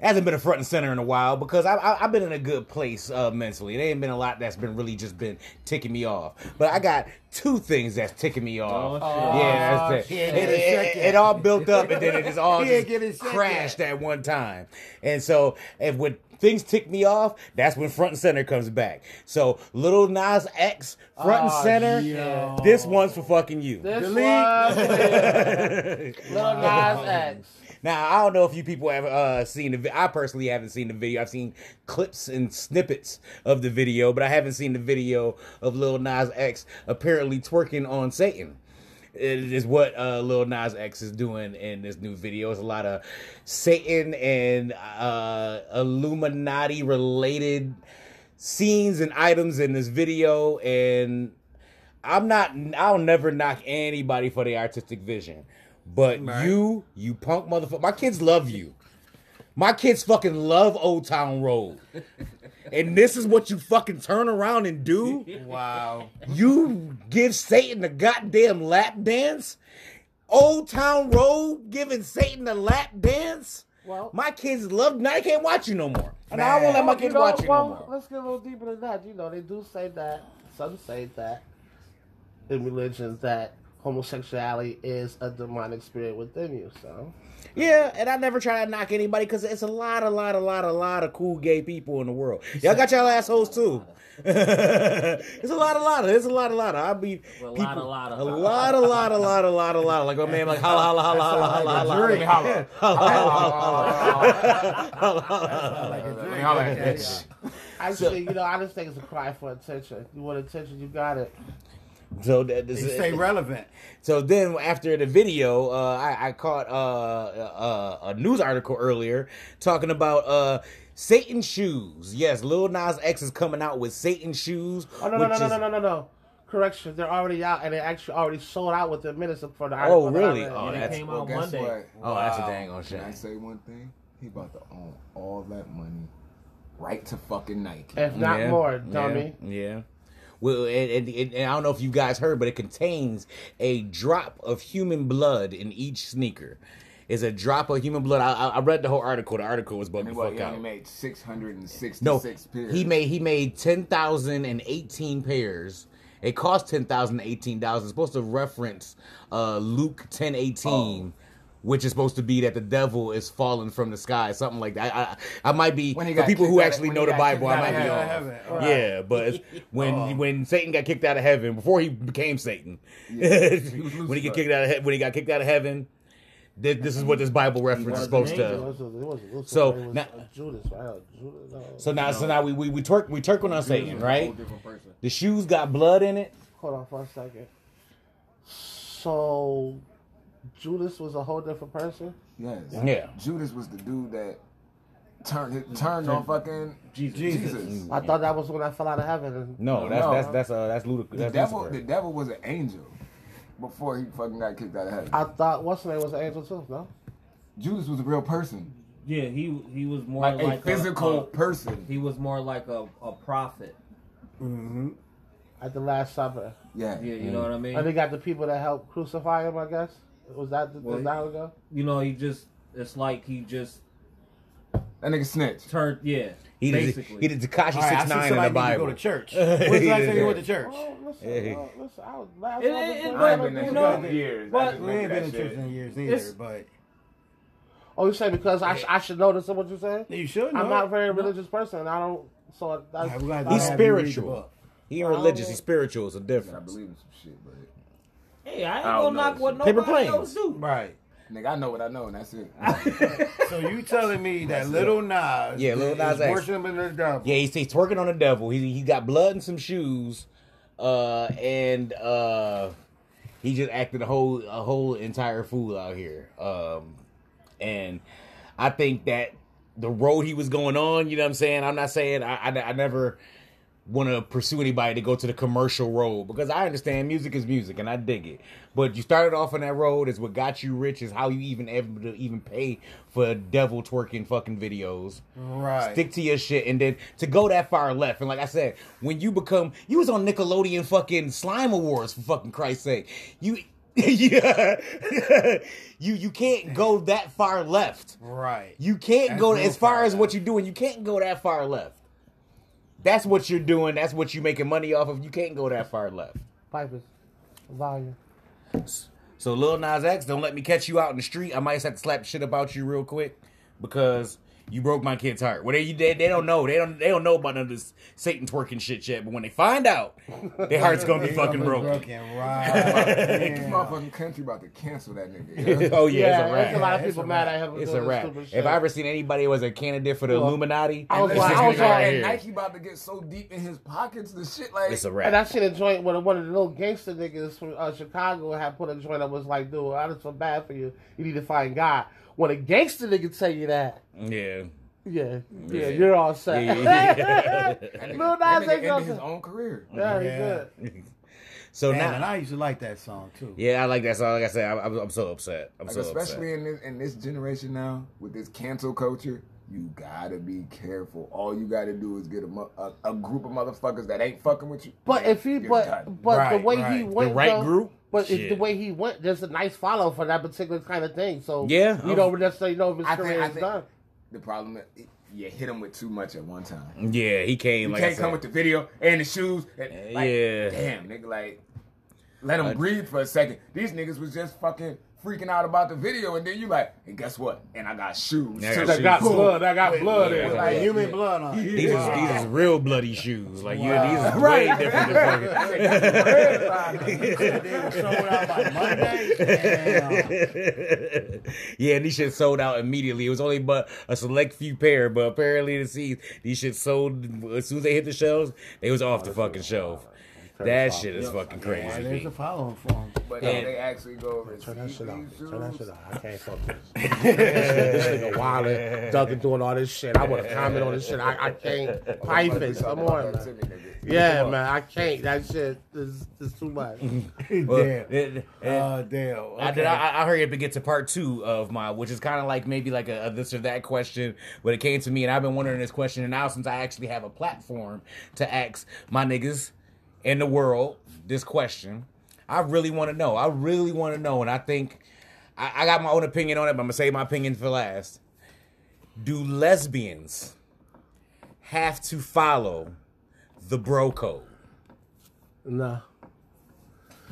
[SPEAKER 2] hasn't been a front and center in a while because I, I, I've been in a good place uh, mentally. There ain't been a lot that's been really just been ticking me off, but I got two things that's ticking me off.
[SPEAKER 5] Oh, shit.
[SPEAKER 2] yeah,
[SPEAKER 1] Oh,
[SPEAKER 2] that's it.
[SPEAKER 1] shit.
[SPEAKER 2] It, it- it- it all built up and then it just all
[SPEAKER 1] He ain't
[SPEAKER 2] just
[SPEAKER 1] getting sick
[SPEAKER 2] crashed at one time. And so, if when things tick me off, that's when front and center comes back. So, little Nas X, front and
[SPEAKER 1] Oh,
[SPEAKER 2] center.
[SPEAKER 1] yo.
[SPEAKER 2] This one's for fucking you.
[SPEAKER 3] This
[SPEAKER 1] Delete.
[SPEAKER 3] was
[SPEAKER 2] [laughs]
[SPEAKER 3] Little Nas X.
[SPEAKER 2] Now I don't know if you people have uh, seen the. Vi- I personally haven't seen the video. I've seen clips and snippets of the video, but I haven't seen the video of Lil Nas X apparently twerking on Satan. It is what uh, Lil Nas X is doing in this new video. It's a lot of Satan and uh, Illuminati related scenes and items in this video, and I'm not. I'll never knock anybody for their artistic vision, but you, you punk motherfucker. My kids love you. My kids fucking love Old Town Road, and this is what you fucking turn around and do.
[SPEAKER 1] Wow.
[SPEAKER 2] You give Satan a goddamn lap dance. Old Town Road giving Satan a lap dance.
[SPEAKER 3] Well-
[SPEAKER 2] my kids love. Now they can't watch you no more, and I won't let my
[SPEAKER 3] You
[SPEAKER 2] kids
[SPEAKER 3] know,
[SPEAKER 2] watch you no
[SPEAKER 3] well,
[SPEAKER 2] more.
[SPEAKER 3] Let's get a little deeper than that. You know, they do say that, some say that in religions that homosexuality is a demonic spirit within you. So,
[SPEAKER 2] Yeah, and I never try to knock anybody because it's a lot, a lot, a lot, a lot of cool gay people in the world. Y'all got y'all assholes too. [laughs] it's a lot, a lot, it's a lot, a lot. I'll be
[SPEAKER 5] Well, a lot,
[SPEAKER 2] people,
[SPEAKER 5] a lot,
[SPEAKER 2] a
[SPEAKER 5] a
[SPEAKER 2] lot,
[SPEAKER 5] lot.
[SPEAKER 2] a lot, a lot, a lot, a lot. Like my man, like holla, holla, holla, holla, holla, holla, holla, [laughs]
[SPEAKER 1] drink.
[SPEAKER 2] holla, holla, [laughs] holla,
[SPEAKER 1] Like
[SPEAKER 2] holla.
[SPEAKER 1] a drink.
[SPEAKER 3] I think, you know, I just think it's a cry for attention. If you want attention, you got it.
[SPEAKER 2] So that this
[SPEAKER 1] They stay relevant.
[SPEAKER 2] So then after the video, uh, I, I caught uh, uh, a news article earlier talking about uh, Satan shoes. Yes, Lil Nas X is coming out with Satan shoes.
[SPEAKER 3] Oh, no, no,
[SPEAKER 2] which
[SPEAKER 3] no, no,
[SPEAKER 2] is-
[SPEAKER 3] no, no, no, no. Correction, they're already out and they actually already sold out within minutes for the
[SPEAKER 2] Oh,
[SPEAKER 3] article that I
[SPEAKER 2] really?
[SPEAKER 3] read.
[SPEAKER 2] Oh,
[SPEAKER 5] And it
[SPEAKER 2] that's-
[SPEAKER 5] came
[SPEAKER 4] Well,
[SPEAKER 5] out
[SPEAKER 4] guess
[SPEAKER 5] Monday.
[SPEAKER 4] what?
[SPEAKER 2] Oh, that's a dang on
[SPEAKER 4] Can I
[SPEAKER 2] shit.
[SPEAKER 4] say one thing? He about to own all that money right to fucking Nike.
[SPEAKER 3] If not
[SPEAKER 2] Yeah,
[SPEAKER 3] more, dummy.
[SPEAKER 2] Yeah. yeah. Well, and, and, and, and I don't know if you guys heard, but it contains a drop of human blood in each sneaker. It's a drop of human blood. I, I- I read the whole article. The article was bugged the
[SPEAKER 4] Well,
[SPEAKER 2] fuck
[SPEAKER 4] he
[SPEAKER 2] out.
[SPEAKER 4] only made 666
[SPEAKER 2] No,
[SPEAKER 4] pairs.
[SPEAKER 2] he made he made ten thousand and eighteen pairs. It cost ten thousand eighteen dollars. It's supposed to reference uh, Luke ten eighteen,
[SPEAKER 4] Oh.
[SPEAKER 2] which is supposed to be that the devil is falling from the sky, something like that. I I, I might be
[SPEAKER 4] When he
[SPEAKER 2] for
[SPEAKER 4] got
[SPEAKER 2] people who
[SPEAKER 4] kicked out of-
[SPEAKER 2] actually
[SPEAKER 4] when
[SPEAKER 2] know
[SPEAKER 4] he
[SPEAKER 2] the
[SPEAKER 4] got
[SPEAKER 2] Bible. I
[SPEAKER 4] kicked
[SPEAKER 2] might
[SPEAKER 4] out
[SPEAKER 2] be
[SPEAKER 4] of
[SPEAKER 2] off.
[SPEAKER 4] [laughs]
[SPEAKER 1] heaven, right.
[SPEAKER 2] Yeah, but it's when
[SPEAKER 4] Oh.
[SPEAKER 2] when Satan got kicked out of heaven before he became Satan, [laughs] when he
[SPEAKER 4] Lucifer.
[SPEAKER 2] got kicked out of he- when he got kicked out of heaven, this, this is what this Bible reference is supposed to.
[SPEAKER 3] It was, it was, it was,
[SPEAKER 2] So,
[SPEAKER 3] it was
[SPEAKER 2] now-
[SPEAKER 3] uh, Judas, right? Judas, no.
[SPEAKER 2] So now, so now we we we twerk we twerking on Satan, right?
[SPEAKER 4] Whole different person.
[SPEAKER 2] The shoes got blood in it.
[SPEAKER 3] Hold on for a second. So Judas was a whole different person.
[SPEAKER 4] Yes.
[SPEAKER 2] Yeah.
[SPEAKER 4] Judas was the dude that turned it- turned on fucking Jesus.
[SPEAKER 3] I thought that was when I fell out of heaven. And
[SPEAKER 2] No, that's
[SPEAKER 4] No.
[SPEAKER 2] that's that's uh that's ludicrous.
[SPEAKER 4] The
[SPEAKER 2] That's
[SPEAKER 4] devil,
[SPEAKER 2] Lucifer.
[SPEAKER 4] the devil was an angel before he fucking got kicked out of heaven.
[SPEAKER 3] I thought what's her name was an angel too. No,
[SPEAKER 4] Judas was a real person,
[SPEAKER 5] Yeah, he he was more
[SPEAKER 4] like,
[SPEAKER 5] like,
[SPEAKER 4] a physical
[SPEAKER 5] a-
[SPEAKER 4] person.
[SPEAKER 5] he was more like a, a prophet.
[SPEAKER 3] at the Last Supper,
[SPEAKER 4] Yeah.
[SPEAKER 5] Yeah, you know what I mean.
[SPEAKER 3] and they got the people that helped crucify him. I guess was that the,
[SPEAKER 5] Well,
[SPEAKER 3] was that ago?
[SPEAKER 5] you know, he just it's like he just
[SPEAKER 4] That nigga snitch.
[SPEAKER 5] Turned, yeah.
[SPEAKER 2] He did,
[SPEAKER 5] basically.
[SPEAKER 2] he did Takashi
[SPEAKER 1] All right, I
[SPEAKER 2] six
[SPEAKER 1] see
[SPEAKER 2] nine
[SPEAKER 1] somebody
[SPEAKER 2] in the
[SPEAKER 1] need to go
[SPEAKER 2] Bible.
[SPEAKER 1] to
[SPEAKER 2] [laughs]
[SPEAKER 1] church.
[SPEAKER 2] He
[SPEAKER 1] When's the last
[SPEAKER 2] did
[SPEAKER 1] time you
[SPEAKER 2] that.
[SPEAKER 1] went to church?
[SPEAKER 3] Oh, listen,
[SPEAKER 2] Hey.
[SPEAKER 3] oh, listen, I was last
[SPEAKER 5] It-
[SPEAKER 3] time I
[SPEAKER 5] it-
[SPEAKER 3] was
[SPEAKER 5] it-
[SPEAKER 3] in
[SPEAKER 4] I ain't
[SPEAKER 5] but-
[SPEAKER 4] been in
[SPEAKER 5] you
[SPEAKER 4] church
[SPEAKER 5] know,
[SPEAKER 4] in years.
[SPEAKER 5] but-
[SPEAKER 4] I just
[SPEAKER 1] We ain't
[SPEAKER 4] remember
[SPEAKER 1] been in
[SPEAKER 4] that shit.
[SPEAKER 1] church in years neither,
[SPEAKER 5] It's-
[SPEAKER 1] but
[SPEAKER 3] Oh, you say because I, sh- I should know this? Is what you saying?
[SPEAKER 1] you should.
[SPEAKER 3] I'm
[SPEAKER 1] know.
[SPEAKER 3] not a very religious person. I don't. So
[SPEAKER 1] All
[SPEAKER 3] that's,
[SPEAKER 1] right, we're gonna have to
[SPEAKER 2] He's
[SPEAKER 1] have you read the
[SPEAKER 2] spiritual.
[SPEAKER 1] book.
[SPEAKER 2] He ain't religious.
[SPEAKER 3] Oh.
[SPEAKER 2] He's spiritual. It's a
[SPEAKER 4] I
[SPEAKER 2] difference.
[SPEAKER 4] believe in some shit, but
[SPEAKER 5] Hey, I ain't
[SPEAKER 4] I
[SPEAKER 5] gonna
[SPEAKER 4] don't
[SPEAKER 5] knock
[SPEAKER 4] know.
[SPEAKER 5] what
[SPEAKER 2] Paper
[SPEAKER 5] nobody else
[SPEAKER 2] planes.
[SPEAKER 5] do.
[SPEAKER 1] Right.
[SPEAKER 4] nigga, I know what I know, and that's
[SPEAKER 3] [laughs]
[SPEAKER 4] it.
[SPEAKER 1] So you telling me that little Nas,
[SPEAKER 2] Yeah, Lil Nas
[SPEAKER 1] is
[SPEAKER 2] X.
[SPEAKER 1] worshiping the devil?
[SPEAKER 2] Yeah, he's, he's twerking on the devil. He he got blood in some shoes, uh, and uh, he just acted a whole a whole entire fool out here. Um, and I think that the road he was going on, you know what I'm saying. I'm not saying I I, I never want to pursue anybody to go to the commercial road because I understand music is music and I dig it. But you started off on that road is what got you rich is how you even able to even pay for devil twerking fucking videos.
[SPEAKER 1] Right.
[SPEAKER 2] Stick to your shit, and then to go that far left, and like I said, when you become, you was on Nickelodeon fucking Slime Awards for fucking Christ's sake. You, [laughs] yeah, [laughs] you you can't go that far left.
[SPEAKER 1] Right.
[SPEAKER 2] You can't
[SPEAKER 1] That's
[SPEAKER 2] go
[SPEAKER 1] real
[SPEAKER 2] as far
[SPEAKER 1] far
[SPEAKER 2] as what
[SPEAKER 1] left.
[SPEAKER 2] you're doing. You can't go that far left. That's what you're doing. That's what you're making money off of. You can't go that far left.
[SPEAKER 3] Pipers, volume.
[SPEAKER 2] So Lil Nas X, don't let me catch you out in the street. I might just have to slap shit about you real quick because you broke my kid's heart. Well, they, they, they don't know. They don't they don't know about none of this Satan twerking shit yet. But when they find out, their heart's gonna be fucking broken.
[SPEAKER 4] [laughs]
[SPEAKER 1] Right.
[SPEAKER 4] This motherfucking country about to cancel that
[SPEAKER 2] [laughs]
[SPEAKER 4] nigga.
[SPEAKER 2] [laughs] oh yeah,
[SPEAKER 3] Yeah,
[SPEAKER 2] it's a
[SPEAKER 3] it's
[SPEAKER 2] wrap.
[SPEAKER 3] a lot of
[SPEAKER 1] Yeah, it's
[SPEAKER 3] people
[SPEAKER 1] a
[SPEAKER 3] mad
[SPEAKER 1] wrap.
[SPEAKER 3] at him. for
[SPEAKER 2] It's a
[SPEAKER 3] doing this
[SPEAKER 2] wrap.
[SPEAKER 3] stupid
[SPEAKER 2] If
[SPEAKER 3] shit.
[SPEAKER 2] I ever seen anybody was a candidate for the
[SPEAKER 3] Well,
[SPEAKER 2] Illuminati,
[SPEAKER 3] I was
[SPEAKER 2] it's
[SPEAKER 4] Listen,
[SPEAKER 3] like-
[SPEAKER 2] this
[SPEAKER 3] I was
[SPEAKER 2] nigga
[SPEAKER 3] like-
[SPEAKER 2] right
[SPEAKER 4] and
[SPEAKER 2] here.
[SPEAKER 4] Nike about to get so deep in his pockets, the shit like
[SPEAKER 2] It's a
[SPEAKER 3] And I
[SPEAKER 2] wrap.
[SPEAKER 3] seen a joint with one of the little gangster niggas from uh, Chicago had put a joint that was like, dude, I just feel bad for you. You need to find God. When a gangster nigga tell you that,
[SPEAKER 2] Yeah.
[SPEAKER 3] yeah, yeah,
[SPEAKER 2] Yeah.
[SPEAKER 3] you're all set.
[SPEAKER 2] Yeah,
[SPEAKER 3] [laughs]
[SPEAKER 2] yeah,
[SPEAKER 3] Lil
[SPEAKER 4] that
[SPEAKER 3] Nas X
[SPEAKER 4] nigga ended
[SPEAKER 3] also.
[SPEAKER 4] his own career.
[SPEAKER 3] Very
[SPEAKER 1] Yeah.
[SPEAKER 3] good.
[SPEAKER 2] So
[SPEAKER 1] Damn,
[SPEAKER 2] now,
[SPEAKER 1] and I used to like that song too.
[SPEAKER 2] yeah, I like that song. Like I said, I, I'm, I'm so upset. I'm
[SPEAKER 4] Like,
[SPEAKER 2] so
[SPEAKER 4] especially
[SPEAKER 2] upset.
[SPEAKER 4] in this in this generation now with this cancel culture, you gotta be careful. All you gotta do is get a, mo- a, a group of motherfuckers that ain't fucking with you.
[SPEAKER 3] But if he,
[SPEAKER 4] You're done.
[SPEAKER 3] but but
[SPEAKER 1] Right,
[SPEAKER 3] the way he
[SPEAKER 1] right.
[SPEAKER 3] went,
[SPEAKER 2] The right
[SPEAKER 3] though-
[SPEAKER 2] group?
[SPEAKER 3] But if the
[SPEAKER 2] Shit.
[SPEAKER 3] way he went, there's a nice follow for that particular kind of thing. So
[SPEAKER 2] Yeah,
[SPEAKER 3] you
[SPEAKER 2] I'm-
[SPEAKER 3] don't necessarily know if his
[SPEAKER 4] I think-
[SPEAKER 3] career
[SPEAKER 4] I
[SPEAKER 3] is
[SPEAKER 4] think-
[SPEAKER 3] done.
[SPEAKER 4] the problem is you hit them with too much at one time.
[SPEAKER 2] Yeah, he came.
[SPEAKER 4] You
[SPEAKER 2] like I
[SPEAKER 4] can't
[SPEAKER 2] said.
[SPEAKER 4] come with the video and the shoes. And, like,
[SPEAKER 2] Yeah.
[SPEAKER 4] Damn, nigga, like, let them breathe for a second. These niggas was just fucking freaking out about the video, and then you like, and guess what? And I got shoes.
[SPEAKER 2] Yeah, I got
[SPEAKER 4] Too.
[SPEAKER 2] shoes. I got
[SPEAKER 4] Boom.
[SPEAKER 2] blood.
[SPEAKER 3] I got blood
[SPEAKER 2] in it.
[SPEAKER 1] Like
[SPEAKER 4] Yeah.
[SPEAKER 1] human blood on it.
[SPEAKER 2] These is,
[SPEAKER 1] Wow.
[SPEAKER 2] these is real bloody shoes. Like you, these is
[SPEAKER 4] [laughs] Right.
[SPEAKER 2] way different. Than fucking-
[SPEAKER 1] They were sold out by Monday. Damn.
[SPEAKER 2] yeah, and these shit sold out immediately. It was only but a select few pair, but apparently the seas these shit sold as soon as they hit the shelves, they was
[SPEAKER 1] Oh,
[SPEAKER 2] off the fucking shelf. That shit is fucking
[SPEAKER 1] Yeah,
[SPEAKER 2] crazy.
[SPEAKER 1] there's a following for him.
[SPEAKER 4] [laughs]
[SPEAKER 1] [laughs]
[SPEAKER 4] But if they actually go over and
[SPEAKER 3] Turn that
[SPEAKER 4] see
[SPEAKER 3] shit off.
[SPEAKER 4] these
[SPEAKER 3] Turn that shit
[SPEAKER 4] shoes,
[SPEAKER 3] off. I can't fuck with this. this nigga wildin', Duncan doing all this shit. I want to comment on this shit. I, I
[SPEAKER 4] [laughs]
[SPEAKER 3] can't. Pipe it. Come on,
[SPEAKER 4] That to
[SPEAKER 3] man.
[SPEAKER 2] [laughs]
[SPEAKER 4] me, nigga.
[SPEAKER 3] Yeah, man. I can't. That shit is, is too much. [laughs]
[SPEAKER 2] Well,
[SPEAKER 1] Damn.
[SPEAKER 2] it- it-
[SPEAKER 1] Uh, damn. Okay.
[SPEAKER 2] I did. I, I hurry up and get to part two of my, which is kind of like maybe like a, a this or that question, but it came to me, and I've been wondering this question, and now since I actually have a platform to ask my niggas in the world this question, I really want to know. I really want to know, and I think I, I got my own opinion on it, but I'm gonna save my opinion for last. Do lesbians have to follow the bro code?
[SPEAKER 3] No.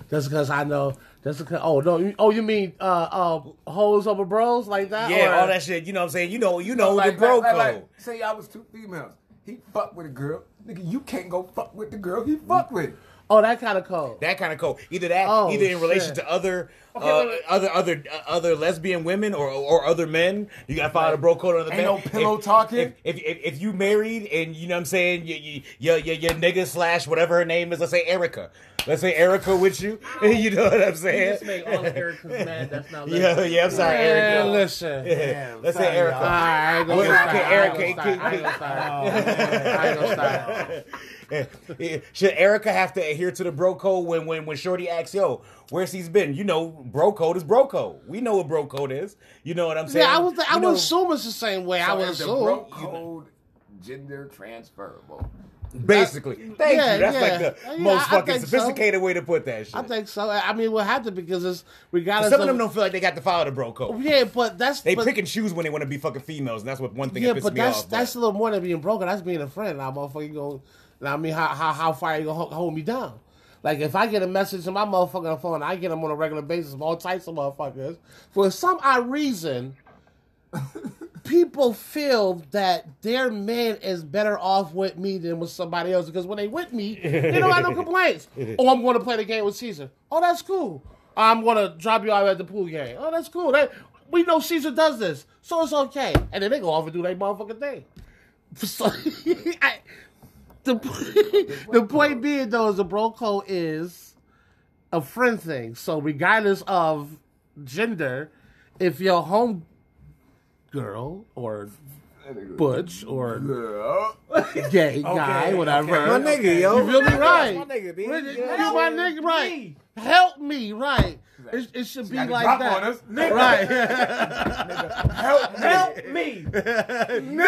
[SPEAKER 3] Just because I know. Just because. Oh no. You, oh, you mean uh uh hoes over bros like that?
[SPEAKER 2] Yeah,
[SPEAKER 3] Or-
[SPEAKER 2] all that shit. You know what I'm saying? You know, you know
[SPEAKER 4] Like,
[SPEAKER 2] the bro
[SPEAKER 4] like,
[SPEAKER 2] code.
[SPEAKER 4] like, like, say I was two females. He fucked with a girl. Nigga, you can't go fuck with the girl he fucked with.
[SPEAKER 3] Oh, that kind of cold.
[SPEAKER 2] That kind of code. Either that,
[SPEAKER 3] Oh,
[SPEAKER 2] either in relation
[SPEAKER 3] shit.
[SPEAKER 2] to other,
[SPEAKER 3] Okay,
[SPEAKER 2] uh,
[SPEAKER 3] wait, wait.
[SPEAKER 2] other, other, uh, other lesbian women or or other men. You got to follow the bro code on the
[SPEAKER 4] Ain't no pillow talking.
[SPEAKER 2] If if, if if you married and you know what I'm saying, you, you, your your your nigga slash whatever her name is. Let's say Erica. Let's say Erica with you. [laughs] you know what I'm saying?
[SPEAKER 5] This make all of Erica's mad. That's
[SPEAKER 3] [laughs]
[SPEAKER 5] not
[SPEAKER 2] Yeah, yeah. I'm sorry,
[SPEAKER 3] Man,
[SPEAKER 2] Erica.
[SPEAKER 3] listen.
[SPEAKER 1] Damn,
[SPEAKER 2] [laughs] Let's say
[SPEAKER 1] sorry,
[SPEAKER 2] Erica.
[SPEAKER 1] y'all.
[SPEAKER 3] All right, I ain't gonna
[SPEAKER 2] Well,
[SPEAKER 3] start.
[SPEAKER 2] okay,
[SPEAKER 3] I ain't
[SPEAKER 2] Eric,
[SPEAKER 3] gonna start. I ain't gonna
[SPEAKER 1] Oh,
[SPEAKER 3] start.
[SPEAKER 1] man.
[SPEAKER 3] I ain't gonna start.
[SPEAKER 2] Should Erica have to adhere to the bro code when when when Shorty asks, "Yo, where's he's been?" You know, bro code is bro code. We know what bro code is. You know what I'm saying?
[SPEAKER 3] Yeah, I was. I
[SPEAKER 2] You know-
[SPEAKER 3] would assume it's the same way. I
[SPEAKER 4] So
[SPEAKER 3] would
[SPEAKER 4] is the
[SPEAKER 3] assume.
[SPEAKER 4] bro code gender transferable?
[SPEAKER 2] Basically, thank
[SPEAKER 3] yeah,
[SPEAKER 2] you. That's like
[SPEAKER 3] yeah.
[SPEAKER 2] the
[SPEAKER 3] Yeah,
[SPEAKER 2] most
[SPEAKER 3] I
[SPEAKER 2] fucking
[SPEAKER 3] think so.
[SPEAKER 2] sophisticated way to put that shit.
[SPEAKER 3] I think so. I I mean, what happened because it's regardless.
[SPEAKER 2] Some of them don't feel like they got to follow the bro code.
[SPEAKER 3] Yeah, but that's
[SPEAKER 2] They
[SPEAKER 3] but,
[SPEAKER 2] pick and choose when they want to be fucking females, and that's what one thing
[SPEAKER 3] Yeah,
[SPEAKER 2] that pisses
[SPEAKER 3] but
[SPEAKER 2] me
[SPEAKER 3] that's
[SPEAKER 2] off.
[SPEAKER 3] that's a little more than being broken. That's being a friend. Now, motherfucker, you going now I mean, how how how far you gonna ho- hold me down? Like if I get a message to my motherfucking phone, I get them on a regular basis from all types of motherfuckers. For some odd reason, people feel that their man is better off with me than with somebody else because when they with me, they don't have no complaints. Oh, I'm going to play the game with Caesar. Oh, that's cool. I'm going to drop you out at the pool game. Oh, that's cool. That, we know Caesar does this, so it's okay. And then they go off and do their motherfucking thing. So, [laughs] I, the, [laughs] the point being though is the bro code is a friend thing. So regardless of gender, if your home girl or butch or
[SPEAKER 4] Yeah.
[SPEAKER 3] gay guy, whatever.
[SPEAKER 2] My nigga, yo.
[SPEAKER 3] You feel me? Right.
[SPEAKER 2] My nigga, B.
[SPEAKER 3] Really, you
[SPEAKER 2] Yeah.
[SPEAKER 3] my nigga, right. Help me, right. It, it should be
[SPEAKER 4] Gotta
[SPEAKER 3] like
[SPEAKER 4] drop
[SPEAKER 3] that.
[SPEAKER 4] on us. Nigga.
[SPEAKER 3] Right.
[SPEAKER 4] Help me.
[SPEAKER 5] Help me.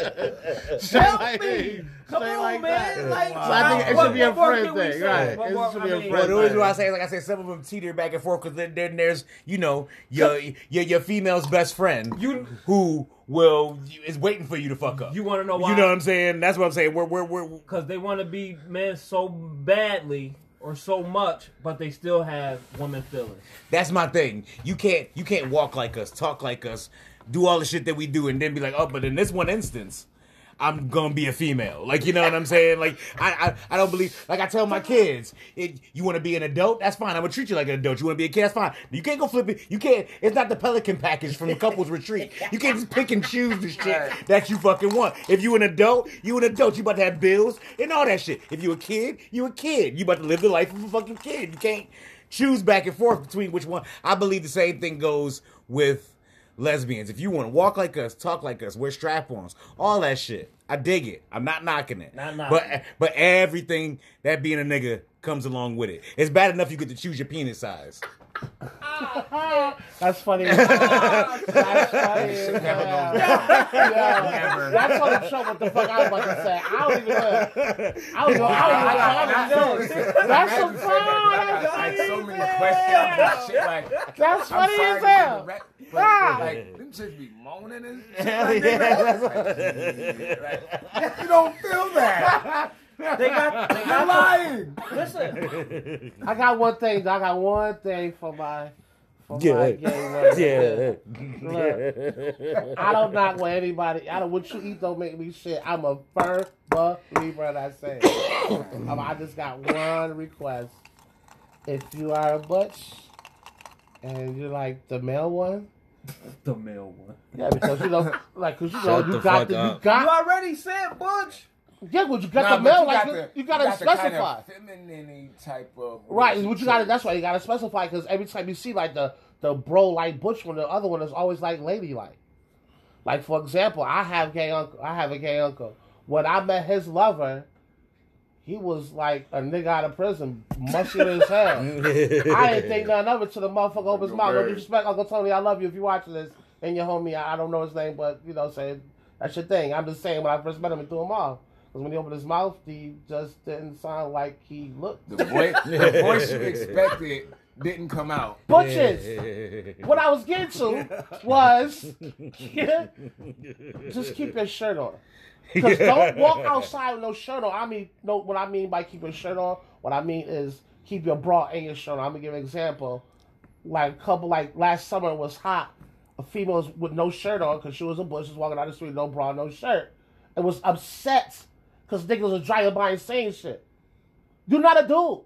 [SPEAKER 5] Help me. Come
[SPEAKER 3] Say
[SPEAKER 5] on,
[SPEAKER 3] like that.
[SPEAKER 5] man. Like,
[SPEAKER 3] So I think it
[SPEAKER 5] what-
[SPEAKER 3] should be a
[SPEAKER 5] what more
[SPEAKER 3] friend
[SPEAKER 5] can we
[SPEAKER 3] thing,
[SPEAKER 5] say?
[SPEAKER 3] right.
[SPEAKER 5] What
[SPEAKER 3] It
[SPEAKER 5] more-
[SPEAKER 3] should
[SPEAKER 5] I
[SPEAKER 3] be a
[SPEAKER 5] mean,
[SPEAKER 2] Well,
[SPEAKER 3] friend
[SPEAKER 2] the reason
[SPEAKER 3] thing.
[SPEAKER 2] why I say it, like I said, some of them teeter back and forth because then, then there's you know your your your female's best friend
[SPEAKER 5] You-
[SPEAKER 2] who will is waiting for you to fuck up.
[SPEAKER 5] You wanna know why?
[SPEAKER 2] You know what I'm saying? That's what I'm saying. We're we're we're
[SPEAKER 5] Because they want to be men so badly or so much, but they still have women feelings.
[SPEAKER 2] That's my thing. You can't you can't walk like us, talk like us, do all the shit that we do, and then be like, oh, but in this one instance, I'm gonna be a female. Like you know what I'm saying? Like I I, I don't believe. Like I tell my kids, it, you want to be an adult? That's fine. I'm gonna treat you like an adult. You want to be a kid? That's fine. You can't go flip it. You can't. It's not the pelican package from couples retreat. You can't just pick and choose the shit that you fucking want. If you an adult, you an adult. You about to have bills and all that shit. If you a kid, you a kid. You about to live the life of a fucking kid. You can't choose back and forth between which one. I believe the same thing goes with lesbians. If you want to walk like us, talk like us, wear strap-ons, all that shit. I dig it. I'm not knocking it.
[SPEAKER 5] Not knocking.
[SPEAKER 2] But but everything that being a nigga comes along with it. It's bad enough you get to choose your penis
[SPEAKER 3] [laughs]
[SPEAKER 2] size.
[SPEAKER 3] That's funny. That's funny. [laughs] Yeah. That's all the trouble. What the fuck I was about to say? I don't even. know. I don't know. I don't even. know. That's
[SPEAKER 4] Imagine
[SPEAKER 3] a
[SPEAKER 4] saying that,
[SPEAKER 3] fun.
[SPEAKER 4] I got, like, so many questions and shit. Like,
[SPEAKER 3] That's
[SPEAKER 4] I'm
[SPEAKER 3] funny
[SPEAKER 4] sorry
[SPEAKER 3] as
[SPEAKER 4] to be
[SPEAKER 3] hell.
[SPEAKER 4] direct, but,
[SPEAKER 3] Ah.
[SPEAKER 4] Like, them chicks be moaning and shit.
[SPEAKER 2] Hell
[SPEAKER 4] Like, you don't feel that. [laughs]
[SPEAKER 5] They got, they
[SPEAKER 4] You're
[SPEAKER 5] got
[SPEAKER 4] lying.
[SPEAKER 5] listen.
[SPEAKER 3] I got one thing. I got one thing for my. For
[SPEAKER 2] Yeah.
[SPEAKER 3] my gay yeah.
[SPEAKER 2] yeah.
[SPEAKER 3] I don't knock with anybody. I don't. What you eat don't make me shit. I'm a firm believer in that saying. [coughs] um, I just got one request. If you are a butch and you're like the male one,
[SPEAKER 5] The male one.
[SPEAKER 3] yeah, because you know, like, cause you know,
[SPEAKER 2] Shut
[SPEAKER 3] you
[SPEAKER 2] the
[SPEAKER 3] got
[SPEAKER 2] fuck
[SPEAKER 3] the, you
[SPEAKER 2] up.
[SPEAKER 5] You
[SPEAKER 3] got,
[SPEAKER 5] already said Butch.
[SPEAKER 3] yeah, but you got
[SPEAKER 4] Nah,
[SPEAKER 3] the
[SPEAKER 4] but
[SPEAKER 3] male, like, you,
[SPEAKER 4] the-
[SPEAKER 3] you gotta
[SPEAKER 4] got the
[SPEAKER 3] specify.
[SPEAKER 4] kind of feminine type of
[SPEAKER 3] Right, is what you gotta. That's why you gotta specify because every time you see like the the bro like butch one, the other one is always like lady like. Like for example, I have gay uncle. I have a gay uncle. When I met his lover, he was like a nigga out of prison, mushy as
[SPEAKER 2] [laughs]
[SPEAKER 3] hell. I didn't think nothing of it till the motherfucker opened his mouth. No disrespect, Uncle Tony. I love you if you watching this. And your homie, I, I don't know his name, but you know, say that's your thing. I'm just saying when I first met him, it threw him off. Because when he opened his mouth, he just didn't sound like he looked.
[SPEAKER 4] The voice, the
[SPEAKER 3] [laughs]
[SPEAKER 4] voice you expected didn't come out.
[SPEAKER 3] Butches. What I was getting to was just keep your shirt on. Because don't walk outside with no shirt on. I mean, no. What I mean by keep your shirt on, what I mean is keep your bra and your shirt on. I'm gonna give you an example. Like a couple, like last summer it was hot. A female was with no shirt on because she was a bush, was walking down the street, no bra, no shirt, and was upset because niggas was driving by and saying shit. You're not a dude.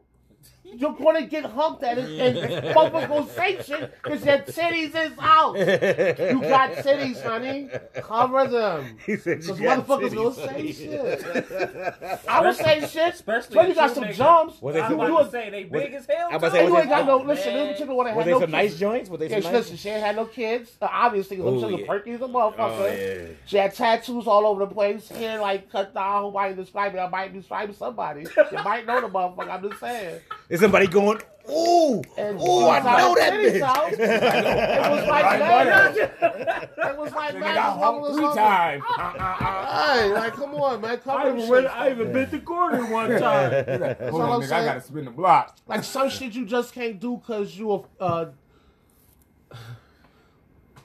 [SPEAKER 3] You're gonna get humped at it and motherfucker gonna say shit because your titties is out. You got titties, honey. Cover them.
[SPEAKER 2] He said,
[SPEAKER 3] Because
[SPEAKER 2] "You got
[SPEAKER 3] motherfuckers
[SPEAKER 2] titties,
[SPEAKER 3] gonna say
[SPEAKER 2] honey."
[SPEAKER 5] [laughs]
[SPEAKER 3] shit. I would say shit.
[SPEAKER 5] Especially
[SPEAKER 3] But you
[SPEAKER 5] if
[SPEAKER 3] got
[SPEAKER 5] you
[SPEAKER 3] some
[SPEAKER 5] nigga.
[SPEAKER 3] jumps.
[SPEAKER 2] Well,
[SPEAKER 5] What
[SPEAKER 2] they-
[SPEAKER 5] they
[SPEAKER 2] I'm
[SPEAKER 5] I'm
[SPEAKER 2] about
[SPEAKER 3] you
[SPEAKER 5] about
[SPEAKER 3] was,
[SPEAKER 5] to say they
[SPEAKER 2] was
[SPEAKER 5] big
[SPEAKER 2] it-
[SPEAKER 5] as hell.
[SPEAKER 2] I'm about to
[SPEAKER 5] too.
[SPEAKER 2] say,
[SPEAKER 3] and you
[SPEAKER 2] was
[SPEAKER 3] ain't got no.
[SPEAKER 5] Oh,
[SPEAKER 3] Listen,
[SPEAKER 5] man.
[SPEAKER 3] them particular one that
[SPEAKER 2] Were
[SPEAKER 3] had
[SPEAKER 2] they
[SPEAKER 3] no
[SPEAKER 2] some
[SPEAKER 3] kids.
[SPEAKER 2] nice joints? Were they
[SPEAKER 3] Yeah,
[SPEAKER 2] some
[SPEAKER 3] she,
[SPEAKER 2] nice?
[SPEAKER 3] listen, she ain't had no kids. Uh, obviously, because
[SPEAKER 2] Oh,
[SPEAKER 3] I'm such
[SPEAKER 2] yeah.
[SPEAKER 3] a perky as a motherfucker.
[SPEAKER 2] Oh, yeah.
[SPEAKER 3] She had tattoos all over the place. Hair like cut down. Who might describe it? I might describe somebody. you might know the motherfucker. I'm just saying.
[SPEAKER 2] Is somebody going? ooh,
[SPEAKER 3] And
[SPEAKER 2] ooh, I
[SPEAKER 3] once our
[SPEAKER 2] know that
[SPEAKER 3] titties
[SPEAKER 2] bitch.
[SPEAKER 3] out, It [laughs] was like
[SPEAKER 4] Right,
[SPEAKER 3] marriage. It was like marriage.
[SPEAKER 4] got home three
[SPEAKER 3] [laughs]
[SPEAKER 4] times.
[SPEAKER 3] Uh, Hey, like, come on, man.
[SPEAKER 5] I
[SPEAKER 3] Cover
[SPEAKER 5] even,
[SPEAKER 3] this
[SPEAKER 5] went,
[SPEAKER 3] shit.
[SPEAKER 5] I even bit the corner
[SPEAKER 3] [laughs]
[SPEAKER 5] one time.
[SPEAKER 4] He's like,
[SPEAKER 3] all
[SPEAKER 4] Hold on,
[SPEAKER 3] I'm
[SPEAKER 4] nigga, I
[SPEAKER 3] saying.
[SPEAKER 4] gotta spin the block.
[SPEAKER 3] Like some shit you just can't do because you a uh,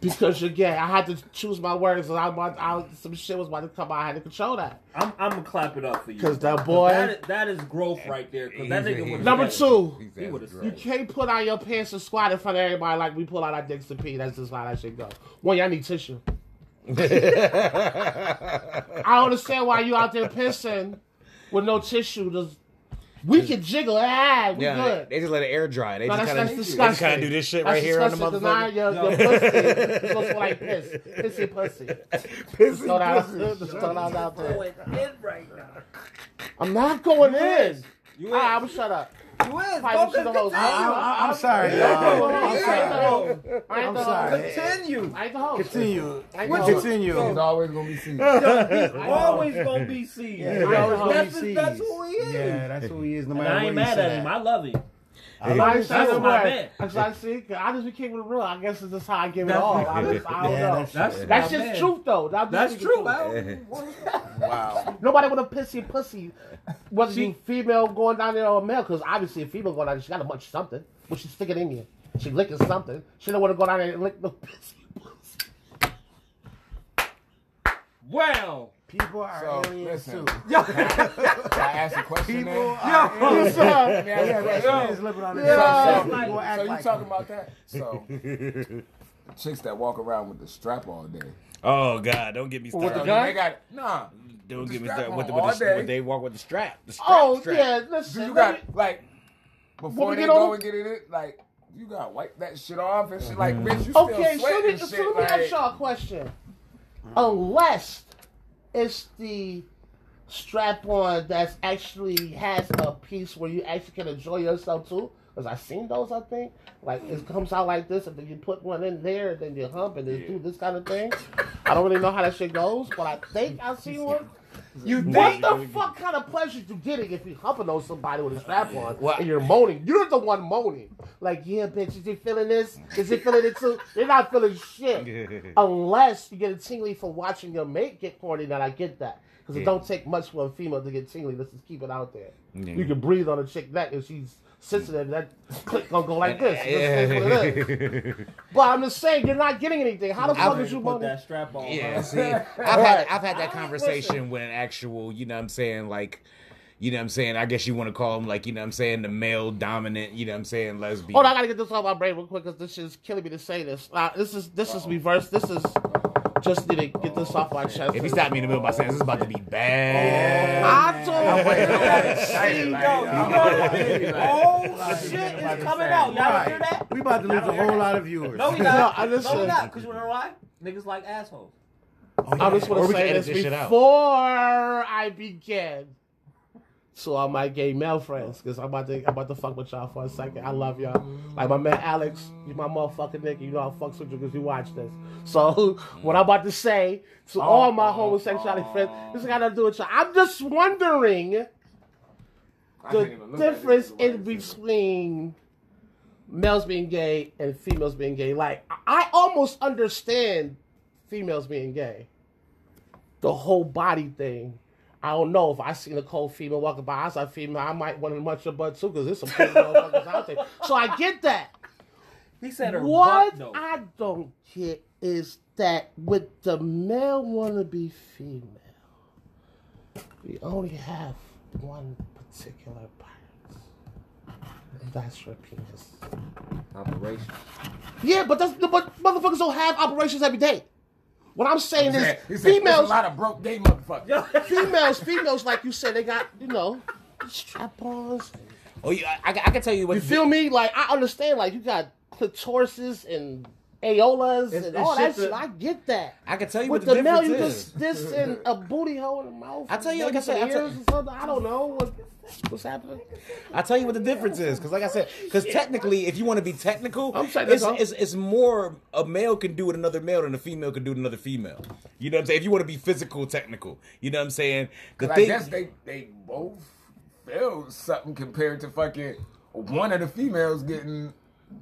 [SPEAKER 3] because you're gay. I had to choose my words, and I, want- I some shit was about to come out. I had to control that.
[SPEAKER 5] I'm, I'm gonna clap it up for you.
[SPEAKER 3] 'Cause that boy-
[SPEAKER 5] that is, that is growth right there. Because that
[SPEAKER 2] He's-
[SPEAKER 5] nigga
[SPEAKER 2] he's-
[SPEAKER 5] was
[SPEAKER 3] Number two,
[SPEAKER 5] He would've
[SPEAKER 3] you can't put out your pants and squat in front of everybody like we pull out our dicks and pee. That's just how that shit go. One, y'all
[SPEAKER 2] [laughs]
[SPEAKER 3] need tissue. I don't understand why you out there pissing with no tissue. Just, we can jiggle, ah, we
[SPEAKER 2] Yeah,
[SPEAKER 3] good.
[SPEAKER 2] they just let it air dry. They
[SPEAKER 3] No,
[SPEAKER 2] just
[SPEAKER 3] that's,
[SPEAKER 2] kind
[SPEAKER 3] that's
[SPEAKER 2] of
[SPEAKER 3] disgusting.
[SPEAKER 2] kinda do this shit right here on the
[SPEAKER 3] disgusting, 'cause
[SPEAKER 2] motherfucker.
[SPEAKER 3] now Your, your pussy is supposed to like piss.
[SPEAKER 1] [laughs]
[SPEAKER 3] Pissy pussy.
[SPEAKER 2] [laughs]
[SPEAKER 3] Just throw that out, just throw that out there. I'm not going in.
[SPEAKER 5] You
[SPEAKER 3] Ah, I'm shut up. Fighting to the host. I
[SPEAKER 1] I, am sorry. y'all. I'm sorry.
[SPEAKER 3] ain't
[SPEAKER 1] I'm
[SPEAKER 3] the host.
[SPEAKER 1] sorry.
[SPEAKER 5] Continue.
[SPEAKER 3] I ain't the host.
[SPEAKER 1] Continue.
[SPEAKER 3] I ain't the host.
[SPEAKER 1] Continue.
[SPEAKER 4] He's always gonna be seen.
[SPEAKER 5] Always gonna be seen.
[SPEAKER 1] We always
[SPEAKER 3] That's-
[SPEAKER 1] gonna be seized.
[SPEAKER 5] that's who he is.
[SPEAKER 1] Yeah, that's who he is. No
[SPEAKER 5] And
[SPEAKER 1] matter
[SPEAKER 5] I ain't
[SPEAKER 1] what you
[SPEAKER 5] mad at
[SPEAKER 1] say.
[SPEAKER 5] him. I love him.
[SPEAKER 1] I
[SPEAKER 3] I ain't
[SPEAKER 1] love
[SPEAKER 3] saying
[SPEAKER 5] That's
[SPEAKER 3] no
[SPEAKER 5] my
[SPEAKER 3] word.
[SPEAKER 5] man.
[SPEAKER 3] That's what I see. I just became the real. I guess it's just how I give it all. I, just, I don't
[SPEAKER 1] Yeah,
[SPEAKER 3] know.
[SPEAKER 1] that's-
[SPEAKER 5] That's
[SPEAKER 3] That's
[SPEAKER 5] my
[SPEAKER 3] just
[SPEAKER 5] man.
[SPEAKER 3] truth, though. That's, just
[SPEAKER 5] That's
[SPEAKER 3] speaking
[SPEAKER 5] true.
[SPEAKER 3] truth. [laughs]
[SPEAKER 4] Wow.
[SPEAKER 3] Nobody want to piss your pussy, whether you female going down there or male, because obviously a female going down there, she got to munch something, but she's sticking in you. She licking something. She don't want to go down there and lick no [laughs] pussy.
[SPEAKER 5] Wow.
[SPEAKER 1] People are
[SPEAKER 4] So,
[SPEAKER 1] aliens
[SPEAKER 4] listen.
[SPEAKER 1] too.
[SPEAKER 4] Can I ask a question
[SPEAKER 1] People
[SPEAKER 4] then?
[SPEAKER 1] are
[SPEAKER 3] [laughs]
[SPEAKER 1] aliens.
[SPEAKER 3] Yo.
[SPEAKER 4] May I ask a question?
[SPEAKER 1] That shit is living on the
[SPEAKER 3] Yeah.
[SPEAKER 1] top. Some people act
[SPEAKER 4] So you
[SPEAKER 1] like
[SPEAKER 4] talking about that? So chicks that walk around with the strap all day.
[SPEAKER 2] Oh God, don't get me
[SPEAKER 3] With the
[SPEAKER 2] started.
[SPEAKER 3] gun?
[SPEAKER 4] They got nah.
[SPEAKER 2] Don't
[SPEAKER 4] The
[SPEAKER 2] get me
[SPEAKER 4] strap
[SPEAKER 2] started.
[SPEAKER 4] on
[SPEAKER 2] With the,
[SPEAKER 4] all
[SPEAKER 2] with the,
[SPEAKER 4] day.
[SPEAKER 2] with they walk with the strap. The strap
[SPEAKER 3] Oh,
[SPEAKER 2] strap.
[SPEAKER 3] yeah,
[SPEAKER 4] Do
[SPEAKER 3] listen.
[SPEAKER 4] you
[SPEAKER 3] let me-
[SPEAKER 4] got like before
[SPEAKER 3] we
[SPEAKER 4] they
[SPEAKER 3] get
[SPEAKER 4] go
[SPEAKER 3] on-
[SPEAKER 4] and get in it? Like you got wipe that shit off and shit. Like bitch, you
[SPEAKER 3] Okay,
[SPEAKER 4] still
[SPEAKER 3] so let
[SPEAKER 4] sweating
[SPEAKER 3] me,
[SPEAKER 4] and
[SPEAKER 3] so
[SPEAKER 4] shit.
[SPEAKER 3] let me
[SPEAKER 4] like,
[SPEAKER 3] ask y'all a question. Unless it's the strap on that's actually has a piece where you actually can enjoy yourself too. Because I've seen those, I think. Like, it comes out like this, and then you put one in there, and then you hump, and then do this kind of thing. I don't really know how that shit goes, but I think I've seen one.
[SPEAKER 2] You
[SPEAKER 3] What the fuck kind of pleasure you getting if you humping on somebody with a strap on
[SPEAKER 2] Well,
[SPEAKER 3] and you're moaning? You're the one moaning. Like, yeah, bitch, is he feeling this? Is he feeling it too? They're not feeling
[SPEAKER 2] [laughs]
[SPEAKER 3] shit. Unless you get a tingly from watching your mate get corny, then I get that. Because it
[SPEAKER 2] Yeah.
[SPEAKER 3] don't take much for a female to get tingly. Let's just keep it out there.
[SPEAKER 2] Yeah.
[SPEAKER 3] You can breathe on a chick neck if she's sensitive. That click gonna go
[SPEAKER 2] [laughs]
[SPEAKER 3] like this. That's what it is.
[SPEAKER 2] Yeah. [laughs]
[SPEAKER 3] But I'm just saying, you're not getting anything. How the
[SPEAKER 5] I'm
[SPEAKER 3] fuck
[SPEAKER 5] ready
[SPEAKER 3] is
[SPEAKER 5] to
[SPEAKER 3] you
[SPEAKER 5] put
[SPEAKER 3] moaning?
[SPEAKER 5] that strap on.
[SPEAKER 2] Yeah,
[SPEAKER 3] [laughs]
[SPEAKER 5] huh?
[SPEAKER 2] see, I've had I've had
[SPEAKER 5] I-
[SPEAKER 2] that conversation with actual, you know what I'm saying, like you know what I'm saying, I guess you want to call them like, you know what I'm saying, the male dominant, you know what I'm saying, lesbian.
[SPEAKER 3] Hold on, I gotta get this off my brain real quick because this shit's killing me to say this. Uh, this is this is reverse. This is just need to get this off my chest.
[SPEAKER 2] if you stop me in the middle of my sentence, it's about to be bad.
[SPEAKER 3] I
[SPEAKER 5] Yo,
[SPEAKER 3] told
[SPEAKER 5] you
[SPEAKER 3] you.
[SPEAKER 5] know, oh shit is coming out. Y'all hear that?
[SPEAKER 1] We about to lose a whole lot of viewers.
[SPEAKER 5] No, we
[SPEAKER 3] No,
[SPEAKER 5] not.
[SPEAKER 3] I
[SPEAKER 5] No,
[SPEAKER 3] listen.
[SPEAKER 5] we not. Cause you wanna know why? Niggas like assholes.
[SPEAKER 3] I just
[SPEAKER 2] Or
[SPEAKER 3] want
[SPEAKER 2] we can
[SPEAKER 3] to say
[SPEAKER 2] edit
[SPEAKER 3] this
[SPEAKER 2] this shit out.
[SPEAKER 3] before I begin. So all my gay male friends, because I'm about to I'm about to fuck with y'all for a second. I love y'all. Like my man Alex, you my motherfucking nigga. You know I fucks with you because you watch this. So [laughs] what I'm about to say to all my homosexuality friends, this got nothing to do with y'all. I'm just wondering
[SPEAKER 4] I can't
[SPEAKER 3] the
[SPEAKER 4] even look at this
[SPEAKER 3] difference
[SPEAKER 4] shit.
[SPEAKER 3] in between males being gay and females being gay. Like I- I almost understand females being gay. The whole body thing. I don't know if I seen a cold female walking by, I saw a female, I might want to munch her butt too, because there's some
[SPEAKER 4] [laughs]
[SPEAKER 3] cold motherfuckers out there. So I get that.
[SPEAKER 5] He said her
[SPEAKER 3] What
[SPEAKER 5] butt though.
[SPEAKER 3] I don't get is that with the male wanna be female, we only have one particular part. And that's your penis.
[SPEAKER 5] Operation.
[SPEAKER 3] Yeah, but that's but motherfuckers don't have operations every day. What I'm saying
[SPEAKER 4] He
[SPEAKER 3] is
[SPEAKER 4] said- he said, "There's
[SPEAKER 3] females
[SPEAKER 4] A lot of broke gay motherfuckers.
[SPEAKER 3] females, females, like you said, they got, you know, strap-ons.
[SPEAKER 2] Oh yeah, I, I can tell you what
[SPEAKER 3] You feel me? Like I understand, like you got clitorises and aeolas
[SPEAKER 5] It's-
[SPEAKER 3] and
[SPEAKER 5] it's
[SPEAKER 3] all that
[SPEAKER 5] shit that-
[SPEAKER 3] shit. I get that.
[SPEAKER 2] I can tell you
[SPEAKER 3] With
[SPEAKER 2] what the,
[SPEAKER 3] the male, you
[SPEAKER 2] difference is.
[SPEAKER 3] just this and a booty hole in the mouth.
[SPEAKER 2] I tell you, like I
[SPEAKER 3] maybe
[SPEAKER 2] said,
[SPEAKER 3] some
[SPEAKER 2] I tell-
[SPEAKER 3] ears or something. I don't know what, what's happening.
[SPEAKER 2] I tell you what the difference is, because like I said, because technically, if you want to be technical,
[SPEAKER 3] I'm sorry,
[SPEAKER 2] it's,
[SPEAKER 3] that's all.
[SPEAKER 2] it's, it's more a male can do with another male than a female can do with another female. You know what I'm saying? If you want to be physical, technical, you know what I'm saying? The
[SPEAKER 4] But I guess they they both feel something compared to fucking one of the females getting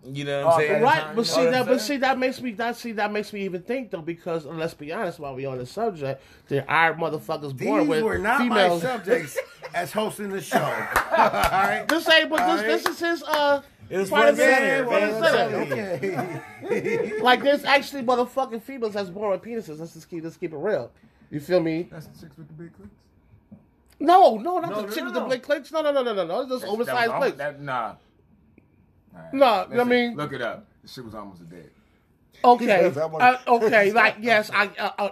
[SPEAKER 2] You know what I'm
[SPEAKER 4] Oh,
[SPEAKER 2] saying?
[SPEAKER 4] right,
[SPEAKER 3] Right, but
[SPEAKER 4] You know
[SPEAKER 3] see
[SPEAKER 4] what I'm
[SPEAKER 3] that, but see
[SPEAKER 4] saying?
[SPEAKER 3] that makes me that see that makes me even think though because and let's be honest while we on the subject, there are motherfuckers
[SPEAKER 1] [laughs]
[SPEAKER 3] born
[SPEAKER 1] These
[SPEAKER 3] with
[SPEAKER 1] were not
[SPEAKER 3] females.
[SPEAKER 1] my
[SPEAKER 3] [laughs]
[SPEAKER 1] subjects as hosting the show. All right.
[SPEAKER 3] This ain't, but this
[SPEAKER 1] Alright.
[SPEAKER 3] this is his uh.
[SPEAKER 2] It was
[SPEAKER 3] Part
[SPEAKER 2] front
[SPEAKER 3] of
[SPEAKER 2] and center,
[SPEAKER 3] it, front
[SPEAKER 2] man.
[SPEAKER 3] and
[SPEAKER 2] I'm
[SPEAKER 3] center.
[SPEAKER 2] telling you.
[SPEAKER 1] Okay.
[SPEAKER 3] Like there's actually motherfucking females that's born with penises. Let's just keep let's keep it real. You feel me?
[SPEAKER 4] That's the chicks with the big clips.
[SPEAKER 3] No, no, not
[SPEAKER 4] No,
[SPEAKER 3] the
[SPEAKER 4] no,
[SPEAKER 3] chick
[SPEAKER 4] no,
[SPEAKER 3] with the
[SPEAKER 4] no.
[SPEAKER 3] big clicks. No, no, no, no, no, no. It's just oversized clicks.
[SPEAKER 4] That, nah.
[SPEAKER 3] Nah, I
[SPEAKER 4] Listen,
[SPEAKER 3] mean-
[SPEAKER 4] look it up. The shit was almost a dead.
[SPEAKER 3] Okay,
[SPEAKER 6] Yes, I wanna-
[SPEAKER 3] uh, [laughs] okay, like yes, I. Uh, uh,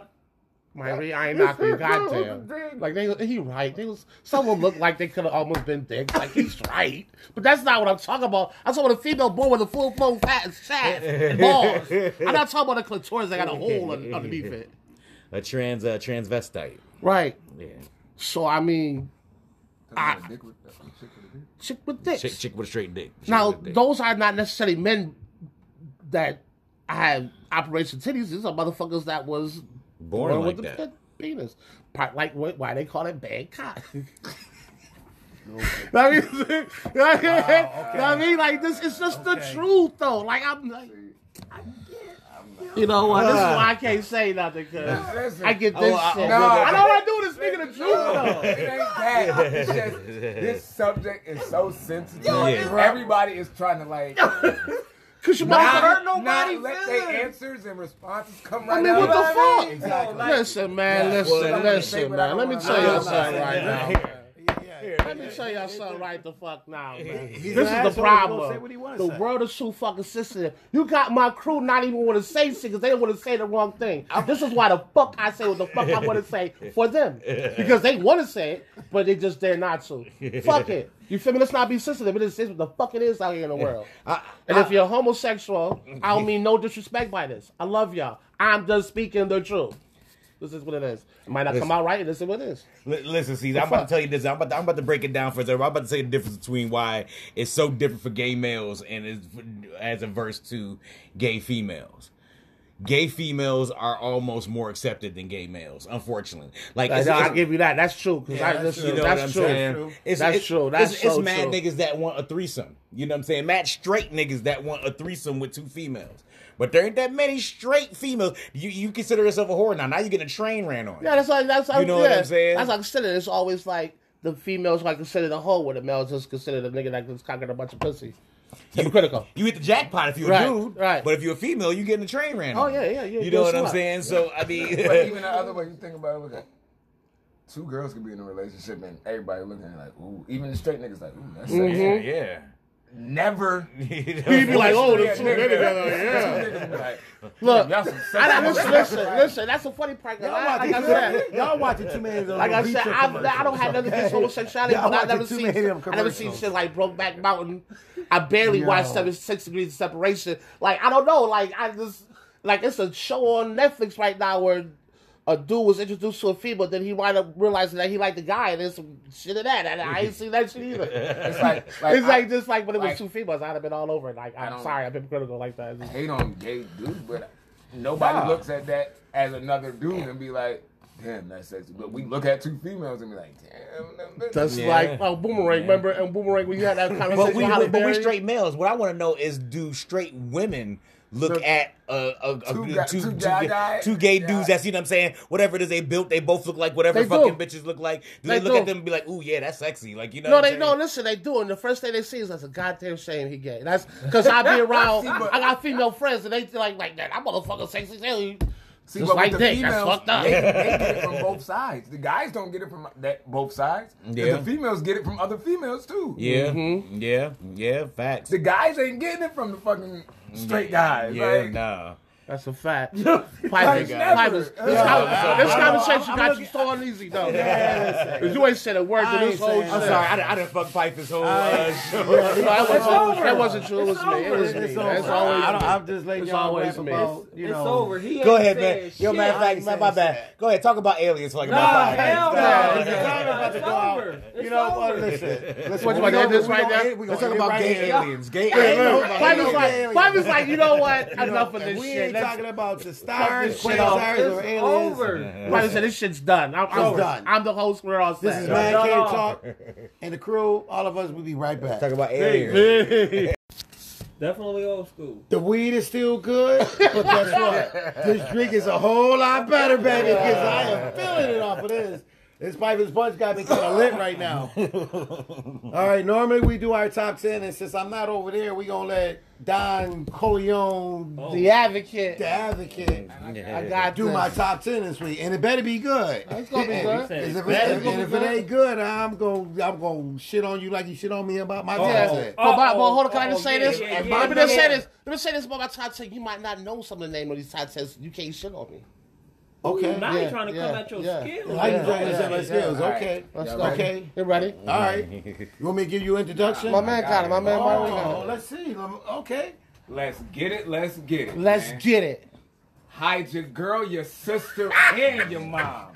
[SPEAKER 3] Myrie, I ain't knocking you, goddamn. Like they, he right. They was some of them looked like they could have almost been dicks. Like he's right, but that's not what I'm talking about. I'm talking about a female born with a full blown fat shaft and balls. I'm not talking about a clitoris that got a hole un- underneath it.
[SPEAKER 2] A trans uh, transvestite.
[SPEAKER 3] Right.
[SPEAKER 2] Yeah.
[SPEAKER 3] So I mean,
[SPEAKER 4] That's a dick with- that's a chick with a dick.
[SPEAKER 3] chick with dicks.
[SPEAKER 2] Chick chick with a straight dick. Chick
[SPEAKER 3] now
[SPEAKER 2] with a dick.
[SPEAKER 3] those are not necessarily men that have operation titties. These are motherfuckers that was
[SPEAKER 2] born,
[SPEAKER 3] One
[SPEAKER 2] like
[SPEAKER 3] with
[SPEAKER 2] that.
[SPEAKER 3] the pe- penis. Part like what, why they call it bad cock. You know what I mean? You know what I mean? You know what I mean? Like this, it's just the truth though. Like I'm like, you know what? This
[SPEAKER 2] Ah.
[SPEAKER 3] is why I can't say nothing because
[SPEAKER 4] Listen.
[SPEAKER 3] I get this
[SPEAKER 2] Oh, I-
[SPEAKER 3] shit.
[SPEAKER 4] no,
[SPEAKER 3] I
[SPEAKER 4] no.
[SPEAKER 3] don't want to do this. Speaking of truth though,
[SPEAKER 4] It ain't
[SPEAKER 3] [laughs]
[SPEAKER 4] that. It's just, this subject is so sensitive.
[SPEAKER 2] Yeah.
[SPEAKER 4] Everybody is trying to like
[SPEAKER 3] because you
[SPEAKER 4] not,
[SPEAKER 3] might.
[SPEAKER 4] not let their answers and responses come right
[SPEAKER 3] I mean,
[SPEAKER 4] out.
[SPEAKER 3] what the
[SPEAKER 4] I mean,
[SPEAKER 3] fuck?
[SPEAKER 4] Exactly.
[SPEAKER 3] Listen, man.
[SPEAKER 2] Yeah,
[SPEAKER 3] Listen,
[SPEAKER 2] well,
[SPEAKER 3] listen,
[SPEAKER 4] but I
[SPEAKER 3] man.
[SPEAKER 4] don't
[SPEAKER 3] Let me
[SPEAKER 4] wanna-
[SPEAKER 3] tell
[SPEAKER 4] I
[SPEAKER 3] y'all
[SPEAKER 4] don't wanna
[SPEAKER 3] something
[SPEAKER 4] say
[SPEAKER 3] right
[SPEAKER 4] that.
[SPEAKER 3] now. Let me tell
[SPEAKER 2] [laughs]
[SPEAKER 3] y'all something right the fuck now, man.
[SPEAKER 1] an
[SPEAKER 3] this is the
[SPEAKER 1] asshole, he gonna say
[SPEAKER 3] problem.
[SPEAKER 1] what he wanna
[SPEAKER 3] The
[SPEAKER 1] say.
[SPEAKER 3] world is too fucking sensitive. You got my crew not even want to say shit because they want to say the wrong thing. This is why the fuck I say what the fuck I want to [laughs] say for them because they want to say it, but they just dare not to. Fuck it. You feel me? Let's not be sensitive. It is it's what the fuck it is out here in the world. and if you're homosexual, I [laughs] don't mean no disrespect by this. I love y'all. I'm just speaking the truth. This is what it is. It might not come out right. This is what it is.
[SPEAKER 2] Li- Listen, see, I'm about to tell you this. I'm about to, I'm about to break it down for them. I'm about to say the difference between why it's so different for gay males and is as averse to gay females. Gay females are almost more accepted than gay males, unfortunately. Like
[SPEAKER 3] I,
[SPEAKER 2] it's-
[SPEAKER 3] I
[SPEAKER 2] it's-
[SPEAKER 3] give you that. That's true. 'cause I,
[SPEAKER 1] that's
[SPEAKER 3] listen,
[SPEAKER 1] true.
[SPEAKER 2] You know
[SPEAKER 3] that's
[SPEAKER 2] what I'm
[SPEAKER 3] true.
[SPEAKER 2] saying? It's,
[SPEAKER 3] That's
[SPEAKER 2] it's-
[SPEAKER 3] true. That's
[SPEAKER 2] it's, it's
[SPEAKER 3] so
[SPEAKER 2] mad
[SPEAKER 3] true.
[SPEAKER 2] niggas that want a threesome. You know what I'm saying? Mad straight niggas that want a threesome with two females. But there ain't that many straight females. You you consider yourself a whore now. Now you get a train ran on. you.
[SPEAKER 3] Yeah, that's like that's like,
[SPEAKER 2] You know what
[SPEAKER 3] yeah.
[SPEAKER 2] I'm saying?
[SPEAKER 3] That's like considered. It's always like the females like considered a hoe, where the males just considered a nigga that just cocking a bunch of pussy. Hypocritical.
[SPEAKER 2] You hit the jackpot if you're
[SPEAKER 3] Right,
[SPEAKER 2] a dude,
[SPEAKER 3] right.
[SPEAKER 2] But if you're a female, you getting a train ran.
[SPEAKER 3] Oh,
[SPEAKER 2] on you.
[SPEAKER 3] yeah, yeah, yeah,
[SPEAKER 2] You
[SPEAKER 3] you're
[SPEAKER 2] know
[SPEAKER 3] a
[SPEAKER 2] what I'm
[SPEAKER 3] slut.
[SPEAKER 2] saying? So I mean,
[SPEAKER 4] But even the other way you think about it, look at two girls could be in a relationship and everybody looking at it like, ooh, even the straight niggas like, ooh, that's
[SPEAKER 3] Mm-hmm.
[SPEAKER 4] sexy.
[SPEAKER 2] [laughs] yeah, yeah. [laughs]
[SPEAKER 4] Never.
[SPEAKER 2] You know?
[SPEAKER 3] You'd be like, oh,
[SPEAKER 4] Yeah,
[SPEAKER 3] the two
[SPEAKER 4] nigga,
[SPEAKER 3] niggas.
[SPEAKER 4] yeah. Two niggas be like,
[SPEAKER 3] Look,
[SPEAKER 4] y'all some
[SPEAKER 3] [laughs]
[SPEAKER 2] [laughs]
[SPEAKER 3] I don't-
[SPEAKER 4] sexy
[SPEAKER 3] listen, listen, listen. That's the funny part. 'cause
[SPEAKER 1] Y'all
[SPEAKER 3] I,
[SPEAKER 1] watching
[SPEAKER 3] like I
[SPEAKER 1] too
[SPEAKER 3] said,
[SPEAKER 1] many- Y'all watching too many of those.
[SPEAKER 3] Like I
[SPEAKER 1] Beecher
[SPEAKER 3] said, I'm, I don't
[SPEAKER 1] commercials,
[SPEAKER 3] have nothing against
[SPEAKER 1] okay?
[SPEAKER 3] homosexuality,
[SPEAKER 1] Y'all
[SPEAKER 3] but I
[SPEAKER 1] watching
[SPEAKER 3] never
[SPEAKER 1] too
[SPEAKER 3] seen
[SPEAKER 1] many of them
[SPEAKER 3] I never seen
[SPEAKER 1] commercials.
[SPEAKER 3] shit like Brokeback Mountain. I barely
[SPEAKER 1] No.
[SPEAKER 3] watched Seven Six Degrees of Separation. Like I don't know. Like I just like it's a show on Netflix right now where a dude was introduced to a female, then he wound up realizing that he liked the guy, and there's some shit in that. And I ain't seen that shit either.
[SPEAKER 4] [laughs] It's like, like,
[SPEAKER 3] it's
[SPEAKER 4] I,
[SPEAKER 3] like just like when it was
[SPEAKER 4] like-
[SPEAKER 3] two females, I'd have been all over it. Like I'm
[SPEAKER 4] don't-
[SPEAKER 3] sorry, I've been critical like that. It's just-
[SPEAKER 4] hate on gay dudes, but nobody looks at that as another dude and be like, damn, that's sexy. But we look at two females and be like, damn, that bitch.
[SPEAKER 3] That's
[SPEAKER 2] Yeah.
[SPEAKER 3] like oh, boomerang. Remember and boomerang when you [laughs] had that conversation.
[SPEAKER 2] but we,
[SPEAKER 3] with Halle
[SPEAKER 2] but we
[SPEAKER 3] Berry?
[SPEAKER 2] straight males. What I want to know is, do straight women look
[SPEAKER 4] Look,
[SPEAKER 2] at a, a, a
[SPEAKER 4] two
[SPEAKER 2] two,
[SPEAKER 4] guy- two guy guy-
[SPEAKER 2] two gay
[SPEAKER 4] guy.
[SPEAKER 2] dudes that's you know what I'm saying? Whatever it is they built, they both look like whatever
[SPEAKER 3] They
[SPEAKER 2] fucking
[SPEAKER 3] do.
[SPEAKER 2] bitches look like. Do they,
[SPEAKER 3] They
[SPEAKER 2] look
[SPEAKER 3] do.
[SPEAKER 2] at them and be like, ooh yeah, that's sexy? Like you know?
[SPEAKER 3] No,
[SPEAKER 2] what I'm
[SPEAKER 3] they no.
[SPEAKER 2] saying?
[SPEAKER 3] Listen, they do, and the first thing they see is that's a goddamn shame he gay. That's
[SPEAKER 1] [laughs]
[SPEAKER 3] because I be around.
[SPEAKER 4] See, but-
[SPEAKER 3] I got female friends, and they like like that. I'm motherfucking sexy too.
[SPEAKER 4] See,
[SPEAKER 3] Just
[SPEAKER 4] but
[SPEAKER 3] like
[SPEAKER 4] with the
[SPEAKER 3] dick, that's
[SPEAKER 4] females,
[SPEAKER 3] fucked up.
[SPEAKER 4] They, they
[SPEAKER 3] [laughs]
[SPEAKER 4] get it from both sides. The guys don't get it from that both sides. 'Cause
[SPEAKER 2] Yeah.
[SPEAKER 4] The females get it from other females too.
[SPEAKER 2] Yeah, yeah, yeah. Facts.
[SPEAKER 4] The guys ain't getting it from the fucking straight guys.
[SPEAKER 2] Yeah,
[SPEAKER 4] like,
[SPEAKER 2] nah.
[SPEAKER 3] That's a fact. [laughs] Pipers, Pipers.
[SPEAKER 4] never.
[SPEAKER 3] This,
[SPEAKER 4] Yeah.
[SPEAKER 3] con-
[SPEAKER 2] I'm-
[SPEAKER 3] this
[SPEAKER 2] I'm-
[SPEAKER 3] conversation got you so uneasy, though. Because you ain't said a word
[SPEAKER 1] I
[SPEAKER 3] to this
[SPEAKER 1] ain't
[SPEAKER 3] whole
[SPEAKER 1] saying
[SPEAKER 3] shit.
[SPEAKER 2] I'm sorry, I, done- I didn't fuck pipe this whole uh, show.
[SPEAKER 3] No, that, wasn't,
[SPEAKER 5] over.
[SPEAKER 3] that wasn't you. It was me. It was me.
[SPEAKER 1] It's
[SPEAKER 3] That's
[SPEAKER 1] over.
[SPEAKER 3] always
[SPEAKER 1] I
[SPEAKER 3] me.
[SPEAKER 1] don't- I'm just letting
[SPEAKER 3] It's
[SPEAKER 1] y'all
[SPEAKER 3] always
[SPEAKER 1] rap
[SPEAKER 3] me.
[SPEAKER 1] about, you
[SPEAKER 5] it's
[SPEAKER 1] know.
[SPEAKER 5] over. He
[SPEAKER 2] Go
[SPEAKER 5] ain't
[SPEAKER 2] ahead,
[SPEAKER 5] saying
[SPEAKER 2] man. Yo,
[SPEAKER 5] shit.
[SPEAKER 2] matter of fact,
[SPEAKER 1] ain't
[SPEAKER 2] my,
[SPEAKER 1] saying
[SPEAKER 2] my bad. Go ahead, talk about aliens for like
[SPEAKER 5] Nah,
[SPEAKER 2] about five
[SPEAKER 5] hell
[SPEAKER 2] minutes.
[SPEAKER 1] Yeah,
[SPEAKER 5] no.
[SPEAKER 1] it's about to
[SPEAKER 5] It's
[SPEAKER 1] go out.
[SPEAKER 5] over.
[SPEAKER 1] You
[SPEAKER 5] It's
[SPEAKER 1] know,
[SPEAKER 5] over.
[SPEAKER 1] uh, listen, listen.
[SPEAKER 3] What, you
[SPEAKER 1] we
[SPEAKER 3] about to end
[SPEAKER 1] gonna-
[SPEAKER 3] this
[SPEAKER 1] we
[SPEAKER 3] right
[SPEAKER 1] gonna
[SPEAKER 3] now?
[SPEAKER 1] end- we
[SPEAKER 2] Let's
[SPEAKER 1] gonna end
[SPEAKER 2] talk about
[SPEAKER 1] right
[SPEAKER 2] gay
[SPEAKER 1] here.
[SPEAKER 2] aliens. Gay
[SPEAKER 1] Hey,
[SPEAKER 2] aliens.
[SPEAKER 1] look,
[SPEAKER 3] Five is
[SPEAKER 1] Ain't no
[SPEAKER 3] like,
[SPEAKER 1] aliens.
[SPEAKER 3] five is like, you know what?
[SPEAKER 1] You know,
[SPEAKER 3] Enough of
[SPEAKER 1] if
[SPEAKER 3] this
[SPEAKER 1] we
[SPEAKER 3] shit.
[SPEAKER 1] ain't
[SPEAKER 2] that's-
[SPEAKER 1] talking about the Stockton
[SPEAKER 5] Shit off.
[SPEAKER 1] quasars or
[SPEAKER 5] It's
[SPEAKER 1] aliens.
[SPEAKER 5] over.
[SPEAKER 3] Like I said, this shit's done. I'm, I'm
[SPEAKER 1] It's done.
[SPEAKER 3] I'm the host. We're all
[SPEAKER 1] This is
[SPEAKER 3] set.
[SPEAKER 1] Man
[SPEAKER 5] No,
[SPEAKER 1] Cave
[SPEAKER 5] no.
[SPEAKER 1] Talk and the crew. All of us will be right back.
[SPEAKER 6] Talk about
[SPEAKER 5] Hey,
[SPEAKER 6] aliens.
[SPEAKER 5] Definitely old school.
[SPEAKER 1] The weed is still good, but guess what? this drink is a whole lot better, baby, because I am feeling it off of this. This pipe and sponge got me kind of lit right now. All right, normally we do our top ten, and since I'm not over there, we gonna let Don Corleone,
[SPEAKER 5] Oh.
[SPEAKER 3] The advocate.
[SPEAKER 1] the advocate,
[SPEAKER 3] I got
[SPEAKER 1] do my top ten this week, and it better be good.
[SPEAKER 3] It's gonna be
[SPEAKER 5] He
[SPEAKER 3] good.
[SPEAKER 5] said
[SPEAKER 1] If
[SPEAKER 5] it's
[SPEAKER 1] it,
[SPEAKER 5] bad.
[SPEAKER 1] and if it ain't good, I'm gonna I'm gonna shit on you like you shit on me about my
[SPEAKER 5] Oh.
[SPEAKER 1] top
[SPEAKER 3] Yes.
[SPEAKER 1] ten.
[SPEAKER 5] Uh-oh.
[SPEAKER 3] But, but, but hold on, can I
[SPEAKER 5] Uh-oh.
[SPEAKER 3] just say
[SPEAKER 5] Yeah,
[SPEAKER 3] this?
[SPEAKER 5] yeah,
[SPEAKER 1] yeah,
[SPEAKER 3] Let me just
[SPEAKER 1] yeah.
[SPEAKER 3] say this. Let me say this about my top ten. You might not know some of the name of these top tens. You can't shit on me.
[SPEAKER 1] Okay,
[SPEAKER 5] Now
[SPEAKER 3] Yeah,
[SPEAKER 5] you're trying to come
[SPEAKER 3] yeah,
[SPEAKER 5] at your
[SPEAKER 3] yeah.
[SPEAKER 5] skills.
[SPEAKER 1] How you
[SPEAKER 5] man.
[SPEAKER 1] trying to
[SPEAKER 3] Yeah,
[SPEAKER 1] set my
[SPEAKER 3] yeah,
[SPEAKER 1] skills?
[SPEAKER 4] all right.
[SPEAKER 1] Okay,
[SPEAKER 3] Let's
[SPEAKER 4] Yeah,
[SPEAKER 3] go.
[SPEAKER 4] right.
[SPEAKER 1] okay.
[SPEAKER 3] You ready?
[SPEAKER 1] All right. You want me to give you an introduction?
[SPEAKER 3] My man got it. My man Marley
[SPEAKER 1] Oh,
[SPEAKER 3] got it.
[SPEAKER 1] let's see. Lem- Okay.
[SPEAKER 4] Let's get it. Let's get it.
[SPEAKER 3] Let's
[SPEAKER 4] Oh. man.
[SPEAKER 3] get it.
[SPEAKER 4] hide your girl, your sister, and your mom.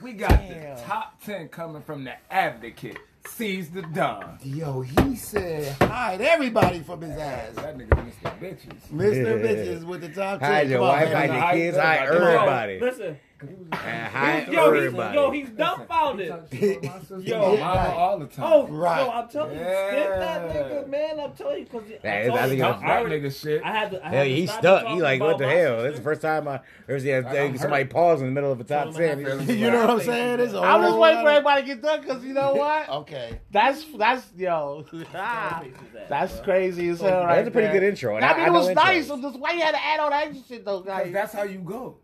[SPEAKER 4] We got the top ten coming from the advocate. Seize the dawn.
[SPEAKER 1] Yo, he said hide everybody from his ass.
[SPEAKER 4] That nigga missed the bitches.
[SPEAKER 1] Mr. Bitches with the top ten.
[SPEAKER 6] Hide your
[SPEAKER 1] Come on,
[SPEAKER 6] wife,
[SPEAKER 1] baby.
[SPEAKER 6] hide your
[SPEAKER 4] Hide
[SPEAKER 6] kids,
[SPEAKER 4] everybody.
[SPEAKER 6] hide
[SPEAKER 4] Come on.
[SPEAKER 6] everybody.
[SPEAKER 5] Listen,
[SPEAKER 6] And hide
[SPEAKER 5] yo, he's,
[SPEAKER 6] everybody.
[SPEAKER 5] yo, he's
[SPEAKER 4] He
[SPEAKER 5] dumbfounded.
[SPEAKER 4] talked shit on my sister,
[SPEAKER 5] Yo.
[SPEAKER 4] my mama all the time.
[SPEAKER 5] Oh,
[SPEAKER 1] Right.
[SPEAKER 5] yo, I'm telling you, skip that nigga, man. I'm telling you, cause
[SPEAKER 6] That
[SPEAKER 5] I,
[SPEAKER 6] is-
[SPEAKER 5] told
[SPEAKER 6] I
[SPEAKER 5] you,
[SPEAKER 6] think
[SPEAKER 4] Talk
[SPEAKER 5] I,
[SPEAKER 4] that
[SPEAKER 5] already-
[SPEAKER 4] nigga shit.
[SPEAKER 5] I had to. I had
[SPEAKER 6] Hell,
[SPEAKER 5] to
[SPEAKER 6] he's
[SPEAKER 5] stop
[SPEAKER 6] stuck.
[SPEAKER 5] talking
[SPEAKER 6] He like, what
[SPEAKER 5] about
[SPEAKER 6] the
[SPEAKER 5] my
[SPEAKER 6] hell? That's
[SPEAKER 5] sister.
[SPEAKER 6] the first time I ever see
[SPEAKER 4] I'm
[SPEAKER 6] somebody pause in the middle of a top
[SPEAKER 5] Tell him I
[SPEAKER 6] ten.
[SPEAKER 1] [laughs]
[SPEAKER 5] feel
[SPEAKER 1] You know what I'm saying? It's a
[SPEAKER 3] I'm just
[SPEAKER 1] whole
[SPEAKER 3] waiting
[SPEAKER 1] lot
[SPEAKER 3] for
[SPEAKER 1] of-
[SPEAKER 3] everybody to get done because you know what?
[SPEAKER 1] Okay.
[SPEAKER 3] That's that's yo. [laughs] Ah. That's crazy as hell, right?
[SPEAKER 6] That's a pretty
[SPEAKER 3] there.
[SPEAKER 6] good intro. and
[SPEAKER 3] I mean, it was
[SPEAKER 6] know
[SPEAKER 3] nice.
[SPEAKER 6] intros.
[SPEAKER 3] Just why you had to add all that extra shit though, guys?
[SPEAKER 4] That's how you go.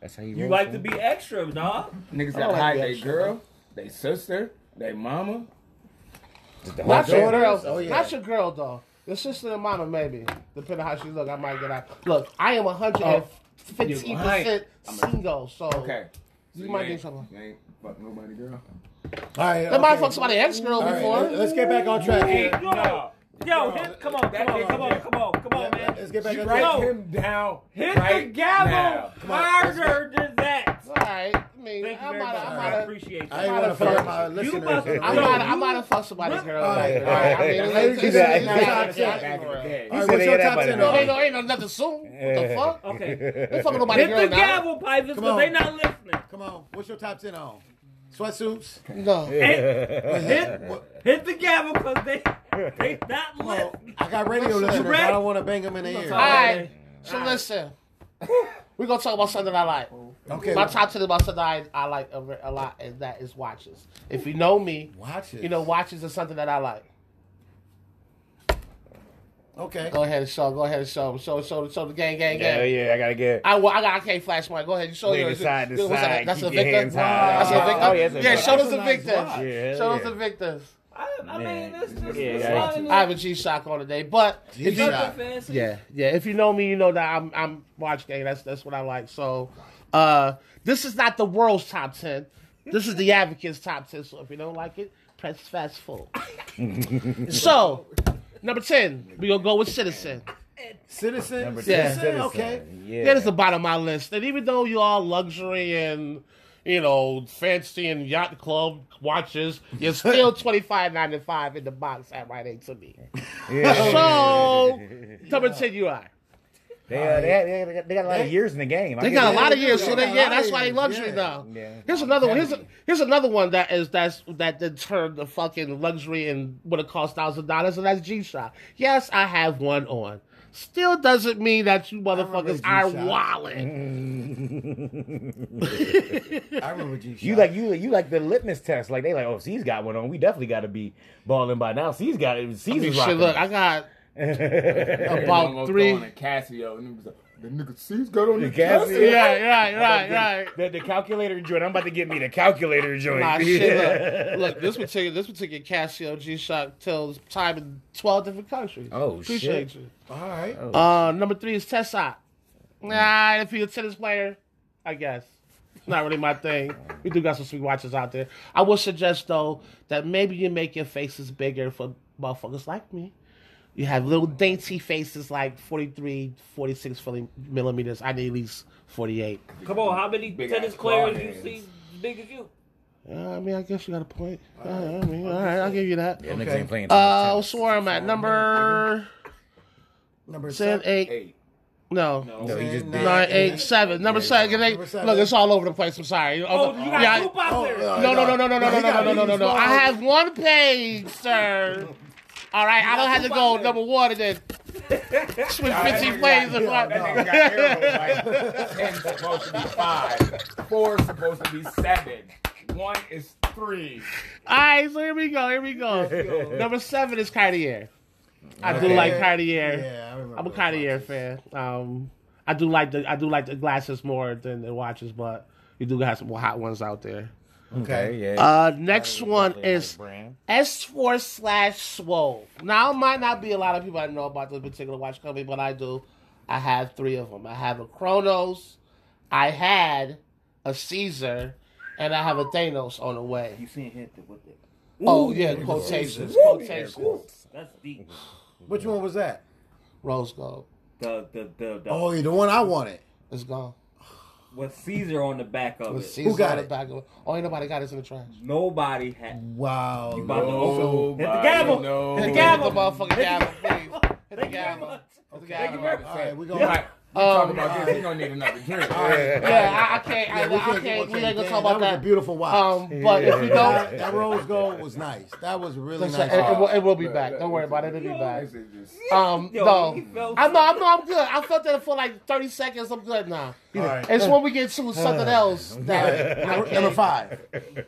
[SPEAKER 6] That's how you.
[SPEAKER 5] You
[SPEAKER 6] roll,
[SPEAKER 5] like to
[SPEAKER 6] son.
[SPEAKER 5] be extra, dog.
[SPEAKER 4] Niggas
[SPEAKER 3] I
[SPEAKER 4] got
[SPEAKER 3] don't
[SPEAKER 4] to
[SPEAKER 3] like
[SPEAKER 4] hide
[SPEAKER 3] that
[SPEAKER 4] their
[SPEAKER 3] shit.
[SPEAKER 4] girl, their sister, their mama.
[SPEAKER 6] Just the
[SPEAKER 3] Not
[SPEAKER 6] whole
[SPEAKER 3] your
[SPEAKER 6] thing.
[SPEAKER 3] girl.
[SPEAKER 1] Oh, yeah.
[SPEAKER 3] Not your girl though. Your sister and mama maybe. Depending on how she look, I might get out. Look,
[SPEAKER 1] Oh,
[SPEAKER 3] I am
[SPEAKER 4] You
[SPEAKER 3] 115
[SPEAKER 4] lying.
[SPEAKER 3] percent single, so
[SPEAKER 4] Okay.
[SPEAKER 3] You might
[SPEAKER 4] ain't-
[SPEAKER 3] get someone.
[SPEAKER 4] You ain't fuck nobody, girl.
[SPEAKER 1] All right.
[SPEAKER 3] That might
[SPEAKER 1] okay.
[SPEAKER 3] fuck somebody ex girl
[SPEAKER 1] All right,
[SPEAKER 3] before.
[SPEAKER 1] let- Let's get back on track
[SPEAKER 5] Hey,
[SPEAKER 1] here.
[SPEAKER 5] yo, yo, hit, come on,
[SPEAKER 4] that
[SPEAKER 5] come on,
[SPEAKER 4] nigga-
[SPEAKER 5] come on, come on, come on, man.
[SPEAKER 1] Let's get back
[SPEAKER 4] You
[SPEAKER 1] on
[SPEAKER 4] write
[SPEAKER 1] track.
[SPEAKER 5] No.
[SPEAKER 4] him down.
[SPEAKER 5] Hit
[SPEAKER 4] right
[SPEAKER 5] the gavel
[SPEAKER 4] now.
[SPEAKER 5] harder than that.
[SPEAKER 3] All right. I mean,
[SPEAKER 5] Thank you
[SPEAKER 3] I'm
[SPEAKER 5] very
[SPEAKER 3] out
[SPEAKER 5] much.
[SPEAKER 3] of,
[SPEAKER 5] man.
[SPEAKER 3] I'm
[SPEAKER 5] I
[SPEAKER 3] out of,
[SPEAKER 5] appreciate
[SPEAKER 1] I
[SPEAKER 5] that.
[SPEAKER 1] ain't want to fuck my
[SPEAKER 5] about to-
[SPEAKER 1] listeners.
[SPEAKER 3] I'm
[SPEAKER 5] Yo,
[SPEAKER 3] out of,
[SPEAKER 5] you-
[SPEAKER 3] I'm out of fuck somebody's girl.
[SPEAKER 1] All right,
[SPEAKER 3] All
[SPEAKER 1] all
[SPEAKER 3] right.
[SPEAKER 1] right.
[SPEAKER 3] I mean,
[SPEAKER 6] Let's
[SPEAKER 3] it's-
[SPEAKER 6] do
[SPEAKER 3] it's-
[SPEAKER 6] that.
[SPEAKER 3] it's
[SPEAKER 6] Let's
[SPEAKER 3] not-
[SPEAKER 1] do
[SPEAKER 3] it's
[SPEAKER 1] that. All
[SPEAKER 3] not-
[SPEAKER 1] right,
[SPEAKER 6] said
[SPEAKER 1] what's
[SPEAKER 6] they
[SPEAKER 1] your
[SPEAKER 6] had that
[SPEAKER 1] top ten
[SPEAKER 6] button.
[SPEAKER 1] though?
[SPEAKER 3] Ain't no, ain't no nothing soon. What the fuck?
[SPEAKER 5] [laughs] Okay.
[SPEAKER 3] They fucking nobody
[SPEAKER 5] Hit
[SPEAKER 3] girl
[SPEAKER 5] the
[SPEAKER 3] now.
[SPEAKER 5] gavel, Pipers,
[SPEAKER 1] Come on.
[SPEAKER 5] because they not listening.
[SPEAKER 1] Come on, what's your top ten on? Sweatsuits.
[SPEAKER 6] [laughs]
[SPEAKER 3] No.
[SPEAKER 5] Hit, hit the gavel, because they, they not
[SPEAKER 1] Well,
[SPEAKER 5] listening.
[SPEAKER 1] I got radio
[SPEAKER 3] Listen,
[SPEAKER 1] listeners.
[SPEAKER 5] Brett.
[SPEAKER 1] I don't want to bang them in the
[SPEAKER 5] All
[SPEAKER 1] ear.
[SPEAKER 3] All right. So listen, we're gonna talk about something I like.
[SPEAKER 1] Okay.
[SPEAKER 3] My top ten about something I, I like a, a lot, and that is watches. If you know me,
[SPEAKER 1] Watch it.
[SPEAKER 3] you know watches is something that I like.
[SPEAKER 1] Okay.
[SPEAKER 3] Go ahead and show. Go ahead and show. Show. Show. Show the gang. Gang. Gang.
[SPEAKER 6] Hell yeah, I gotta get.
[SPEAKER 3] I, well, I, got- I can't flash mine. Go ahead. You show
[SPEAKER 6] Wait,
[SPEAKER 3] yours.
[SPEAKER 6] decide,
[SPEAKER 3] You know, what's
[SPEAKER 6] decide.
[SPEAKER 3] that? That's
[SPEAKER 6] Keep
[SPEAKER 3] a
[SPEAKER 6] your
[SPEAKER 3] victim.
[SPEAKER 6] hands high.
[SPEAKER 3] That's a
[SPEAKER 1] Wow.
[SPEAKER 3] victim.
[SPEAKER 1] Oh,
[SPEAKER 6] yeah, that's a
[SPEAKER 3] yeah,
[SPEAKER 6] victim.
[SPEAKER 3] show those
[SPEAKER 1] That's a
[SPEAKER 3] the
[SPEAKER 1] nice
[SPEAKER 3] victims.
[SPEAKER 1] watch.
[SPEAKER 6] Yeah, hell
[SPEAKER 3] show those
[SPEAKER 6] yeah.
[SPEAKER 3] the victims.
[SPEAKER 5] I, I mean,
[SPEAKER 6] Man.
[SPEAKER 5] this is
[SPEAKER 6] Yeah,
[SPEAKER 5] yeah,
[SPEAKER 6] yeah.
[SPEAKER 5] nothing
[SPEAKER 3] I have a G Shock on today, but if you,
[SPEAKER 1] G-Shock.
[SPEAKER 5] fancy.
[SPEAKER 3] yeah, yeah. If you know me, you know that I'm I'm watch gang. That's that's what I like. So, uh, this is not the world's top ten. This is the Advocate's top ten. So if you don't like it, press fast forward. so, number ten, we gonna go with Citizen.
[SPEAKER 1] Citizen.
[SPEAKER 6] Number
[SPEAKER 1] Citizen.
[SPEAKER 6] ten, citizen.
[SPEAKER 1] Okay.
[SPEAKER 6] Yeah.
[SPEAKER 3] That is the bottom of my list. And even though you all luxury and you know fancy and yacht club watches, you're still twenty five ninety five in the box at Rite Aid to me. So number ten UI.
[SPEAKER 6] They, uh, they, they, they got a lot of years in the game. I
[SPEAKER 3] They
[SPEAKER 6] give
[SPEAKER 3] got
[SPEAKER 6] them
[SPEAKER 3] a lot of
[SPEAKER 1] yeah,
[SPEAKER 3] years,
[SPEAKER 1] yeah,
[SPEAKER 3] so
[SPEAKER 1] yeah,
[SPEAKER 3] they,
[SPEAKER 1] a lot
[SPEAKER 3] yeah,
[SPEAKER 1] of
[SPEAKER 3] that's why they
[SPEAKER 1] years,
[SPEAKER 3] luxury
[SPEAKER 1] yeah.
[SPEAKER 3] now.
[SPEAKER 6] Yeah.
[SPEAKER 3] Here's another one. Here's a, here's another one that is that's that then turned the fucking luxury and what it costs thousand dollars, and that's G Shock. Yes, I have one on. Still doesn't mean that you motherfuckers are
[SPEAKER 1] G-Shock. Mm-hmm.
[SPEAKER 3] wallet.
[SPEAKER 1] I remember G.
[SPEAKER 6] You like you you like the litmus test. Like they like, oh, C's got one on. We definitely got to be balling by now. C's got it. C's is
[SPEAKER 3] Shit,
[SPEAKER 6] rocking.
[SPEAKER 3] look,
[SPEAKER 1] [laughs]
[SPEAKER 3] I got
[SPEAKER 4] Everyone
[SPEAKER 3] about
[SPEAKER 4] gonna
[SPEAKER 3] three.
[SPEAKER 4] throw in a Casio, and it was like, the nigga C's got on the,
[SPEAKER 6] The Casio.
[SPEAKER 3] [laughs]
[SPEAKER 4] Casio.
[SPEAKER 3] Yeah,
[SPEAKER 1] [laughs]
[SPEAKER 3] right, right, right.
[SPEAKER 6] the, the calculator joint. I'm about to get me the calculator joint. [laughs]
[SPEAKER 3] Nah, shit.
[SPEAKER 1] [laughs]
[SPEAKER 3] Look, look, this particular this particular Casio G Shock tells time in twelve different countries.
[SPEAKER 6] Oh,
[SPEAKER 3] appreciate
[SPEAKER 6] shit.
[SPEAKER 3] you.
[SPEAKER 1] All right.
[SPEAKER 3] Uh, number three is Tessot. Nah, if you're a tennis player, I guess. It's not really my thing. We do got some sweet watches out there. I would suggest though that maybe you make your faces bigger for motherfuckers like me. You have little dainty faces like 43, 46 fully millimeters. I need at least 48.
[SPEAKER 5] Come on, how many
[SPEAKER 4] Big
[SPEAKER 5] tennis
[SPEAKER 4] ass claw
[SPEAKER 5] players you
[SPEAKER 4] hands.
[SPEAKER 5] see big as you?
[SPEAKER 3] Uh, I mean, I guess you got a point. Uh, I mean, all right, I'll give you that.
[SPEAKER 6] Yeah,
[SPEAKER 1] Okay.
[SPEAKER 6] niggas ain't playing.
[SPEAKER 3] Uh, so where I'm at, number
[SPEAKER 1] Number
[SPEAKER 3] 10,
[SPEAKER 1] seven.
[SPEAKER 3] 8,
[SPEAKER 4] Hey,
[SPEAKER 3] No.
[SPEAKER 5] No.
[SPEAKER 6] No, he just
[SPEAKER 4] Ten,
[SPEAKER 6] did.
[SPEAKER 3] Nine, eight, seven. Number seven.
[SPEAKER 1] Number seven.
[SPEAKER 3] Look, it's all over the place. I'm sorry.
[SPEAKER 5] Oh, you got
[SPEAKER 3] Yeah,
[SPEAKER 5] two
[SPEAKER 1] Oh,
[SPEAKER 5] boxers.
[SPEAKER 1] uh,
[SPEAKER 3] No, no, no, no, no, no,
[SPEAKER 1] he
[SPEAKER 3] no, no,
[SPEAKER 1] got
[SPEAKER 3] no, no, no,
[SPEAKER 1] these
[SPEAKER 3] no. I
[SPEAKER 1] long-
[SPEAKER 3] have one page, sir. All right, I don't have to go number one and then switch 15 plays. and
[SPEAKER 1] Yeah, no.
[SPEAKER 4] That nigga got arrows, like, Ten's supposed to be five. Four's supposed to be seven. One is three.
[SPEAKER 3] All right, so here we go. Here we go. number seven is Cartier. I do like Cartier.
[SPEAKER 1] Yeah, I remember.
[SPEAKER 3] I'm a
[SPEAKER 1] those
[SPEAKER 3] Cartier
[SPEAKER 1] watches.
[SPEAKER 3] fan. Um, I do like the I do like the glasses more than the watches, but you do have some hot ones out there.
[SPEAKER 1] Okay.
[SPEAKER 6] yeah.
[SPEAKER 3] Uh, next one is
[SPEAKER 6] brand.
[SPEAKER 3] S4 slash Swole. Now, it might not be a lot of people I know about this particular watch company, but I do. I have three of them. I have a Chronos, I had a Caesar, and I have a Thanos on the way.
[SPEAKER 5] You seen him with it.
[SPEAKER 3] Oh, yeah, quotations. Quotations.
[SPEAKER 5] That's deep.
[SPEAKER 1] Which one was that?
[SPEAKER 3] Rose gold.
[SPEAKER 5] The the the, the
[SPEAKER 1] Oh, yeah, the one I wanted.
[SPEAKER 3] It's gone.
[SPEAKER 5] with Caesar on the back of
[SPEAKER 3] With
[SPEAKER 5] it.
[SPEAKER 3] Caesar
[SPEAKER 1] got
[SPEAKER 3] on the
[SPEAKER 1] it?
[SPEAKER 3] back of it. Oh, ain't nobody got it in the trash.
[SPEAKER 5] Nobody had.
[SPEAKER 1] Wow.
[SPEAKER 5] You about to open- Hit the
[SPEAKER 4] Nobody
[SPEAKER 5] gavel.
[SPEAKER 4] knows.
[SPEAKER 5] Hit the
[SPEAKER 3] Hit
[SPEAKER 5] gavel.
[SPEAKER 3] the motherfucking gavel, please. Hit the
[SPEAKER 5] Thank you very
[SPEAKER 3] gavel.
[SPEAKER 5] much.
[SPEAKER 3] Hit the
[SPEAKER 4] Thank you
[SPEAKER 3] gavel.
[SPEAKER 4] very much.
[SPEAKER 1] All right, we
[SPEAKER 4] we
[SPEAKER 1] gonna-
[SPEAKER 4] talk
[SPEAKER 3] Um,
[SPEAKER 4] about this. We don't need another drink.
[SPEAKER 3] Yeah, I, I can't.
[SPEAKER 1] Yeah, we
[SPEAKER 3] I,
[SPEAKER 1] can't- we
[SPEAKER 3] I can't. We
[SPEAKER 1] can't
[SPEAKER 3] ain't gonna
[SPEAKER 1] damn,
[SPEAKER 3] talk about
[SPEAKER 1] was
[SPEAKER 3] that.
[SPEAKER 1] a beautiful watch.
[SPEAKER 3] Um, but if you
[SPEAKER 1] that,
[SPEAKER 3] don't,
[SPEAKER 1] that rose gold was nice. That was really
[SPEAKER 3] listen,
[SPEAKER 1] nice.
[SPEAKER 3] it, it will,
[SPEAKER 1] watch.
[SPEAKER 3] it will be back. Don't worry about it. It'll be back.
[SPEAKER 4] This is just-
[SPEAKER 3] Um,
[SPEAKER 5] Yo,
[SPEAKER 3] no,
[SPEAKER 5] he felt
[SPEAKER 3] I'm not, I'm, not, I'm good. I felt that for like 30 seconds. I'm good now.
[SPEAKER 1] All right.
[SPEAKER 3] It's when we get to
[SPEAKER 1] [laughs]
[SPEAKER 3] something else. That I
[SPEAKER 1] Number,
[SPEAKER 3] can't-
[SPEAKER 1] number five.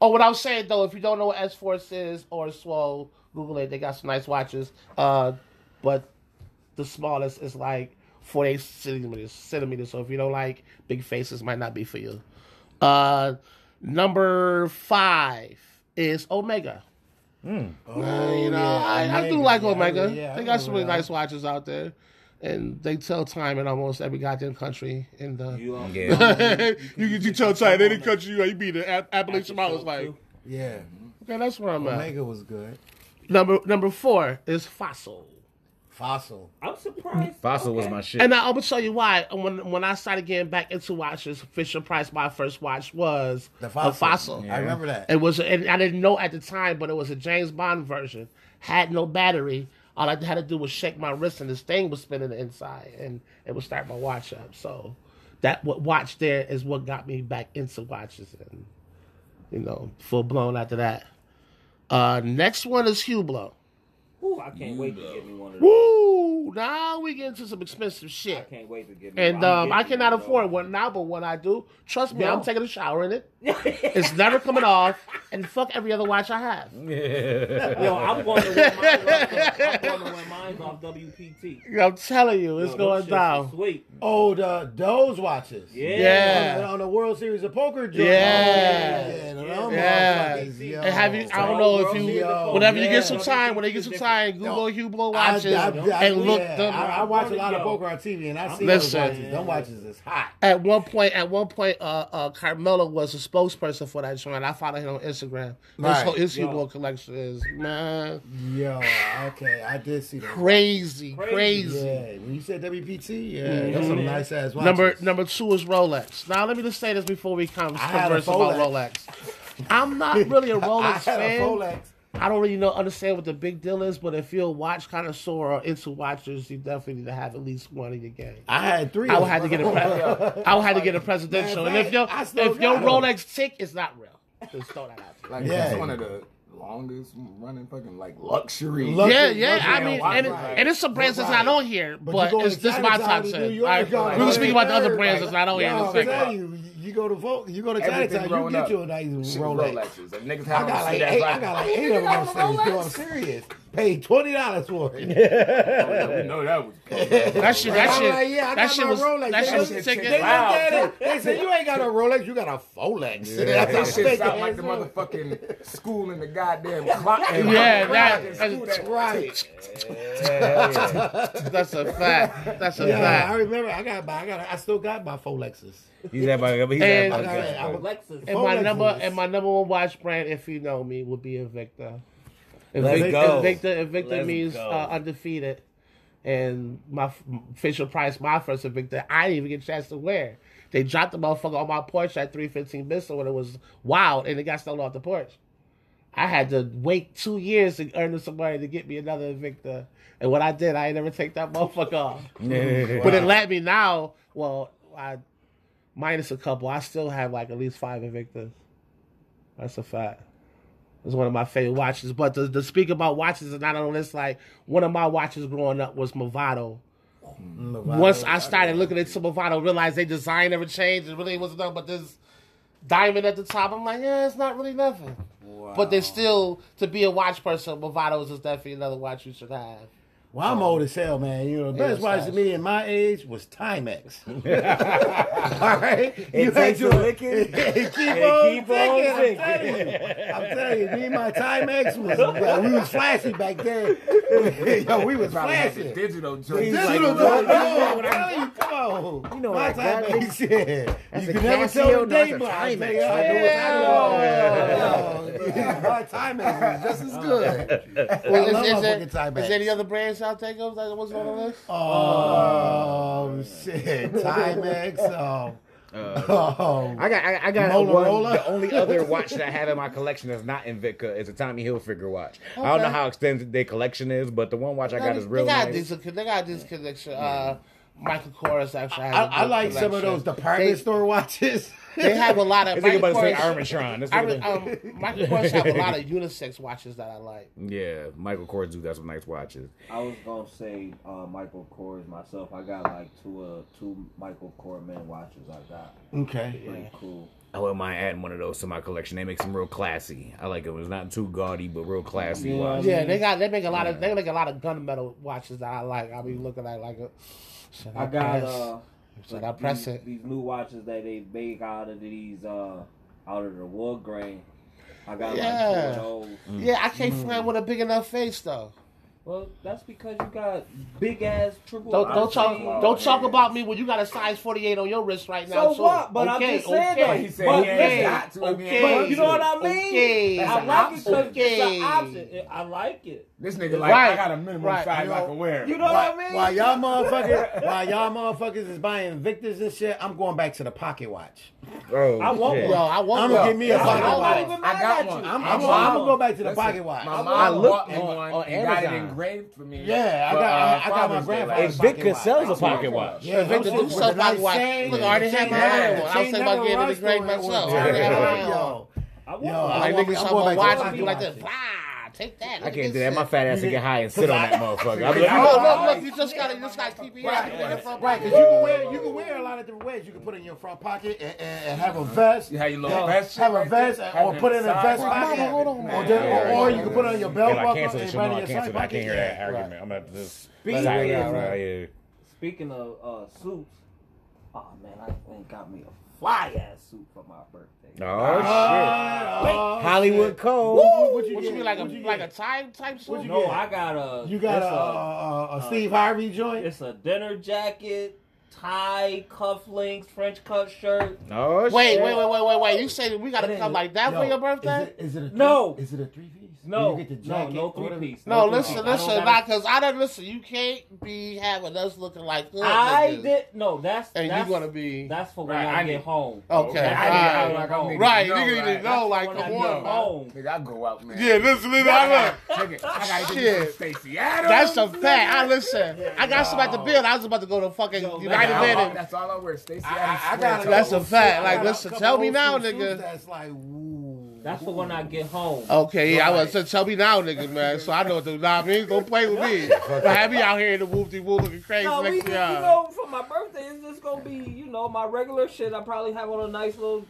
[SPEAKER 3] Oh, what I was saying though, if you don't know what S Force is or Swole, Google it. They got some nice watches. Uh, but the smallest is like 48 centimeters. Centimeters. So if you don't like big faces, might not be for you. Uh, number five is Omega. [laughs] Uh,
[SPEAKER 1] Oh,
[SPEAKER 3] you know, I, I do like Omega. they got some really nice watches out there, and they tell time in almost every goddamn country in the.
[SPEAKER 5] You
[SPEAKER 3] [laughs]
[SPEAKER 5] um,
[SPEAKER 2] Yeah.
[SPEAKER 3] you can you tell time any country you you be the App- Appalachian Mountains like.
[SPEAKER 1] Yeah,
[SPEAKER 3] Okay, that's where I'm at.
[SPEAKER 1] Omega was good.
[SPEAKER 3] Number number four is Fossil,
[SPEAKER 1] Fossil.
[SPEAKER 5] I'm surprised.
[SPEAKER 2] Fossil was
[SPEAKER 5] Okay.
[SPEAKER 2] my shit.
[SPEAKER 3] and I, I'm gonna tell you why. When when I started getting back into watches, Fisher Price, my first watch was
[SPEAKER 1] The fossil.
[SPEAKER 3] a Fossil.
[SPEAKER 1] I remember that.
[SPEAKER 3] It was, and I didn't know at the time, but it was a James Bond version. Had no battery. All I had to do was shake my wrist, and this thing was spinning inside, and it would start my watch up. So that what watch there is what got me back into watches, and you know, full blown after that. Uh, next one is Hublot.
[SPEAKER 5] Ooh, I can't wait to get me one of those.
[SPEAKER 3] Woo! Now we get into some expensive
[SPEAKER 5] I
[SPEAKER 3] shit.
[SPEAKER 5] can't wait to get me.
[SPEAKER 3] And
[SPEAKER 5] one.
[SPEAKER 3] um,
[SPEAKER 5] I'm
[SPEAKER 3] I
[SPEAKER 5] getting
[SPEAKER 3] cannot
[SPEAKER 5] one,
[SPEAKER 3] afford
[SPEAKER 5] though.
[SPEAKER 3] one now, but when I do, trust me,
[SPEAKER 5] No.
[SPEAKER 3] I'm taking a shower in
[SPEAKER 5] [laughs]
[SPEAKER 3] it. It's never coming off, and fuck every other watch I have.
[SPEAKER 5] Yo, I'm going to win mine. off- I'm going to win mine off WPT.
[SPEAKER 3] I'm telling you, it's
[SPEAKER 5] Yo,
[SPEAKER 3] going
[SPEAKER 5] those shits are
[SPEAKER 3] down.
[SPEAKER 5] Sweet.
[SPEAKER 1] Oh, the those watches.
[SPEAKER 5] Yeah.
[SPEAKER 1] On,
[SPEAKER 3] Yeah.
[SPEAKER 1] the- on the World Series of Poker. joint.
[SPEAKER 3] Yeah.
[SPEAKER 1] Yeah. them
[SPEAKER 3] Yeah.
[SPEAKER 1] motherfuckers, yo.
[SPEAKER 3] And have you? I don't know if you.
[SPEAKER 1] Yo.
[SPEAKER 3] Whenever you
[SPEAKER 1] Yeah.
[SPEAKER 3] get some time, when they get some time, Google Hublot watches
[SPEAKER 1] I, I- I-
[SPEAKER 3] and look
[SPEAKER 1] yeah,
[SPEAKER 3] them.
[SPEAKER 1] I, I watch a lot of
[SPEAKER 5] Yo.
[SPEAKER 1] poker on TV, and I see
[SPEAKER 3] Listen.
[SPEAKER 1] those watches. Them watches is hot.
[SPEAKER 3] at one point, at one point, uh, uh, Carmelo was a spokesperson for that joint. I followed him on Instagram. His
[SPEAKER 1] Right.
[SPEAKER 3] whole his
[SPEAKER 5] Yo.
[SPEAKER 3] Hublot collection is man
[SPEAKER 1] Yo, okay, I did see that.
[SPEAKER 3] crazy, crazy. Mm-hmm.
[SPEAKER 1] Yeah, when you said WPT, yeah, that's some nice ass watches.
[SPEAKER 3] Number number two is Rolex. Now let me just say this before we come
[SPEAKER 1] I had a
[SPEAKER 3] converse about Rolex. I'm not really
[SPEAKER 1] [laughs]
[SPEAKER 3] a
[SPEAKER 1] I
[SPEAKER 3] Rolex
[SPEAKER 1] had a
[SPEAKER 3] fan.
[SPEAKER 1] Rolex.
[SPEAKER 3] I don't really know understand what the big deal is, but if you're a watch connoisseur or into watches, you definitely need to have at least one in your game.
[SPEAKER 1] I had three.
[SPEAKER 3] I
[SPEAKER 1] of
[SPEAKER 3] would have to
[SPEAKER 1] them.
[SPEAKER 3] get a pre- I would have to get a presidential, and if your
[SPEAKER 1] I still
[SPEAKER 3] if your
[SPEAKER 1] got 'em.
[SPEAKER 3] Rolex tick is not real, just throw that out. there.
[SPEAKER 4] Like,
[SPEAKER 1] Yeah.
[SPEAKER 4] it's one of the longest running fucking, like, luxury.
[SPEAKER 1] Lu-
[SPEAKER 3] Yeah,
[SPEAKER 1] Luxury-
[SPEAKER 3] yeah. I
[SPEAKER 1] luxury
[SPEAKER 3] mean,
[SPEAKER 1] watch,
[SPEAKER 3] and, it-
[SPEAKER 1] right.
[SPEAKER 3] and it's some brands that's not
[SPEAKER 1] Right.
[SPEAKER 3] on here,
[SPEAKER 1] But
[SPEAKER 3] but,
[SPEAKER 1] you go
[SPEAKER 3] it's
[SPEAKER 1] to
[SPEAKER 3] this is my
[SPEAKER 1] Chinatown
[SPEAKER 3] top
[SPEAKER 1] to
[SPEAKER 3] ten.
[SPEAKER 1] New York,
[SPEAKER 3] All
[SPEAKER 1] you
[SPEAKER 3] right,
[SPEAKER 1] got
[SPEAKER 3] We were
[SPEAKER 1] it.
[SPEAKER 3] speaking about the other
[SPEAKER 1] Like,
[SPEAKER 3] brands that's not on here.
[SPEAKER 1] Yo,
[SPEAKER 3] Let's
[SPEAKER 1] I'm
[SPEAKER 3] think about
[SPEAKER 1] telling
[SPEAKER 3] it.
[SPEAKER 1] you, you go to vote, you go to
[SPEAKER 4] Everything
[SPEAKER 1] Chinatown, you
[SPEAKER 4] growing
[SPEAKER 1] get
[SPEAKER 4] up.
[SPEAKER 1] you a nice
[SPEAKER 4] Shit with
[SPEAKER 1] Rolex.
[SPEAKER 4] Rolexes. A niggas
[SPEAKER 1] I
[SPEAKER 4] have
[SPEAKER 1] got
[SPEAKER 4] them
[SPEAKER 1] like eight.
[SPEAKER 4] shit that's
[SPEAKER 1] I
[SPEAKER 4] like,
[SPEAKER 1] got like eight of them things. Yo, I'm serious. Paid twenty dollars for it.
[SPEAKER 4] we [laughs] know that was.
[SPEAKER 3] That shit, that
[SPEAKER 1] I'm
[SPEAKER 3] shit,
[SPEAKER 1] like, yeah, I
[SPEAKER 3] that
[SPEAKER 1] got
[SPEAKER 3] shit
[SPEAKER 1] my
[SPEAKER 3] was,
[SPEAKER 1] Rolex.
[SPEAKER 3] that
[SPEAKER 1] They
[SPEAKER 3] shit was
[SPEAKER 1] look-
[SPEAKER 3] ticket.
[SPEAKER 1] They
[SPEAKER 3] Wow.
[SPEAKER 1] looked at it. They said you ain't got a Rolex, you got a Folex. [laughs]
[SPEAKER 4] That
[SPEAKER 1] That's how
[SPEAKER 4] shit
[SPEAKER 1] fake
[SPEAKER 4] sound
[SPEAKER 1] it
[SPEAKER 4] like
[SPEAKER 1] is.
[SPEAKER 4] the motherfucking school in
[SPEAKER 1] [laughs]
[SPEAKER 4] the goddamn clock.
[SPEAKER 3] Yeah, that-
[SPEAKER 4] Clock in
[SPEAKER 3] that's-
[SPEAKER 4] school that-
[SPEAKER 1] Right.
[SPEAKER 3] That's a fact. That's a
[SPEAKER 1] Yeah, I
[SPEAKER 3] fact.
[SPEAKER 1] remember. I got my. I got. I still got my Folexes.
[SPEAKER 2] He's at my. He's
[SPEAKER 3] And-
[SPEAKER 2] at my.
[SPEAKER 1] I got it. I was-
[SPEAKER 5] Lexus.
[SPEAKER 3] And my
[SPEAKER 1] Rolexes.
[SPEAKER 3] number and my number one watch brand, if you know me, would be Invicta.
[SPEAKER 2] Let's
[SPEAKER 3] Invicta,
[SPEAKER 2] go.
[SPEAKER 3] Invicta, Invicta
[SPEAKER 2] Let's
[SPEAKER 3] means
[SPEAKER 2] go.
[SPEAKER 3] uh, undefeated. And my Fisher Price, my first Invicta, I didn't even get a chance to wear. They dropped the motherfucker on my porch at 315 Bissell when it was wild, and it got stolen off the porch. I had to wait two years to earn some money to get me another Invicta. And what I did, I ain't never take that
[SPEAKER 2] [laughs]
[SPEAKER 3] motherfucker off. But it let me now. Well, I minus a couple, I still have like at least five Invictas. That's a fact. It's one of my favorite watches. But to, to speak about watches and not on this, like one of my watches growing up was Movado. Once I started looking into Movado, realized they design never changed. It really wasn't nothing but this diamond at the top. I'm like, yeah, it's not really nothing. But there's still to be a watch person. Movados is definitely another watch you should have.
[SPEAKER 1] Well, I'm old as hell, man. You know, the
[SPEAKER 3] Yeah,
[SPEAKER 1] best watch to
[SPEAKER 3] facts.
[SPEAKER 1] me in my age
[SPEAKER 6] [laughs]
[SPEAKER 1] was Timex. [laughs] All right, you
[SPEAKER 6] takes a
[SPEAKER 1] [laughs]
[SPEAKER 6] licking,
[SPEAKER 1] Keep on
[SPEAKER 6] keep on
[SPEAKER 1] ticking, I'm telling you, I'm telling you, me and my Timex
[SPEAKER 6] [laughs]
[SPEAKER 1] was well, we was flashy back then. [laughs] Yo, we was
[SPEAKER 4] Probably had the
[SPEAKER 1] flashy.
[SPEAKER 4] digital joint.
[SPEAKER 1] This
[SPEAKER 6] like,
[SPEAKER 1] little
[SPEAKER 6] what?
[SPEAKER 1] dog, no, I'm telling you, come on. You
[SPEAKER 6] know
[SPEAKER 1] my
[SPEAKER 6] what I got,
[SPEAKER 1] Timex, yeah.
[SPEAKER 6] That's
[SPEAKER 1] you
[SPEAKER 6] a
[SPEAKER 1] can never tell
[SPEAKER 6] Casio,
[SPEAKER 1] the
[SPEAKER 6] no, that's
[SPEAKER 1] day,
[SPEAKER 6] a
[SPEAKER 1] but I tell
[SPEAKER 6] Timex.
[SPEAKER 1] you, I know
[SPEAKER 3] Yeah.
[SPEAKER 1] it's not My Timex was just as good.
[SPEAKER 3] Well,
[SPEAKER 1] I love
[SPEAKER 3] is,
[SPEAKER 1] my
[SPEAKER 3] is, there,
[SPEAKER 1] fucking Timex.
[SPEAKER 3] is there any other brands out there goes that wasn't on the list?
[SPEAKER 1] Oh, shit. [laughs] Timex. Oh. oh.
[SPEAKER 6] I got, I, I got one.
[SPEAKER 1] Motorola?
[SPEAKER 6] The only [laughs] other watch that I have in my collection that's not Invicta is a Tommy Hilfiger watch. I don't know
[SPEAKER 3] Okay.
[SPEAKER 6] how extensive their collection is, but the one watch I got is real
[SPEAKER 3] they got
[SPEAKER 6] nice.
[SPEAKER 3] these. They got these connection. Uh, Michael Kors actually.
[SPEAKER 1] I,
[SPEAKER 3] Has a
[SPEAKER 1] I
[SPEAKER 3] good
[SPEAKER 1] like some of
[SPEAKER 3] collection.
[SPEAKER 1] those department
[SPEAKER 3] They-
[SPEAKER 1] store watches.
[SPEAKER 3] [laughs] They have a lot of.
[SPEAKER 6] It's like
[SPEAKER 3] Michael
[SPEAKER 6] about to say
[SPEAKER 3] Kors-
[SPEAKER 6] Armatron. That's
[SPEAKER 3] I
[SPEAKER 6] what
[SPEAKER 3] re-
[SPEAKER 6] it is.
[SPEAKER 3] um, Michael Kors have a lot of unisex watches that I like.
[SPEAKER 6] yeah, Michael Kors do that's some nice watches.
[SPEAKER 5] I was gonna say uh, Michael Kors myself. I got like two uh, two Michael Kors men watches. I got
[SPEAKER 1] Okay.
[SPEAKER 5] pretty cool.
[SPEAKER 6] I wouldn't mind adding one of those to my collection. They make some real classy. I like it. It's not too gaudy, but real classy
[SPEAKER 5] Yeah.
[SPEAKER 6] watch.
[SPEAKER 3] Yeah, they got they make a lot of they make a lot of gunmetal watches that I like. I'll be looking at like a. Should I,
[SPEAKER 5] I got
[SPEAKER 3] press?
[SPEAKER 5] uh,
[SPEAKER 3] should I press
[SPEAKER 5] these,
[SPEAKER 3] it?
[SPEAKER 5] these new watches that they make out of these uh out of the wood grain. I got
[SPEAKER 3] Yeah.
[SPEAKER 5] like two of those.
[SPEAKER 3] Yeah, I can't find one with a big enough face though.
[SPEAKER 5] Well, that's because you got big ass triple.
[SPEAKER 3] Don't don't
[SPEAKER 5] R
[SPEAKER 3] talk don't talk about me when you got a size forty eight on your wrist right now.
[SPEAKER 5] So
[SPEAKER 3] too.
[SPEAKER 5] what? But I'm
[SPEAKER 3] okay,
[SPEAKER 5] just saying
[SPEAKER 3] okay.
[SPEAKER 5] that.
[SPEAKER 4] He said
[SPEAKER 5] But
[SPEAKER 4] he
[SPEAKER 3] okay,
[SPEAKER 4] ain't got to. I mean,
[SPEAKER 3] okay.
[SPEAKER 5] But you know what I mean?
[SPEAKER 3] Okay.
[SPEAKER 5] I
[SPEAKER 3] That's
[SPEAKER 5] like
[SPEAKER 3] an
[SPEAKER 5] it because it's
[SPEAKER 3] option.
[SPEAKER 5] an option. I like it.
[SPEAKER 4] This nigga like,
[SPEAKER 3] Right.
[SPEAKER 4] I got a minimum
[SPEAKER 3] Right.
[SPEAKER 4] size I
[SPEAKER 1] Yo.
[SPEAKER 4] can wear.
[SPEAKER 5] You know
[SPEAKER 1] Why,
[SPEAKER 5] what I mean?
[SPEAKER 1] why y'all motherfuckers? Why y'all motherfuckers is buying Victors and shit? I'm going back to the pocket watch.
[SPEAKER 6] Oh,
[SPEAKER 5] I want
[SPEAKER 6] shit.
[SPEAKER 3] Yo, I want
[SPEAKER 1] I'm
[SPEAKER 3] one.
[SPEAKER 1] gonna give me a
[SPEAKER 5] I'm
[SPEAKER 1] pocket
[SPEAKER 5] not
[SPEAKER 1] watch.
[SPEAKER 5] even
[SPEAKER 4] I
[SPEAKER 5] mad
[SPEAKER 4] got
[SPEAKER 5] at
[SPEAKER 4] one.
[SPEAKER 1] I'm,
[SPEAKER 5] you.
[SPEAKER 4] I
[SPEAKER 1] I'm, I'm,
[SPEAKER 4] want
[SPEAKER 1] gonna
[SPEAKER 4] one.
[SPEAKER 1] go back to the
[SPEAKER 4] Listen,
[SPEAKER 1] pocket watch.
[SPEAKER 4] My mom
[SPEAKER 6] I looked
[SPEAKER 4] bought me
[SPEAKER 6] on-
[SPEAKER 4] one
[SPEAKER 6] on
[SPEAKER 4] and got it
[SPEAKER 6] Amazon.
[SPEAKER 4] engraved for me.
[SPEAKER 1] Yeah, I
[SPEAKER 4] for,
[SPEAKER 1] got- I-
[SPEAKER 4] uh,
[SPEAKER 1] I got my
[SPEAKER 4] Father's Day
[SPEAKER 1] grandpa-
[SPEAKER 6] Hey,
[SPEAKER 4] last
[SPEAKER 1] Vic-
[SPEAKER 4] year.
[SPEAKER 6] Victor sells a pocket watch.
[SPEAKER 1] Yeah,
[SPEAKER 3] Victor
[SPEAKER 1] with
[SPEAKER 3] do
[SPEAKER 1] the
[SPEAKER 3] something
[SPEAKER 1] nice
[SPEAKER 3] about watch.
[SPEAKER 1] chain.
[SPEAKER 3] Look, I already had my
[SPEAKER 4] Yeah.
[SPEAKER 3] own one. I was
[SPEAKER 1] Chain
[SPEAKER 3] thinking about
[SPEAKER 1] never
[SPEAKER 3] getting it
[SPEAKER 1] runs
[SPEAKER 3] to grade
[SPEAKER 1] through it.
[SPEAKER 3] myself. I already had my own.
[SPEAKER 1] Yo,
[SPEAKER 5] I want
[SPEAKER 1] yo,
[SPEAKER 5] one.
[SPEAKER 1] I
[SPEAKER 3] I
[SPEAKER 1] want
[SPEAKER 3] want
[SPEAKER 1] me some
[SPEAKER 3] me some
[SPEAKER 1] more watch
[SPEAKER 3] more watch
[SPEAKER 1] and
[SPEAKER 3] and be like
[SPEAKER 1] watch.
[SPEAKER 3] that. Blah, take that.
[SPEAKER 6] I can't do that. My fat ass to get high and sit on that motherfucker. [laughs] I'm
[SPEAKER 1] Cause I-
[SPEAKER 6] like,
[SPEAKER 3] Oh, look, look, you just gotta, you just gotta keep your
[SPEAKER 1] Right,
[SPEAKER 3] head.
[SPEAKER 1] right, right. Because you can wear you can wear a lot of different ways. You can put it in your front pocket and, and, and have a vest.
[SPEAKER 4] You had your little vest.
[SPEAKER 1] Have a
[SPEAKER 4] right
[SPEAKER 1] vest
[SPEAKER 4] there.
[SPEAKER 1] and- or
[SPEAKER 4] Have
[SPEAKER 1] put
[SPEAKER 4] it
[SPEAKER 1] it in a
[SPEAKER 4] inside
[SPEAKER 1] vest
[SPEAKER 4] pocket.
[SPEAKER 1] pocket.
[SPEAKER 3] Mama, hold on,
[SPEAKER 1] Or,
[SPEAKER 3] man.
[SPEAKER 1] just, or, or
[SPEAKER 4] Yeah,
[SPEAKER 1] you can put it on your belt
[SPEAKER 6] If I
[SPEAKER 1] buckle
[SPEAKER 6] cancel
[SPEAKER 1] and
[SPEAKER 6] this,
[SPEAKER 1] right in
[SPEAKER 6] I
[SPEAKER 1] your
[SPEAKER 6] cancel
[SPEAKER 1] side
[SPEAKER 6] it. I can't
[SPEAKER 1] pocket.
[SPEAKER 6] hear that
[SPEAKER 1] Yeah,
[SPEAKER 6] argument.
[SPEAKER 1] right.
[SPEAKER 6] I'm about to just.
[SPEAKER 5] Speaking
[SPEAKER 6] Sorry,
[SPEAKER 5] of,
[SPEAKER 6] yeah, yeah.
[SPEAKER 5] Speaking of uh, suits, oh man, I ain't got me a fly ass suit for my birthday.
[SPEAKER 6] Oh,
[SPEAKER 1] Ah,
[SPEAKER 6] shit.
[SPEAKER 1] oh,
[SPEAKER 6] Hollywood
[SPEAKER 1] shit.
[SPEAKER 6] Code.
[SPEAKER 1] What, what you,
[SPEAKER 3] What
[SPEAKER 1] get?
[SPEAKER 3] you mean, like a
[SPEAKER 1] What you
[SPEAKER 3] like a
[SPEAKER 1] get?
[SPEAKER 3] time type
[SPEAKER 1] What
[SPEAKER 3] suit?
[SPEAKER 1] you
[SPEAKER 5] No,
[SPEAKER 1] get?
[SPEAKER 5] I got a.
[SPEAKER 1] You got
[SPEAKER 5] it's
[SPEAKER 1] a, uh, a, a, a Steve Harvey joint.
[SPEAKER 5] It's a dinner jacket, tie, cufflinks, French cut shirt.
[SPEAKER 6] Oh, shit.
[SPEAKER 3] Wait, wait, wait, wait, wait, wait. You said we gotta
[SPEAKER 5] It
[SPEAKER 3] come
[SPEAKER 5] is.
[SPEAKER 3] like that
[SPEAKER 1] Yo,
[SPEAKER 3] for your birthday?
[SPEAKER 1] Is it, is it a
[SPEAKER 5] No.
[SPEAKER 1] Three, is it a three piece?
[SPEAKER 5] No,
[SPEAKER 1] You get the
[SPEAKER 5] no,
[SPEAKER 1] jacket,
[SPEAKER 5] no three
[SPEAKER 1] whatever.
[SPEAKER 5] piece.
[SPEAKER 3] No,
[SPEAKER 5] three-piece.
[SPEAKER 3] listen,
[SPEAKER 5] I don't
[SPEAKER 3] listen,
[SPEAKER 5] gotta-
[SPEAKER 3] nah, cause I don't listen. You can't be having us looking like hood
[SPEAKER 5] I
[SPEAKER 3] niggas,
[SPEAKER 5] did no. That's
[SPEAKER 3] and
[SPEAKER 5] that's
[SPEAKER 3] you gonna be
[SPEAKER 5] that's for when
[SPEAKER 4] Right,
[SPEAKER 5] I,
[SPEAKER 4] I
[SPEAKER 5] get
[SPEAKER 4] need-
[SPEAKER 5] home.
[SPEAKER 3] okay.
[SPEAKER 4] I
[SPEAKER 5] Alright.
[SPEAKER 4] need
[SPEAKER 3] alright.
[SPEAKER 4] to go like I'm nigga.
[SPEAKER 3] Right,
[SPEAKER 4] No,
[SPEAKER 3] nigga, you
[SPEAKER 4] right.
[SPEAKER 3] didn't know, like,
[SPEAKER 5] when I
[SPEAKER 3] come
[SPEAKER 5] get
[SPEAKER 3] on, man.
[SPEAKER 5] home.
[SPEAKER 4] Nigga, I go out, man.
[SPEAKER 3] Yeah, listen, listen, I look.
[SPEAKER 4] Nigga, I gotta get
[SPEAKER 3] Shit.
[SPEAKER 4] you Stacy Adams.
[SPEAKER 3] That's a fact. I listen. I got somebody to build. I was about to go to fucking
[SPEAKER 5] Yo, man,
[SPEAKER 3] United
[SPEAKER 5] I-
[SPEAKER 3] Land.
[SPEAKER 5] I-
[SPEAKER 3] and-
[SPEAKER 4] That's all I wear. Stacy
[SPEAKER 1] I-
[SPEAKER 4] Adams.
[SPEAKER 1] I- I gotta
[SPEAKER 4] sweater.
[SPEAKER 1] go.
[SPEAKER 3] That's a fact.
[SPEAKER 1] I got
[SPEAKER 3] Like,
[SPEAKER 1] a
[SPEAKER 3] listen,
[SPEAKER 1] couple
[SPEAKER 3] tell me
[SPEAKER 1] old
[SPEAKER 3] now,
[SPEAKER 1] suits
[SPEAKER 3] nigga.
[SPEAKER 1] That's like, ooh.
[SPEAKER 5] That's for when I get home.
[SPEAKER 3] Okay, yeah, I was. So tell me now, nigga, man. So I know what to do. Nah, I mean, don't play with
[SPEAKER 5] [laughs]
[SPEAKER 3] me. But have me out here in the whoop de whoop looking crazy
[SPEAKER 5] No, we
[SPEAKER 3] next
[SPEAKER 5] just,
[SPEAKER 3] to
[SPEAKER 5] you
[SPEAKER 3] y'all.
[SPEAKER 5] know, for my birthday, it's just gonna be, you know, my regular shit. I probably have on a nice little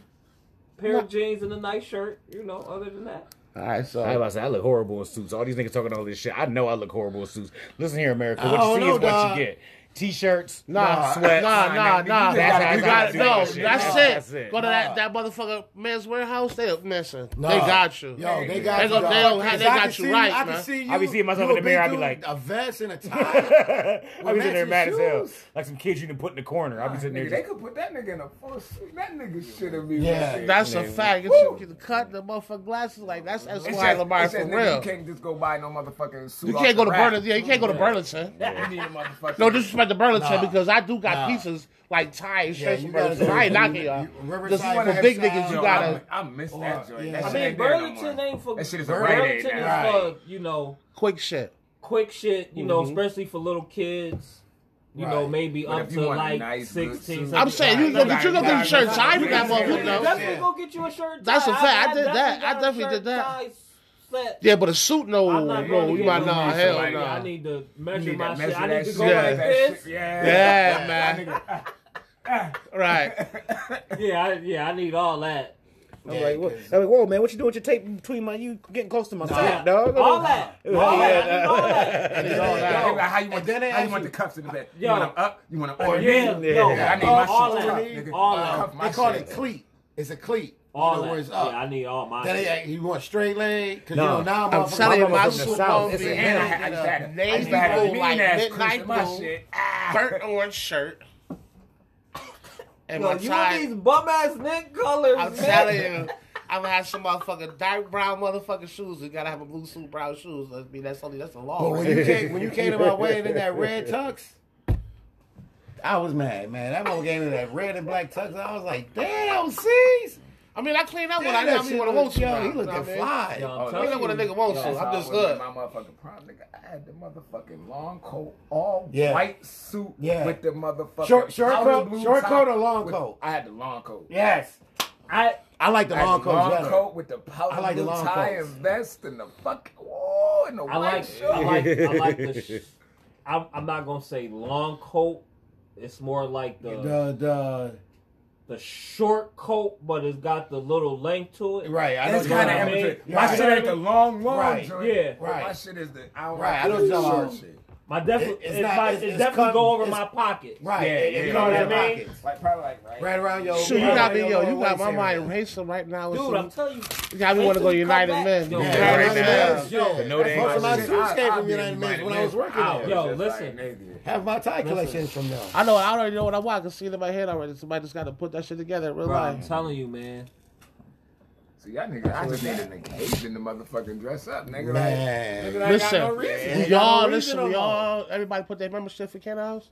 [SPEAKER 5] pair of jeans and a nice shirt, you know. Other than that,
[SPEAKER 3] All right,
[SPEAKER 6] I was
[SPEAKER 3] so.
[SPEAKER 6] about to say, I look horrible in suits. All these niggas talking all this shit. I know I look horrible in suits. Listen here, America. What
[SPEAKER 1] Oh,
[SPEAKER 6] you see
[SPEAKER 1] no,
[SPEAKER 6] is what
[SPEAKER 1] dog.
[SPEAKER 6] you get. T-shirts,
[SPEAKER 3] Nah,
[SPEAKER 6] sweats.
[SPEAKER 3] nah, nah, nah.
[SPEAKER 6] That's how
[SPEAKER 3] you
[SPEAKER 6] I
[SPEAKER 3] got it.
[SPEAKER 6] do
[SPEAKER 3] No,
[SPEAKER 6] that shit.
[SPEAKER 3] that's
[SPEAKER 6] Nah,
[SPEAKER 3] it.
[SPEAKER 6] that's it.
[SPEAKER 3] Go to that, that motherfucker man's warehouse. They listen.
[SPEAKER 1] Nah.
[SPEAKER 3] They got you.
[SPEAKER 1] Yo, they got
[SPEAKER 3] They
[SPEAKER 1] you.
[SPEAKER 3] go-
[SPEAKER 1] dog.
[SPEAKER 3] they don't have- they
[SPEAKER 1] 'Cause I
[SPEAKER 3] got
[SPEAKER 1] can
[SPEAKER 3] you
[SPEAKER 1] see
[SPEAKER 3] right,
[SPEAKER 1] I can
[SPEAKER 3] man.
[SPEAKER 1] see you.
[SPEAKER 6] I be seeing myself
[SPEAKER 1] you
[SPEAKER 6] in the mirror,
[SPEAKER 1] a
[SPEAKER 6] I be
[SPEAKER 1] big dude,
[SPEAKER 6] like-
[SPEAKER 1] a
[SPEAKER 6] [laughs]
[SPEAKER 1] vest and a tie.
[SPEAKER 6] I be sitting there
[SPEAKER 1] matching
[SPEAKER 6] mad as hell.
[SPEAKER 1] shoes.
[SPEAKER 6] Like some kids you can put in the corner. I be sitting
[SPEAKER 4] Nigga,
[SPEAKER 6] there
[SPEAKER 4] they
[SPEAKER 6] just,
[SPEAKER 4] could put that nigga in a full suit. That nigga should have been.
[SPEAKER 1] Yeah,
[SPEAKER 3] That's a fact. Get you get the cut, the motherfucking glasses. Like that's that's
[SPEAKER 4] It's
[SPEAKER 3] why
[SPEAKER 4] just,
[SPEAKER 3] Lamar
[SPEAKER 4] it's
[SPEAKER 3] for
[SPEAKER 4] just, nigga,
[SPEAKER 3] real.
[SPEAKER 4] you can't just go buy no motherfucking suit.
[SPEAKER 3] You
[SPEAKER 4] off
[SPEAKER 3] can't go to
[SPEAKER 4] the rack.
[SPEAKER 3] Burlington. Yeah, you can't go to Burlington.
[SPEAKER 4] You need a motherfucking.
[SPEAKER 3] No disrespect to Burlington because I do got
[SPEAKER 1] Nah.
[SPEAKER 3] pieces like tie and
[SPEAKER 1] Yeah,
[SPEAKER 3] stretch
[SPEAKER 1] you
[SPEAKER 3] yeah, brothers.
[SPEAKER 1] gotta go
[SPEAKER 3] I ain't
[SPEAKER 1] to
[SPEAKER 3] knocking y'all.
[SPEAKER 1] you- Riverside
[SPEAKER 3] This is
[SPEAKER 1] Wanna
[SPEAKER 3] for
[SPEAKER 1] have
[SPEAKER 3] big
[SPEAKER 1] style.
[SPEAKER 3] niggas. You
[SPEAKER 1] Yo,
[SPEAKER 3] gotta
[SPEAKER 4] I miss that joint.
[SPEAKER 1] yeah.
[SPEAKER 4] That
[SPEAKER 1] I
[SPEAKER 5] I
[SPEAKER 4] shit
[SPEAKER 5] mean,
[SPEAKER 4] ain't there no more.
[SPEAKER 5] Burlington ain't for
[SPEAKER 4] That shit is a Rite Aid
[SPEAKER 5] Burlington is
[SPEAKER 4] now.
[SPEAKER 5] for you know
[SPEAKER 3] quick shit.
[SPEAKER 5] quick shit. You know, especially for little kids. You know,
[SPEAKER 1] Right.
[SPEAKER 5] maybe
[SPEAKER 4] Mm-hmm. But
[SPEAKER 5] up
[SPEAKER 4] if you
[SPEAKER 5] to
[SPEAKER 4] want a
[SPEAKER 5] like
[SPEAKER 4] nice, good
[SPEAKER 5] 16.
[SPEAKER 4] suit.
[SPEAKER 3] I'm
[SPEAKER 5] 17.
[SPEAKER 3] saying you,
[SPEAKER 4] Right.
[SPEAKER 3] but you go get your shirt tied for that
[SPEAKER 4] Right.
[SPEAKER 3] motherfucker
[SPEAKER 5] You
[SPEAKER 3] though.
[SPEAKER 5] definitely
[SPEAKER 1] Yeah.
[SPEAKER 5] go get you a shirt.
[SPEAKER 3] That's
[SPEAKER 5] tie.
[SPEAKER 3] a fact. I did that.
[SPEAKER 5] definitely
[SPEAKER 3] I
[SPEAKER 5] got a
[SPEAKER 3] definitely
[SPEAKER 5] shirt
[SPEAKER 3] did that.
[SPEAKER 5] tie Set.
[SPEAKER 3] Yeah, but a suit, no,
[SPEAKER 5] I'm not
[SPEAKER 3] no,
[SPEAKER 5] going to
[SPEAKER 3] you
[SPEAKER 5] get
[SPEAKER 3] might
[SPEAKER 5] no
[SPEAKER 3] not.
[SPEAKER 5] match
[SPEAKER 3] Hell
[SPEAKER 5] like
[SPEAKER 3] no.
[SPEAKER 5] that. I need to
[SPEAKER 4] uh, You
[SPEAKER 5] measure
[SPEAKER 4] need
[SPEAKER 5] my
[SPEAKER 4] to measure
[SPEAKER 5] shit. I
[SPEAKER 4] that
[SPEAKER 5] need to
[SPEAKER 4] shit.
[SPEAKER 5] go
[SPEAKER 3] Yeah.
[SPEAKER 5] like
[SPEAKER 4] That shit,
[SPEAKER 5] this.
[SPEAKER 4] Yeah.
[SPEAKER 3] Yeah, man. Right.
[SPEAKER 5] Yeah, I, yeah, I need all that.
[SPEAKER 6] I'm like, what, I'm like, whoa, man, what you doing with your tape between my? You getting close to my
[SPEAKER 5] Yeah.
[SPEAKER 6] sack, dog?
[SPEAKER 5] All that. All that. I need all that.
[SPEAKER 4] Yeah, like, How you want
[SPEAKER 1] then they
[SPEAKER 4] the- how you
[SPEAKER 1] ask
[SPEAKER 4] want
[SPEAKER 1] you-
[SPEAKER 4] the cuffs in the back? You
[SPEAKER 5] Yo.
[SPEAKER 4] want them up? You want them
[SPEAKER 5] Or
[SPEAKER 4] underneath?
[SPEAKER 5] yeah, yo,
[SPEAKER 4] I need
[SPEAKER 5] all-
[SPEAKER 4] my
[SPEAKER 5] all
[SPEAKER 4] shit
[SPEAKER 5] that,
[SPEAKER 4] tucked, nigga.
[SPEAKER 5] all
[SPEAKER 4] I
[SPEAKER 5] that,
[SPEAKER 4] cuff my
[SPEAKER 1] They call
[SPEAKER 4] shit.
[SPEAKER 1] it cleat. It's a cleat. you
[SPEAKER 5] all
[SPEAKER 1] know, where
[SPEAKER 5] that.
[SPEAKER 1] it's up.
[SPEAKER 5] Yeah, I need all my.
[SPEAKER 1] Then
[SPEAKER 5] shit.
[SPEAKER 1] they, you want straight leg? Cause
[SPEAKER 6] No,
[SPEAKER 1] you know now
[SPEAKER 6] I'm
[SPEAKER 1] motherfuckers-
[SPEAKER 6] telling you,
[SPEAKER 1] my
[SPEAKER 6] my
[SPEAKER 1] motherfuckers
[SPEAKER 6] suit
[SPEAKER 1] from the
[SPEAKER 6] long
[SPEAKER 1] south.
[SPEAKER 6] It's
[SPEAKER 4] It's
[SPEAKER 6] an
[SPEAKER 4] an
[SPEAKER 1] Yeah.
[SPEAKER 4] and I had- I just had a- I
[SPEAKER 3] Navy
[SPEAKER 4] just had
[SPEAKER 3] blue,
[SPEAKER 4] a mean
[SPEAKER 3] like
[SPEAKER 4] ass
[SPEAKER 3] midnight
[SPEAKER 4] cushion in my
[SPEAKER 3] blue.
[SPEAKER 4] shit. Ah.
[SPEAKER 3] Burnt orange shirt. And
[SPEAKER 5] Yo,
[SPEAKER 3] my
[SPEAKER 5] you want
[SPEAKER 3] tie.
[SPEAKER 5] these bum ass neck colors,
[SPEAKER 3] I'm
[SPEAKER 5] man.
[SPEAKER 3] telling you. I'm gonna have some motherfucking dark brown motherfucking shoes. You gotta have a blue suit, brown shoes. That's me. That's only that's the law.
[SPEAKER 1] But
[SPEAKER 3] right?
[SPEAKER 1] when you came, when you came to my wedding in that
[SPEAKER 5] [laughs]
[SPEAKER 1] red tux, I was mad, man. That mother came in that red and black tux. I was like, damn, sees.
[SPEAKER 3] I mean, I clean up when I
[SPEAKER 1] Damn,
[SPEAKER 3] got
[SPEAKER 1] that
[SPEAKER 3] me
[SPEAKER 1] shit
[SPEAKER 3] with a
[SPEAKER 1] look-
[SPEAKER 3] whole suit.
[SPEAKER 1] Yo,
[SPEAKER 3] on,
[SPEAKER 1] he
[SPEAKER 3] you know
[SPEAKER 1] looking
[SPEAKER 3] what I mean?
[SPEAKER 1] fly.
[SPEAKER 5] Yo, I'm
[SPEAKER 3] Oh,
[SPEAKER 5] telling
[SPEAKER 3] you know what a
[SPEAKER 5] you.
[SPEAKER 3] nigga wants, so
[SPEAKER 5] Yo,
[SPEAKER 4] That's
[SPEAKER 3] I'm
[SPEAKER 4] how I
[SPEAKER 3] just
[SPEAKER 4] was at
[SPEAKER 3] hood.
[SPEAKER 4] My motherfucking prom, nigga. I had the motherfucking long coat, all
[SPEAKER 1] Yeah.
[SPEAKER 4] white suit
[SPEAKER 1] Yeah.
[SPEAKER 4] with the motherfucking
[SPEAKER 1] Short- short
[SPEAKER 4] powder
[SPEAKER 1] coat-
[SPEAKER 4] blue
[SPEAKER 1] short
[SPEAKER 4] top
[SPEAKER 1] coat or long
[SPEAKER 4] with-
[SPEAKER 1] coat?
[SPEAKER 4] I had the long coat.
[SPEAKER 1] Yes,
[SPEAKER 5] I
[SPEAKER 1] I like the
[SPEAKER 4] I had
[SPEAKER 1] long
[SPEAKER 4] the
[SPEAKER 1] coat.
[SPEAKER 4] long
[SPEAKER 1] better.
[SPEAKER 4] coat with the powder
[SPEAKER 1] I like the
[SPEAKER 4] blue
[SPEAKER 1] long
[SPEAKER 4] tie
[SPEAKER 1] coats.
[SPEAKER 4] and vest and the fuck. Oh, and the
[SPEAKER 5] I
[SPEAKER 4] white
[SPEAKER 5] like,
[SPEAKER 4] shirt.
[SPEAKER 5] I like, I like the. Sh- I'm, I'm not gonna say long coat. It's more like the
[SPEAKER 1] The
[SPEAKER 5] the short coat, but it's got the little length to
[SPEAKER 1] the
[SPEAKER 5] it.
[SPEAKER 1] right. I
[SPEAKER 4] That's
[SPEAKER 1] know
[SPEAKER 5] what
[SPEAKER 4] kind
[SPEAKER 5] I
[SPEAKER 4] of
[SPEAKER 5] mean.
[SPEAKER 4] amateur.
[SPEAKER 1] Yeah.
[SPEAKER 4] My
[SPEAKER 1] Right.
[SPEAKER 4] shit ain't the long one.
[SPEAKER 1] Right.
[SPEAKER 4] Joint.
[SPEAKER 5] Yeah.
[SPEAKER 4] Right. My
[SPEAKER 1] Right.
[SPEAKER 4] shit is the. I don't
[SPEAKER 1] Right, I
[SPEAKER 4] Like
[SPEAKER 1] know
[SPEAKER 4] the
[SPEAKER 1] what you're talking
[SPEAKER 4] short shit.
[SPEAKER 5] My definitely,
[SPEAKER 1] It-
[SPEAKER 5] it's,
[SPEAKER 1] it's not-
[SPEAKER 5] my,
[SPEAKER 1] it's-
[SPEAKER 5] it
[SPEAKER 1] it's
[SPEAKER 5] definitely
[SPEAKER 1] cut-
[SPEAKER 5] go over
[SPEAKER 1] it's-
[SPEAKER 5] my pocket.
[SPEAKER 1] Right.
[SPEAKER 4] Yeah,
[SPEAKER 1] It- it
[SPEAKER 4] yeah,
[SPEAKER 1] go in
[SPEAKER 5] yeah.
[SPEAKER 1] your
[SPEAKER 5] I mean-
[SPEAKER 1] pockets.
[SPEAKER 4] Like probably like right.
[SPEAKER 1] Right around your.
[SPEAKER 3] Shoot, you
[SPEAKER 1] right
[SPEAKER 3] got
[SPEAKER 1] around
[SPEAKER 3] me,
[SPEAKER 1] your
[SPEAKER 3] yo,
[SPEAKER 1] little
[SPEAKER 3] you got my
[SPEAKER 1] waist area.
[SPEAKER 3] mind racing right now.
[SPEAKER 5] Dude, I'm telling you.
[SPEAKER 3] you got me want to go
[SPEAKER 5] Until you come
[SPEAKER 3] United Men.
[SPEAKER 5] back, yo,
[SPEAKER 3] You know
[SPEAKER 1] Yeah,
[SPEAKER 3] what
[SPEAKER 1] right
[SPEAKER 3] I'm
[SPEAKER 1] now.
[SPEAKER 3] saying?
[SPEAKER 1] That's-
[SPEAKER 5] Yo,
[SPEAKER 1] yeah,
[SPEAKER 6] no, they
[SPEAKER 1] that's
[SPEAKER 6] ain't
[SPEAKER 1] most of
[SPEAKER 6] my
[SPEAKER 1] my
[SPEAKER 6] shit.
[SPEAKER 1] suits
[SPEAKER 4] I-
[SPEAKER 1] came
[SPEAKER 4] I
[SPEAKER 1] from
[SPEAKER 4] be
[SPEAKER 1] United Mix
[SPEAKER 4] invited
[SPEAKER 1] when I
[SPEAKER 4] in.
[SPEAKER 1] was working
[SPEAKER 5] Ow.
[SPEAKER 1] there.
[SPEAKER 5] Yo,
[SPEAKER 4] Just
[SPEAKER 5] listen.
[SPEAKER 4] Like, nigga.
[SPEAKER 1] Have my tie collections from them.
[SPEAKER 3] I know. I already know what I want. I can see it in my head already. Somebody just got to put that shit together in real
[SPEAKER 5] Bro, I'm
[SPEAKER 3] life.
[SPEAKER 5] telling you, man.
[SPEAKER 4] So y'all niggas, I just need an occasion to motherfucking dress up, nigga.
[SPEAKER 1] Man.
[SPEAKER 4] Like, nigga, I ain't got
[SPEAKER 3] Listen,
[SPEAKER 4] no reason.
[SPEAKER 3] we all listen. We all everybody put their membership in Ken House.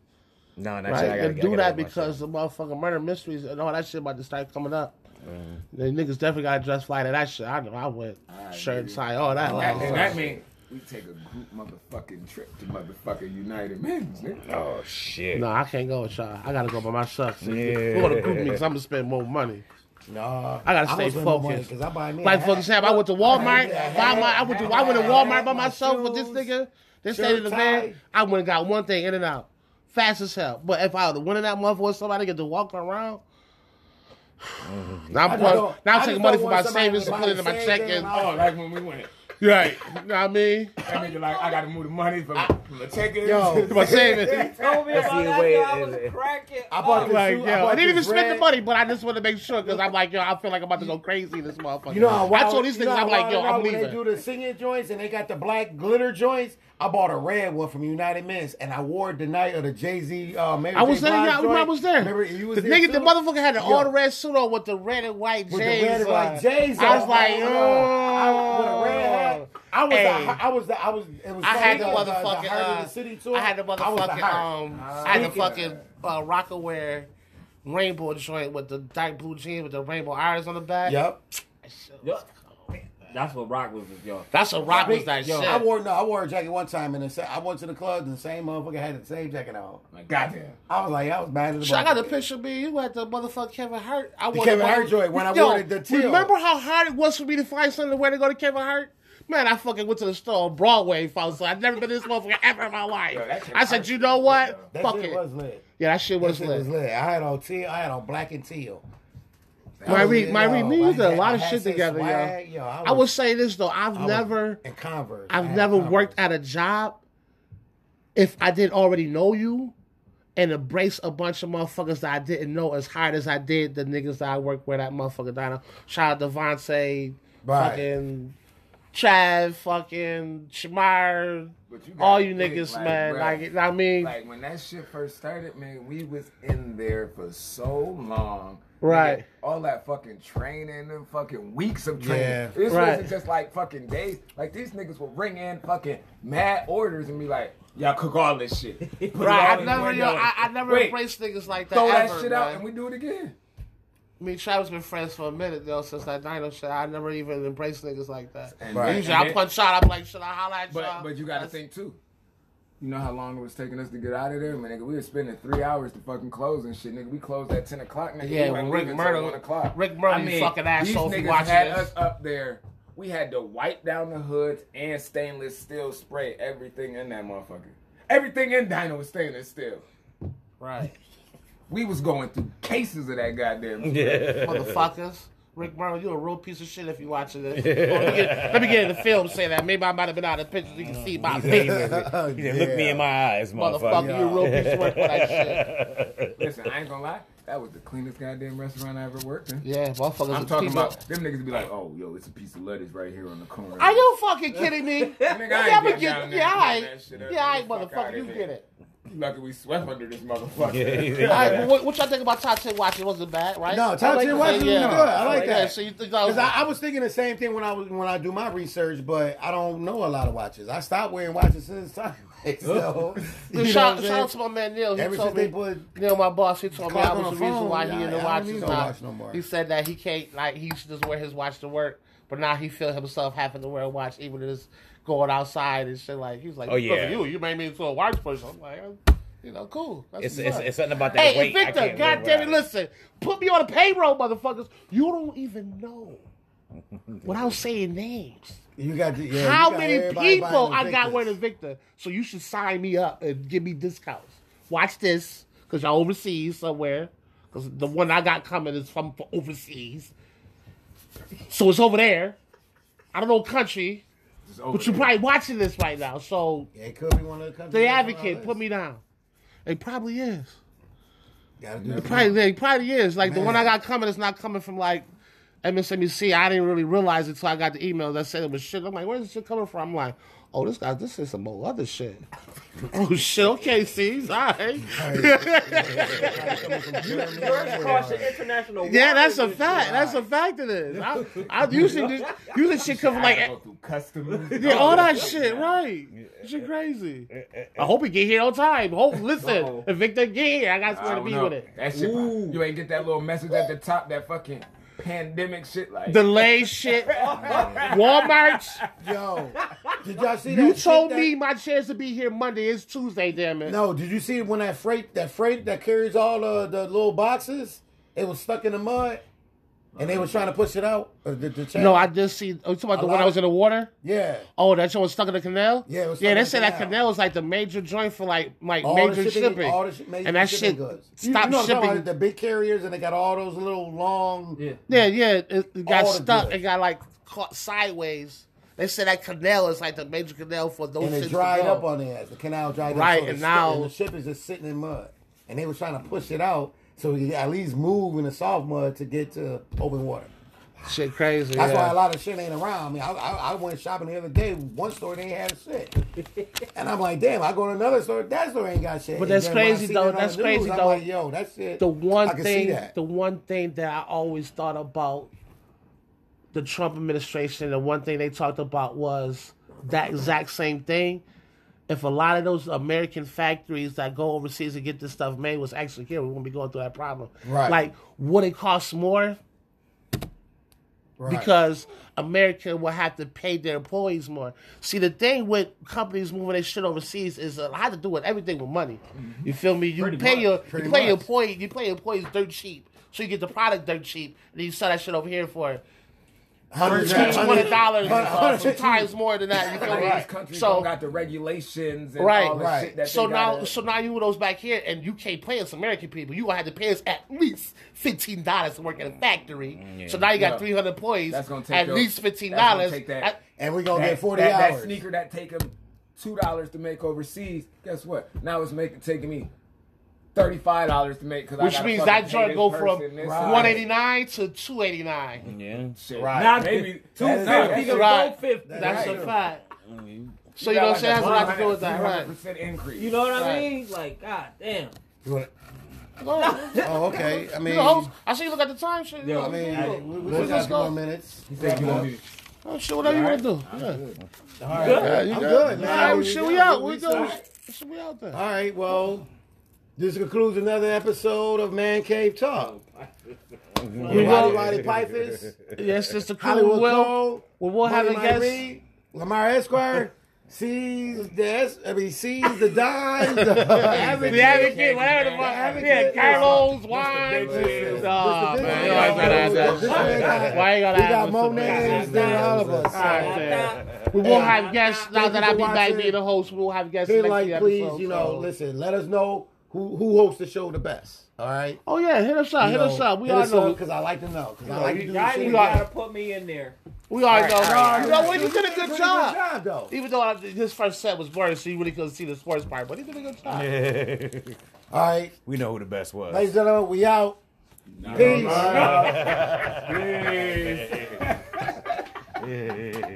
[SPEAKER 6] No, not
[SPEAKER 3] Right?
[SPEAKER 6] yet. I gotta
[SPEAKER 3] They
[SPEAKER 6] I
[SPEAKER 3] do
[SPEAKER 6] gotta
[SPEAKER 3] that
[SPEAKER 6] watch
[SPEAKER 3] because the motherfucking murder mysteries and all that shit about to start coming up.
[SPEAKER 1] Mm.
[SPEAKER 3] The niggas definitely got to dress fly to that shit. I know. I went
[SPEAKER 1] Ah,
[SPEAKER 4] Alright,
[SPEAKER 3] shirt and
[SPEAKER 4] dude.
[SPEAKER 3] tie, all that.
[SPEAKER 4] That,
[SPEAKER 3] like,
[SPEAKER 4] that mean we take a group motherfucking trip to motherfucking United Men's, nigga.
[SPEAKER 6] Oh shit.
[SPEAKER 3] no, I can't go with y'all. I gotta go by myself. Yeah.
[SPEAKER 6] Yeah.
[SPEAKER 3] We're gonna group me because I'm gonna spend more money.
[SPEAKER 1] Nah.
[SPEAKER 3] I gotta stay
[SPEAKER 1] was with no money
[SPEAKER 3] focused.
[SPEAKER 1] 'cause I buy me a
[SPEAKER 3] Like for
[SPEAKER 1] hat.
[SPEAKER 3] example, I went to Walmart.
[SPEAKER 1] Yeah,
[SPEAKER 3] By my, I went to I went to
[SPEAKER 1] yeah,
[SPEAKER 3] Walmart by
[SPEAKER 1] yeah,
[SPEAKER 3] myself
[SPEAKER 1] my
[SPEAKER 3] with this
[SPEAKER 1] shoes,
[SPEAKER 3] nigga. They
[SPEAKER 1] shirt,
[SPEAKER 3] stayed in the van.
[SPEAKER 1] tie.
[SPEAKER 3] I went and got one thing in and out, fast as hell. But if I would have went in that motherfucker, with somebody get to walk around. [sighs] Now
[SPEAKER 1] I
[SPEAKER 3] I'm,
[SPEAKER 1] just
[SPEAKER 3] going,
[SPEAKER 1] don't-
[SPEAKER 3] now
[SPEAKER 1] Mm. I
[SPEAKER 3] I'm taking
[SPEAKER 1] just
[SPEAKER 3] money
[SPEAKER 1] don't
[SPEAKER 3] from my
[SPEAKER 1] want somebody
[SPEAKER 3] savings
[SPEAKER 1] to
[SPEAKER 3] and
[SPEAKER 1] buy
[SPEAKER 3] put it
[SPEAKER 1] the
[SPEAKER 3] in my
[SPEAKER 1] same
[SPEAKER 3] check.
[SPEAKER 1] thing
[SPEAKER 3] And,
[SPEAKER 1] I-
[SPEAKER 4] Oh, like when we went.
[SPEAKER 3] right, you know what I mean?
[SPEAKER 4] That nigga like, I gotta move the money from, from the check-in.
[SPEAKER 1] Yo.
[SPEAKER 4] [laughs] to
[SPEAKER 3] My
[SPEAKER 1] [laughs]
[SPEAKER 4] my
[SPEAKER 3] savings.
[SPEAKER 5] Told me
[SPEAKER 6] That's
[SPEAKER 5] about
[SPEAKER 6] the
[SPEAKER 5] that.
[SPEAKER 6] way
[SPEAKER 5] yo,
[SPEAKER 6] it
[SPEAKER 5] I was
[SPEAKER 6] is.
[SPEAKER 5] cracking.
[SPEAKER 1] I bought
[SPEAKER 5] up.
[SPEAKER 1] this-
[SPEAKER 3] oh, Like,
[SPEAKER 1] Shoot, I
[SPEAKER 3] yo, I
[SPEAKER 1] bought
[SPEAKER 3] didn't even
[SPEAKER 1] this
[SPEAKER 3] spend the
[SPEAKER 1] red-
[SPEAKER 3] money, but I just want to make sure because I'm like, yo, I feel like I'm about to go crazy in this motherfucker.
[SPEAKER 1] You know how
[SPEAKER 3] I
[SPEAKER 1] wild,
[SPEAKER 3] told these
[SPEAKER 1] you
[SPEAKER 3] niggas,
[SPEAKER 1] know how
[SPEAKER 3] I'm like,
[SPEAKER 1] wild
[SPEAKER 3] yo,
[SPEAKER 1] it out
[SPEAKER 3] I'm
[SPEAKER 1] when
[SPEAKER 3] leaving.
[SPEAKER 1] They do the singing joints and they got the black glitter joints. I bought a red one from United Men's and I wore it the night of the Jay Z. Uh, Mary
[SPEAKER 3] I was
[SPEAKER 1] J.
[SPEAKER 3] there.
[SPEAKER 1] Blige
[SPEAKER 3] Yeah, I remember I
[SPEAKER 1] joint.
[SPEAKER 3] was there.
[SPEAKER 1] Remember you was
[SPEAKER 3] the
[SPEAKER 1] there
[SPEAKER 3] nigga, the
[SPEAKER 1] too?
[SPEAKER 3] motherfucker had an
[SPEAKER 1] Yo.
[SPEAKER 3] all red suit on with the red and white
[SPEAKER 1] With
[SPEAKER 3] J's.
[SPEAKER 1] the red and
[SPEAKER 3] on.
[SPEAKER 1] white J's
[SPEAKER 3] I was
[SPEAKER 1] on.
[SPEAKER 3] like,
[SPEAKER 1] I-
[SPEAKER 3] oh.
[SPEAKER 1] I, with a red hat. I was,
[SPEAKER 3] Hey.
[SPEAKER 1] the, I was, the, I was. It was.
[SPEAKER 3] I had the
[SPEAKER 1] funny, uh,
[SPEAKER 3] motherfucking.
[SPEAKER 1] the Heart
[SPEAKER 3] uh,
[SPEAKER 1] of the city tour.
[SPEAKER 3] I had the
[SPEAKER 1] I was
[SPEAKER 3] motherfucking.
[SPEAKER 1] Heart.
[SPEAKER 3] um, I had the
[SPEAKER 4] Speaking of
[SPEAKER 3] fucking uh, Rockaware rainbow joint with the dark blue jeans with the rainbow iris on the back.
[SPEAKER 1] Yep.
[SPEAKER 5] Yo, That's what Rock was with, y'all.
[SPEAKER 3] That's a rock was that
[SPEAKER 5] Yo,
[SPEAKER 3] shit.
[SPEAKER 1] I wore no. I wore a jacket one time and the sa- I went to the club and the same motherfucker had the same jacket on.
[SPEAKER 4] Like, goddamn.
[SPEAKER 1] I was like, I was mad at the.
[SPEAKER 3] Shit, I got a
[SPEAKER 1] motherfucker.
[SPEAKER 3] picture of me. and You at the motherfucking Kevin Hart. I wore
[SPEAKER 1] Kevin
[SPEAKER 3] one-
[SPEAKER 1] Hart joint when I
[SPEAKER 3] Yo,
[SPEAKER 1] wore the- the teal.
[SPEAKER 3] Remember how hard it was for me to find something to wear to go to Kevin Hart? Man, I fucking went to the store on Broadway, folks. I've never been to this motherfucker ever in my life.
[SPEAKER 4] Yo, that shit
[SPEAKER 3] I said,
[SPEAKER 4] hurt.
[SPEAKER 3] you know what?
[SPEAKER 1] That
[SPEAKER 3] Fuck
[SPEAKER 1] shit
[SPEAKER 3] it.
[SPEAKER 1] was lit.
[SPEAKER 3] Yeah, that shit was
[SPEAKER 1] That shit
[SPEAKER 3] lit.
[SPEAKER 1] was lit. I had on teal. I had on black and teal.
[SPEAKER 3] My
[SPEAKER 1] was-
[SPEAKER 3] re, my re,
[SPEAKER 1] yo,
[SPEAKER 3] me,
[SPEAKER 1] my
[SPEAKER 3] we did a
[SPEAKER 1] hat-
[SPEAKER 3] lot
[SPEAKER 1] my
[SPEAKER 3] of
[SPEAKER 1] hat
[SPEAKER 3] shit
[SPEAKER 1] said
[SPEAKER 3] together,
[SPEAKER 1] swag,
[SPEAKER 3] yo.
[SPEAKER 1] yo, I
[SPEAKER 3] I will
[SPEAKER 1] was-
[SPEAKER 3] say this though, I've
[SPEAKER 1] I was-
[SPEAKER 3] never,
[SPEAKER 1] and Converse. I
[SPEAKER 3] I've
[SPEAKER 1] had
[SPEAKER 3] never
[SPEAKER 1] Converse.
[SPEAKER 3] worked at a job if I didn't already know you and embrace a bunch of motherfuckers that I didn't know as hard as I did the niggas that I worked with at motherfucker Dino. Shout out Devontae,
[SPEAKER 1] Right.
[SPEAKER 3] fucking Trav, fucking Shamar,
[SPEAKER 4] But you got
[SPEAKER 3] all you
[SPEAKER 4] big,
[SPEAKER 3] niggas,
[SPEAKER 4] like,
[SPEAKER 3] man.
[SPEAKER 4] bruh.
[SPEAKER 3] Like, you know what I mean,
[SPEAKER 4] Like when that shit first started, man, we was in there for so long.
[SPEAKER 3] Right.
[SPEAKER 4] Nigga, all that fucking training and fucking weeks of training.
[SPEAKER 1] Yeah.
[SPEAKER 4] This
[SPEAKER 3] Right.
[SPEAKER 4] wasn't just like fucking days. Like these niggas will ring in fucking mad orders and be like, Y'all cook all this shit. Put it all
[SPEAKER 3] Right, I
[SPEAKER 4] in
[SPEAKER 3] never,
[SPEAKER 4] one
[SPEAKER 3] yo,
[SPEAKER 4] order.
[SPEAKER 3] I, I never
[SPEAKER 4] Wait,
[SPEAKER 3] embraced niggas like that.
[SPEAKER 4] throw that
[SPEAKER 3] ever,
[SPEAKER 4] shit
[SPEAKER 3] man.
[SPEAKER 4] out and we do it again.
[SPEAKER 3] Me and Travis been friends for a minute though since that Dino shit. I never even embraced niggas like that.
[SPEAKER 4] And-
[SPEAKER 1] Right.
[SPEAKER 3] Usually
[SPEAKER 4] and
[SPEAKER 3] I
[SPEAKER 4] then-
[SPEAKER 3] punch out. I'm like, should I holla at
[SPEAKER 4] But
[SPEAKER 3] y'all?
[SPEAKER 4] but you gotta
[SPEAKER 3] That's-
[SPEAKER 4] think too. You know how long it was taking us to get out of there, man? Nigga, we were spending three hours to fucking close and shit, nigga. We closed at ten o'clock, nigga.
[SPEAKER 3] Yeah,
[SPEAKER 4] we
[SPEAKER 3] when
[SPEAKER 4] weren't
[SPEAKER 3] Rick
[SPEAKER 4] leaving till
[SPEAKER 3] Murdoch-
[SPEAKER 4] one o'clock.
[SPEAKER 3] Rick Murdoch, you fucking asshole, if
[SPEAKER 4] These
[SPEAKER 3] you
[SPEAKER 4] niggas
[SPEAKER 3] watching
[SPEAKER 4] had
[SPEAKER 3] this.
[SPEAKER 4] us up there. We had to wipe down the hoods and stainless steel spray everything in that motherfucker. Everything in Dino was stainless steel.
[SPEAKER 3] right,
[SPEAKER 4] We was going through cases of that goddamn. shit.
[SPEAKER 3] [laughs]
[SPEAKER 6] [laughs]
[SPEAKER 3] motherfuckers. Rick Merle, you a real piece of shit if you watching [laughs] this. Or let, me get, let me get in the film saying that. Maybe I might have been out of the picture so you can see [laughs] my face.
[SPEAKER 1] [laughs]
[SPEAKER 2] He said, look me in my eyes,
[SPEAKER 3] Motherfucker,
[SPEAKER 2] motherfucker.
[SPEAKER 3] you a real piece of work for that shit.
[SPEAKER 4] Listen, I ain't gonna lie. That was the cleanest goddamn restaurant I ever worked in.
[SPEAKER 3] Yeah, motherfuckers.
[SPEAKER 4] I'm
[SPEAKER 3] are
[SPEAKER 4] talking
[SPEAKER 3] people-
[SPEAKER 4] about them niggas be like, oh, yo, it's a piece of lettuce right here on the corner.
[SPEAKER 3] Are you fucking kidding me?
[SPEAKER 4] [laughs] Nigga, I
[SPEAKER 3] yeah,
[SPEAKER 4] ain't
[SPEAKER 3] but
[SPEAKER 4] getting
[SPEAKER 3] get,
[SPEAKER 4] down there
[SPEAKER 3] yeah,
[SPEAKER 4] and
[SPEAKER 3] I,
[SPEAKER 4] clean that shit up.
[SPEAKER 3] yeah, I,
[SPEAKER 4] Get the fuck
[SPEAKER 3] motherfucker,
[SPEAKER 4] outta
[SPEAKER 3] you
[SPEAKER 4] here.
[SPEAKER 3] get it.
[SPEAKER 4] Lucky we swept under this motherfucker.
[SPEAKER 6] [laughs]
[SPEAKER 2] Yeah.
[SPEAKER 3] All right, well, what, what y'all think about Tati Watch? It wasn't bad, right?
[SPEAKER 1] No, Tati
[SPEAKER 3] Yeah,
[SPEAKER 1] Watson was good. I like
[SPEAKER 3] yeah,
[SPEAKER 1] that.
[SPEAKER 3] So you think that was,
[SPEAKER 1] Because
[SPEAKER 4] [laughs]
[SPEAKER 1] I, I was thinking the same thing when I was when I do my research, but I don't know a lot of watches. I stopped wearing watches since time. [laughs] So
[SPEAKER 3] [laughs]
[SPEAKER 1] you know what
[SPEAKER 3] shout,
[SPEAKER 1] I'm
[SPEAKER 3] shout out to
[SPEAKER 1] saying?
[SPEAKER 3] my man Neil. He
[SPEAKER 1] ever since
[SPEAKER 3] told
[SPEAKER 1] they
[SPEAKER 3] me,
[SPEAKER 1] put
[SPEAKER 3] Neil, my boss, he told me
[SPEAKER 1] Clark
[SPEAKER 3] I
[SPEAKER 1] on
[SPEAKER 3] was
[SPEAKER 1] the
[SPEAKER 3] the reason
[SPEAKER 1] phone,
[SPEAKER 3] why he in the
[SPEAKER 1] I- I
[SPEAKER 3] watch
[SPEAKER 1] don't
[SPEAKER 3] is
[SPEAKER 1] need no
[SPEAKER 3] not.
[SPEAKER 1] watch no more.
[SPEAKER 3] He said that he can't like he used to just wear his watch to work, but now he feel himself having to wear a watch even if it's going outside and shit. Like he's like,
[SPEAKER 2] Oh,
[SPEAKER 3] because of
[SPEAKER 2] yeah.
[SPEAKER 3] you, you made me into a watch person. I'm like, you know, cool. That's
[SPEAKER 2] It's,
[SPEAKER 3] what's
[SPEAKER 2] it's,
[SPEAKER 3] up.
[SPEAKER 2] it's something about that
[SPEAKER 3] Hey,
[SPEAKER 2] weight. I
[SPEAKER 3] Victor,
[SPEAKER 2] can't live
[SPEAKER 3] goddamn it,
[SPEAKER 2] without.
[SPEAKER 3] listen. Put me on the payroll, motherfuckers. You don't even know. Without saying names,
[SPEAKER 1] you got the- yeah, you
[SPEAKER 3] how
[SPEAKER 1] got
[SPEAKER 3] many
[SPEAKER 1] everybody
[SPEAKER 3] people
[SPEAKER 1] buying
[SPEAKER 3] I got
[SPEAKER 1] Invictus.
[SPEAKER 3] wearing Invicta. So you should sign me up and give me discounts. Watch this, because y'all overseas somewhere. Because the one I got coming is from from overseas. So it's over there. I don't know country, but you're probably watching this right now. So
[SPEAKER 1] Yeah, it could be one of the countries.
[SPEAKER 3] the
[SPEAKER 1] that's on our
[SPEAKER 3] advocate put
[SPEAKER 1] list.
[SPEAKER 3] me down. It probably is.
[SPEAKER 1] Gotta
[SPEAKER 3] [laughs]
[SPEAKER 1] do it.
[SPEAKER 3] Probably, they probably is. Like the one I
[SPEAKER 1] Man.
[SPEAKER 3] got coming is not coming from like MSNBC. I didn't really realize it until I got the email that said it was shit. I'm like, where's this shit coming from? I'm like, oh, this guy, this is some old other shit. [laughs] oh shit, okay, see, he's all right.
[SPEAKER 5] First caution international.
[SPEAKER 3] [laughs] Yeah, that's a
[SPEAKER 5] waters is-
[SPEAKER 3] fact. That's a fact. It is. I, I usually just usually shit come from
[SPEAKER 4] I had
[SPEAKER 3] like
[SPEAKER 4] to go through
[SPEAKER 3] [laughs]
[SPEAKER 4] customs.
[SPEAKER 3] yeah, all that shit, right? Shit crazy. I hope he get here on time. Hope listen,
[SPEAKER 5] Uh-oh.
[SPEAKER 3] if Victor get here, I got
[SPEAKER 4] I
[SPEAKER 3] somewhere to
[SPEAKER 4] don't
[SPEAKER 3] be
[SPEAKER 4] know.
[SPEAKER 3] with it.
[SPEAKER 4] That shit,
[SPEAKER 5] Ooh.
[SPEAKER 4] you ain't get that little message at the top, that fucking pandemic shit. Like,
[SPEAKER 3] Delay shit. Walmart's.
[SPEAKER 1] Yo, did y'all see that?
[SPEAKER 3] You
[SPEAKER 1] shit
[SPEAKER 3] told
[SPEAKER 1] that-
[SPEAKER 3] me my chance to be here Monday is Tuesday, damn it.
[SPEAKER 1] No, did you see when that freight that freight that carries all the, the little boxes? It was stuck in the mud, and they was trying to push it out. uh, the- the chain.
[SPEAKER 3] Uh-huh. No, I just see. Oh, you talking about the one
[SPEAKER 1] lot-
[SPEAKER 3] I was in the water?
[SPEAKER 1] yeah.
[SPEAKER 3] Oh, that shit was stuck in the canal.
[SPEAKER 1] Yeah, it was stuck
[SPEAKER 3] yeah. They
[SPEAKER 1] in the
[SPEAKER 3] said that
[SPEAKER 1] canal.
[SPEAKER 3] canal was like the major joint for like like
[SPEAKER 1] All the
[SPEAKER 3] major
[SPEAKER 1] shit they-
[SPEAKER 3] shipping,
[SPEAKER 1] all the shit- major
[SPEAKER 3] and that
[SPEAKER 1] shipping
[SPEAKER 3] shit
[SPEAKER 1] goods. You- you
[SPEAKER 3] stopped
[SPEAKER 1] know what I'm talking
[SPEAKER 3] shipping.
[SPEAKER 1] about, The big carriers, and they got all those little long.
[SPEAKER 5] Yeah.
[SPEAKER 3] yeah, yeah, it, it got
[SPEAKER 1] All the
[SPEAKER 3] stuck.
[SPEAKER 1] goods.
[SPEAKER 3] It got like caught sideways. They said that canal is like the major canal for those.
[SPEAKER 1] and
[SPEAKER 3] shits
[SPEAKER 1] it
[SPEAKER 3] to
[SPEAKER 1] dried
[SPEAKER 3] go.
[SPEAKER 1] up on the ass. The canal dried up.
[SPEAKER 3] Right,
[SPEAKER 1] so the
[SPEAKER 3] and
[SPEAKER 1] ship-
[SPEAKER 3] now-
[SPEAKER 1] the ship is just sitting in mud, and they were trying to push it out so we could at least move in the soft mud to get to open water.
[SPEAKER 3] Shit, crazy.
[SPEAKER 1] That's
[SPEAKER 3] yeah.
[SPEAKER 1] why a lot of shit ain't around. I mean, I, I, I went shopping the other day. One store they ain't had shit, and I'm like, damn. I go to another store. That store ain't got shit.
[SPEAKER 3] But
[SPEAKER 1] And
[SPEAKER 3] that's
[SPEAKER 1] then when I
[SPEAKER 3] crazy,
[SPEAKER 1] see
[SPEAKER 3] though.
[SPEAKER 1] that on the
[SPEAKER 3] That's crazy,
[SPEAKER 1] I'm
[SPEAKER 3] though.
[SPEAKER 1] Like, Yo, that shit.
[SPEAKER 3] the one
[SPEAKER 1] I can
[SPEAKER 3] thing
[SPEAKER 1] See that.
[SPEAKER 3] the one thing that I always thought about the Trump administration, the one thing they talked about was that exact same thing. If a lot of those American factories that go overseas and get this stuff made was actually here, we wouldn't be going through that problem.
[SPEAKER 1] Right.
[SPEAKER 3] Like, would it cost more?
[SPEAKER 1] Right.
[SPEAKER 3] because America will have to pay their employees more. See, the thing with companies moving their shit overseas is a lot to do with everything with money. You feel me? You pay your
[SPEAKER 1] Mm-hmm. Pretty
[SPEAKER 3] you pay your
[SPEAKER 1] much.
[SPEAKER 3] employee you pay your employees dirt cheap, so you get the product dirt cheap, and then you sell that shit over here for [laughs]
[SPEAKER 1] Hundred-
[SPEAKER 3] twenty dollars, uh,
[SPEAKER 1] hundred- hundred-
[SPEAKER 3] times more than that. You feel me?
[SPEAKER 4] these countries
[SPEAKER 3] So
[SPEAKER 4] don't got the regulations and
[SPEAKER 3] Right.
[SPEAKER 4] all the
[SPEAKER 1] Right.
[SPEAKER 4] shit that
[SPEAKER 3] so
[SPEAKER 4] they
[SPEAKER 3] now,
[SPEAKER 4] gotta-
[SPEAKER 3] so now you those back here, and you can't pay us American people. You gonna have to pay us at least fifteen dollars to work in a factory. So now you got
[SPEAKER 4] Yeah.
[SPEAKER 3] three hundred employees.
[SPEAKER 4] That's gonna take
[SPEAKER 3] at
[SPEAKER 4] your-
[SPEAKER 3] least fifteen
[SPEAKER 4] that's gonna
[SPEAKER 3] dollars.
[SPEAKER 4] take that-
[SPEAKER 1] and we gonna get forty
[SPEAKER 4] that,
[SPEAKER 1] hours.
[SPEAKER 4] That sneaker that take him two dollars to make overseas. Guess what? Now it's making taking me thirty five dollars to make. Cause I
[SPEAKER 3] Which
[SPEAKER 4] gotta
[SPEAKER 3] means
[SPEAKER 4] fucking
[SPEAKER 3] that
[SPEAKER 4] pay
[SPEAKER 3] joint
[SPEAKER 4] this
[SPEAKER 3] go
[SPEAKER 4] person
[SPEAKER 3] from
[SPEAKER 4] this
[SPEAKER 1] Right.
[SPEAKER 3] 189 to 289.
[SPEAKER 2] Yeah.
[SPEAKER 4] Shit.
[SPEAKER 1] Right.
[SPEAKER 4] Not maybe two
[SPEAKER 1] That is right.
[SPEAKER 4] fifty.
[SPEAKER 5] Even
[SPEAKER 3] Right.
[SPEAKER 5] 450.
[SPEAKER 3] That's
[SPEAKER 1] right.
[SPEAKER 3] a fact. So you know what I'm saying? That's a lot to do with that, right?
[SPEAKER 4] Percent increase.
[SPEAKER 5] You know what I
[SPEAKER 3] Right.
[SPEAKER 5] mean? Like, god damn.
[SPEAKER 1] You wanna-
[SPEAKER 3] Go.
[SPEAKER 1] oh, okay. I
[SPEAKER 3] [laughs] You
[SPEAKER 1] mean,
[SPEAKER 3] the host. I see you look at the time shit.
[SPEAKER 5] Yo,
[SPEAKER 1] I mean,
[SPEAKER 5] I-
[SPEAKER 1] we,
[SPEAKER 5] we-
[SPEAKER 1] we
[SPEAKER 5] let's
[SPEAKER 1] got
[SPEAKER 3] go.
[SPEAKER 1] four minutes.
[SPEAKER 4] He said you want me.
[SPEAKER 3] Oh, shit, whatever you want to do. Yeah.
[SPEAKER 1] Yeah,
[SPEAKER 3] you
[SPEAKER 1] I'm
[SPEAKER 3] good.
[SPEAKER 1] good,
[SPEAKER 3] All
[SPEAKER 1] man.
[SPEAKER 3] right, well, shit, we out. We
[SPEAKER 1] All
[SPEAKER 3] do.
[SPEAKER 1] right.
[SPEAKER 3] Shit, we out there.
[SPEAKER 1] All right, well, this concludes another episode of Man Cave
[SPEAKER 3] [laughs]
[SPEAKER 1] Talk. Roddy,
[SPEAKER 3] You go.
[SPEAKER 1] Roddy
[SPEAKER 3] [laughs]
[SPEAKER 1] Pipers,
[SPEAKER 3] Yes, it's the crew.
[SPEAKER 1] Hollywood
[SPEAKER 3] Will.
[SPEAKER 1] Cole,
[SPEAKER 3] Well, we'll have a
[SPEAKER 1] Money Mike
[SPEAKER 3] guest.
[SPEAKER 1] Reed, Lamar
[SPEAKER 3] [laughs]
[SPEAKER 1] Esquire sees the S, I mean sees the [laughs]
[SPEAKER 3] [laughs]
[SPEAKER 1] Don, the advocate,
[SPEAKER 3] The advocate, whatever the
[SPEAKER 1] The
[SPEAKER 3] fuck.
[SPEAKER 1] advocate.
[SPEAKER 3] Yeah, Carlos,
[SPEAKER 2] Mr.
[SPEAKER 3] wine.
[SPEAKER 2] Big Wheels.
[SPEAKER 3] Nah,
[SPEAKER 1] Mr. Big
[SPEAKER 3] man.
[SPEAKER 1] Wheels.
[SPEAKER 3] Why you gotta ask that?
[SPEAKER 1] This man got-
[SPEAKER 3] Why you gotta
[SPEAKER 1] We
[SPEAKER 3] ask
[SPEAKER 1] got
[SPEAKER 3] us
[SPEAKER 1] more
[SPEAKER 3] about that?
[SPEAKER 1] names than all of us.
[SPEAKER 3] All right, man. We will have guests now
[SPEAKER 1] Thank
[SPEAKER 3] that
[SPEAKER 1] you
[SPEAKER 3] I'll
[SPEAKER 1] for
[SPEAKER 3] be back
[SPEAKER 1] watching.
[SPEAKER 3] being the host. We will have guests
[SPEAKER 1] Hit
[SPEAKER 3] next
[SPEAKER 1] like,
[SPEAKER 3] year
[SPEAKER 1] please,
[SPEAKER 3] episode,
[SPEAKER 1] you know,
[SPEAKER 3] so-
[SPEAKER 1] listen, let us know who, who hosts the show the best. All right?
[SPEAKER 3] Oh yeah, hit us up. Hit us up. We all know.
[SPEAKER 1] Because I like to know. Because I like to do
[SPEAKER 5] You
[SPEAKER 1] this
[SPEAKER 5] gotta,
[SPEAKER 1] shit.
[SPEAKER 5] you gotta put me in there.
[SPEAKER 3] We all know. You know what?
[SPEAKER 1] You
[SPEAKER 3] He did a good job.
[SPEAKER 1] Good job, though.
[SPEAKER 3] Even though I, his first set was boring, so you really couldn't see the sports part, but he did a good job.
[SPEAKER 1] All right.
[SPEAKER 2] We know who the best was.
[SPEAKER 1] Ladies and gentlemen, we out. Peace.
[SPEAKER 2] [laughs] Yeah.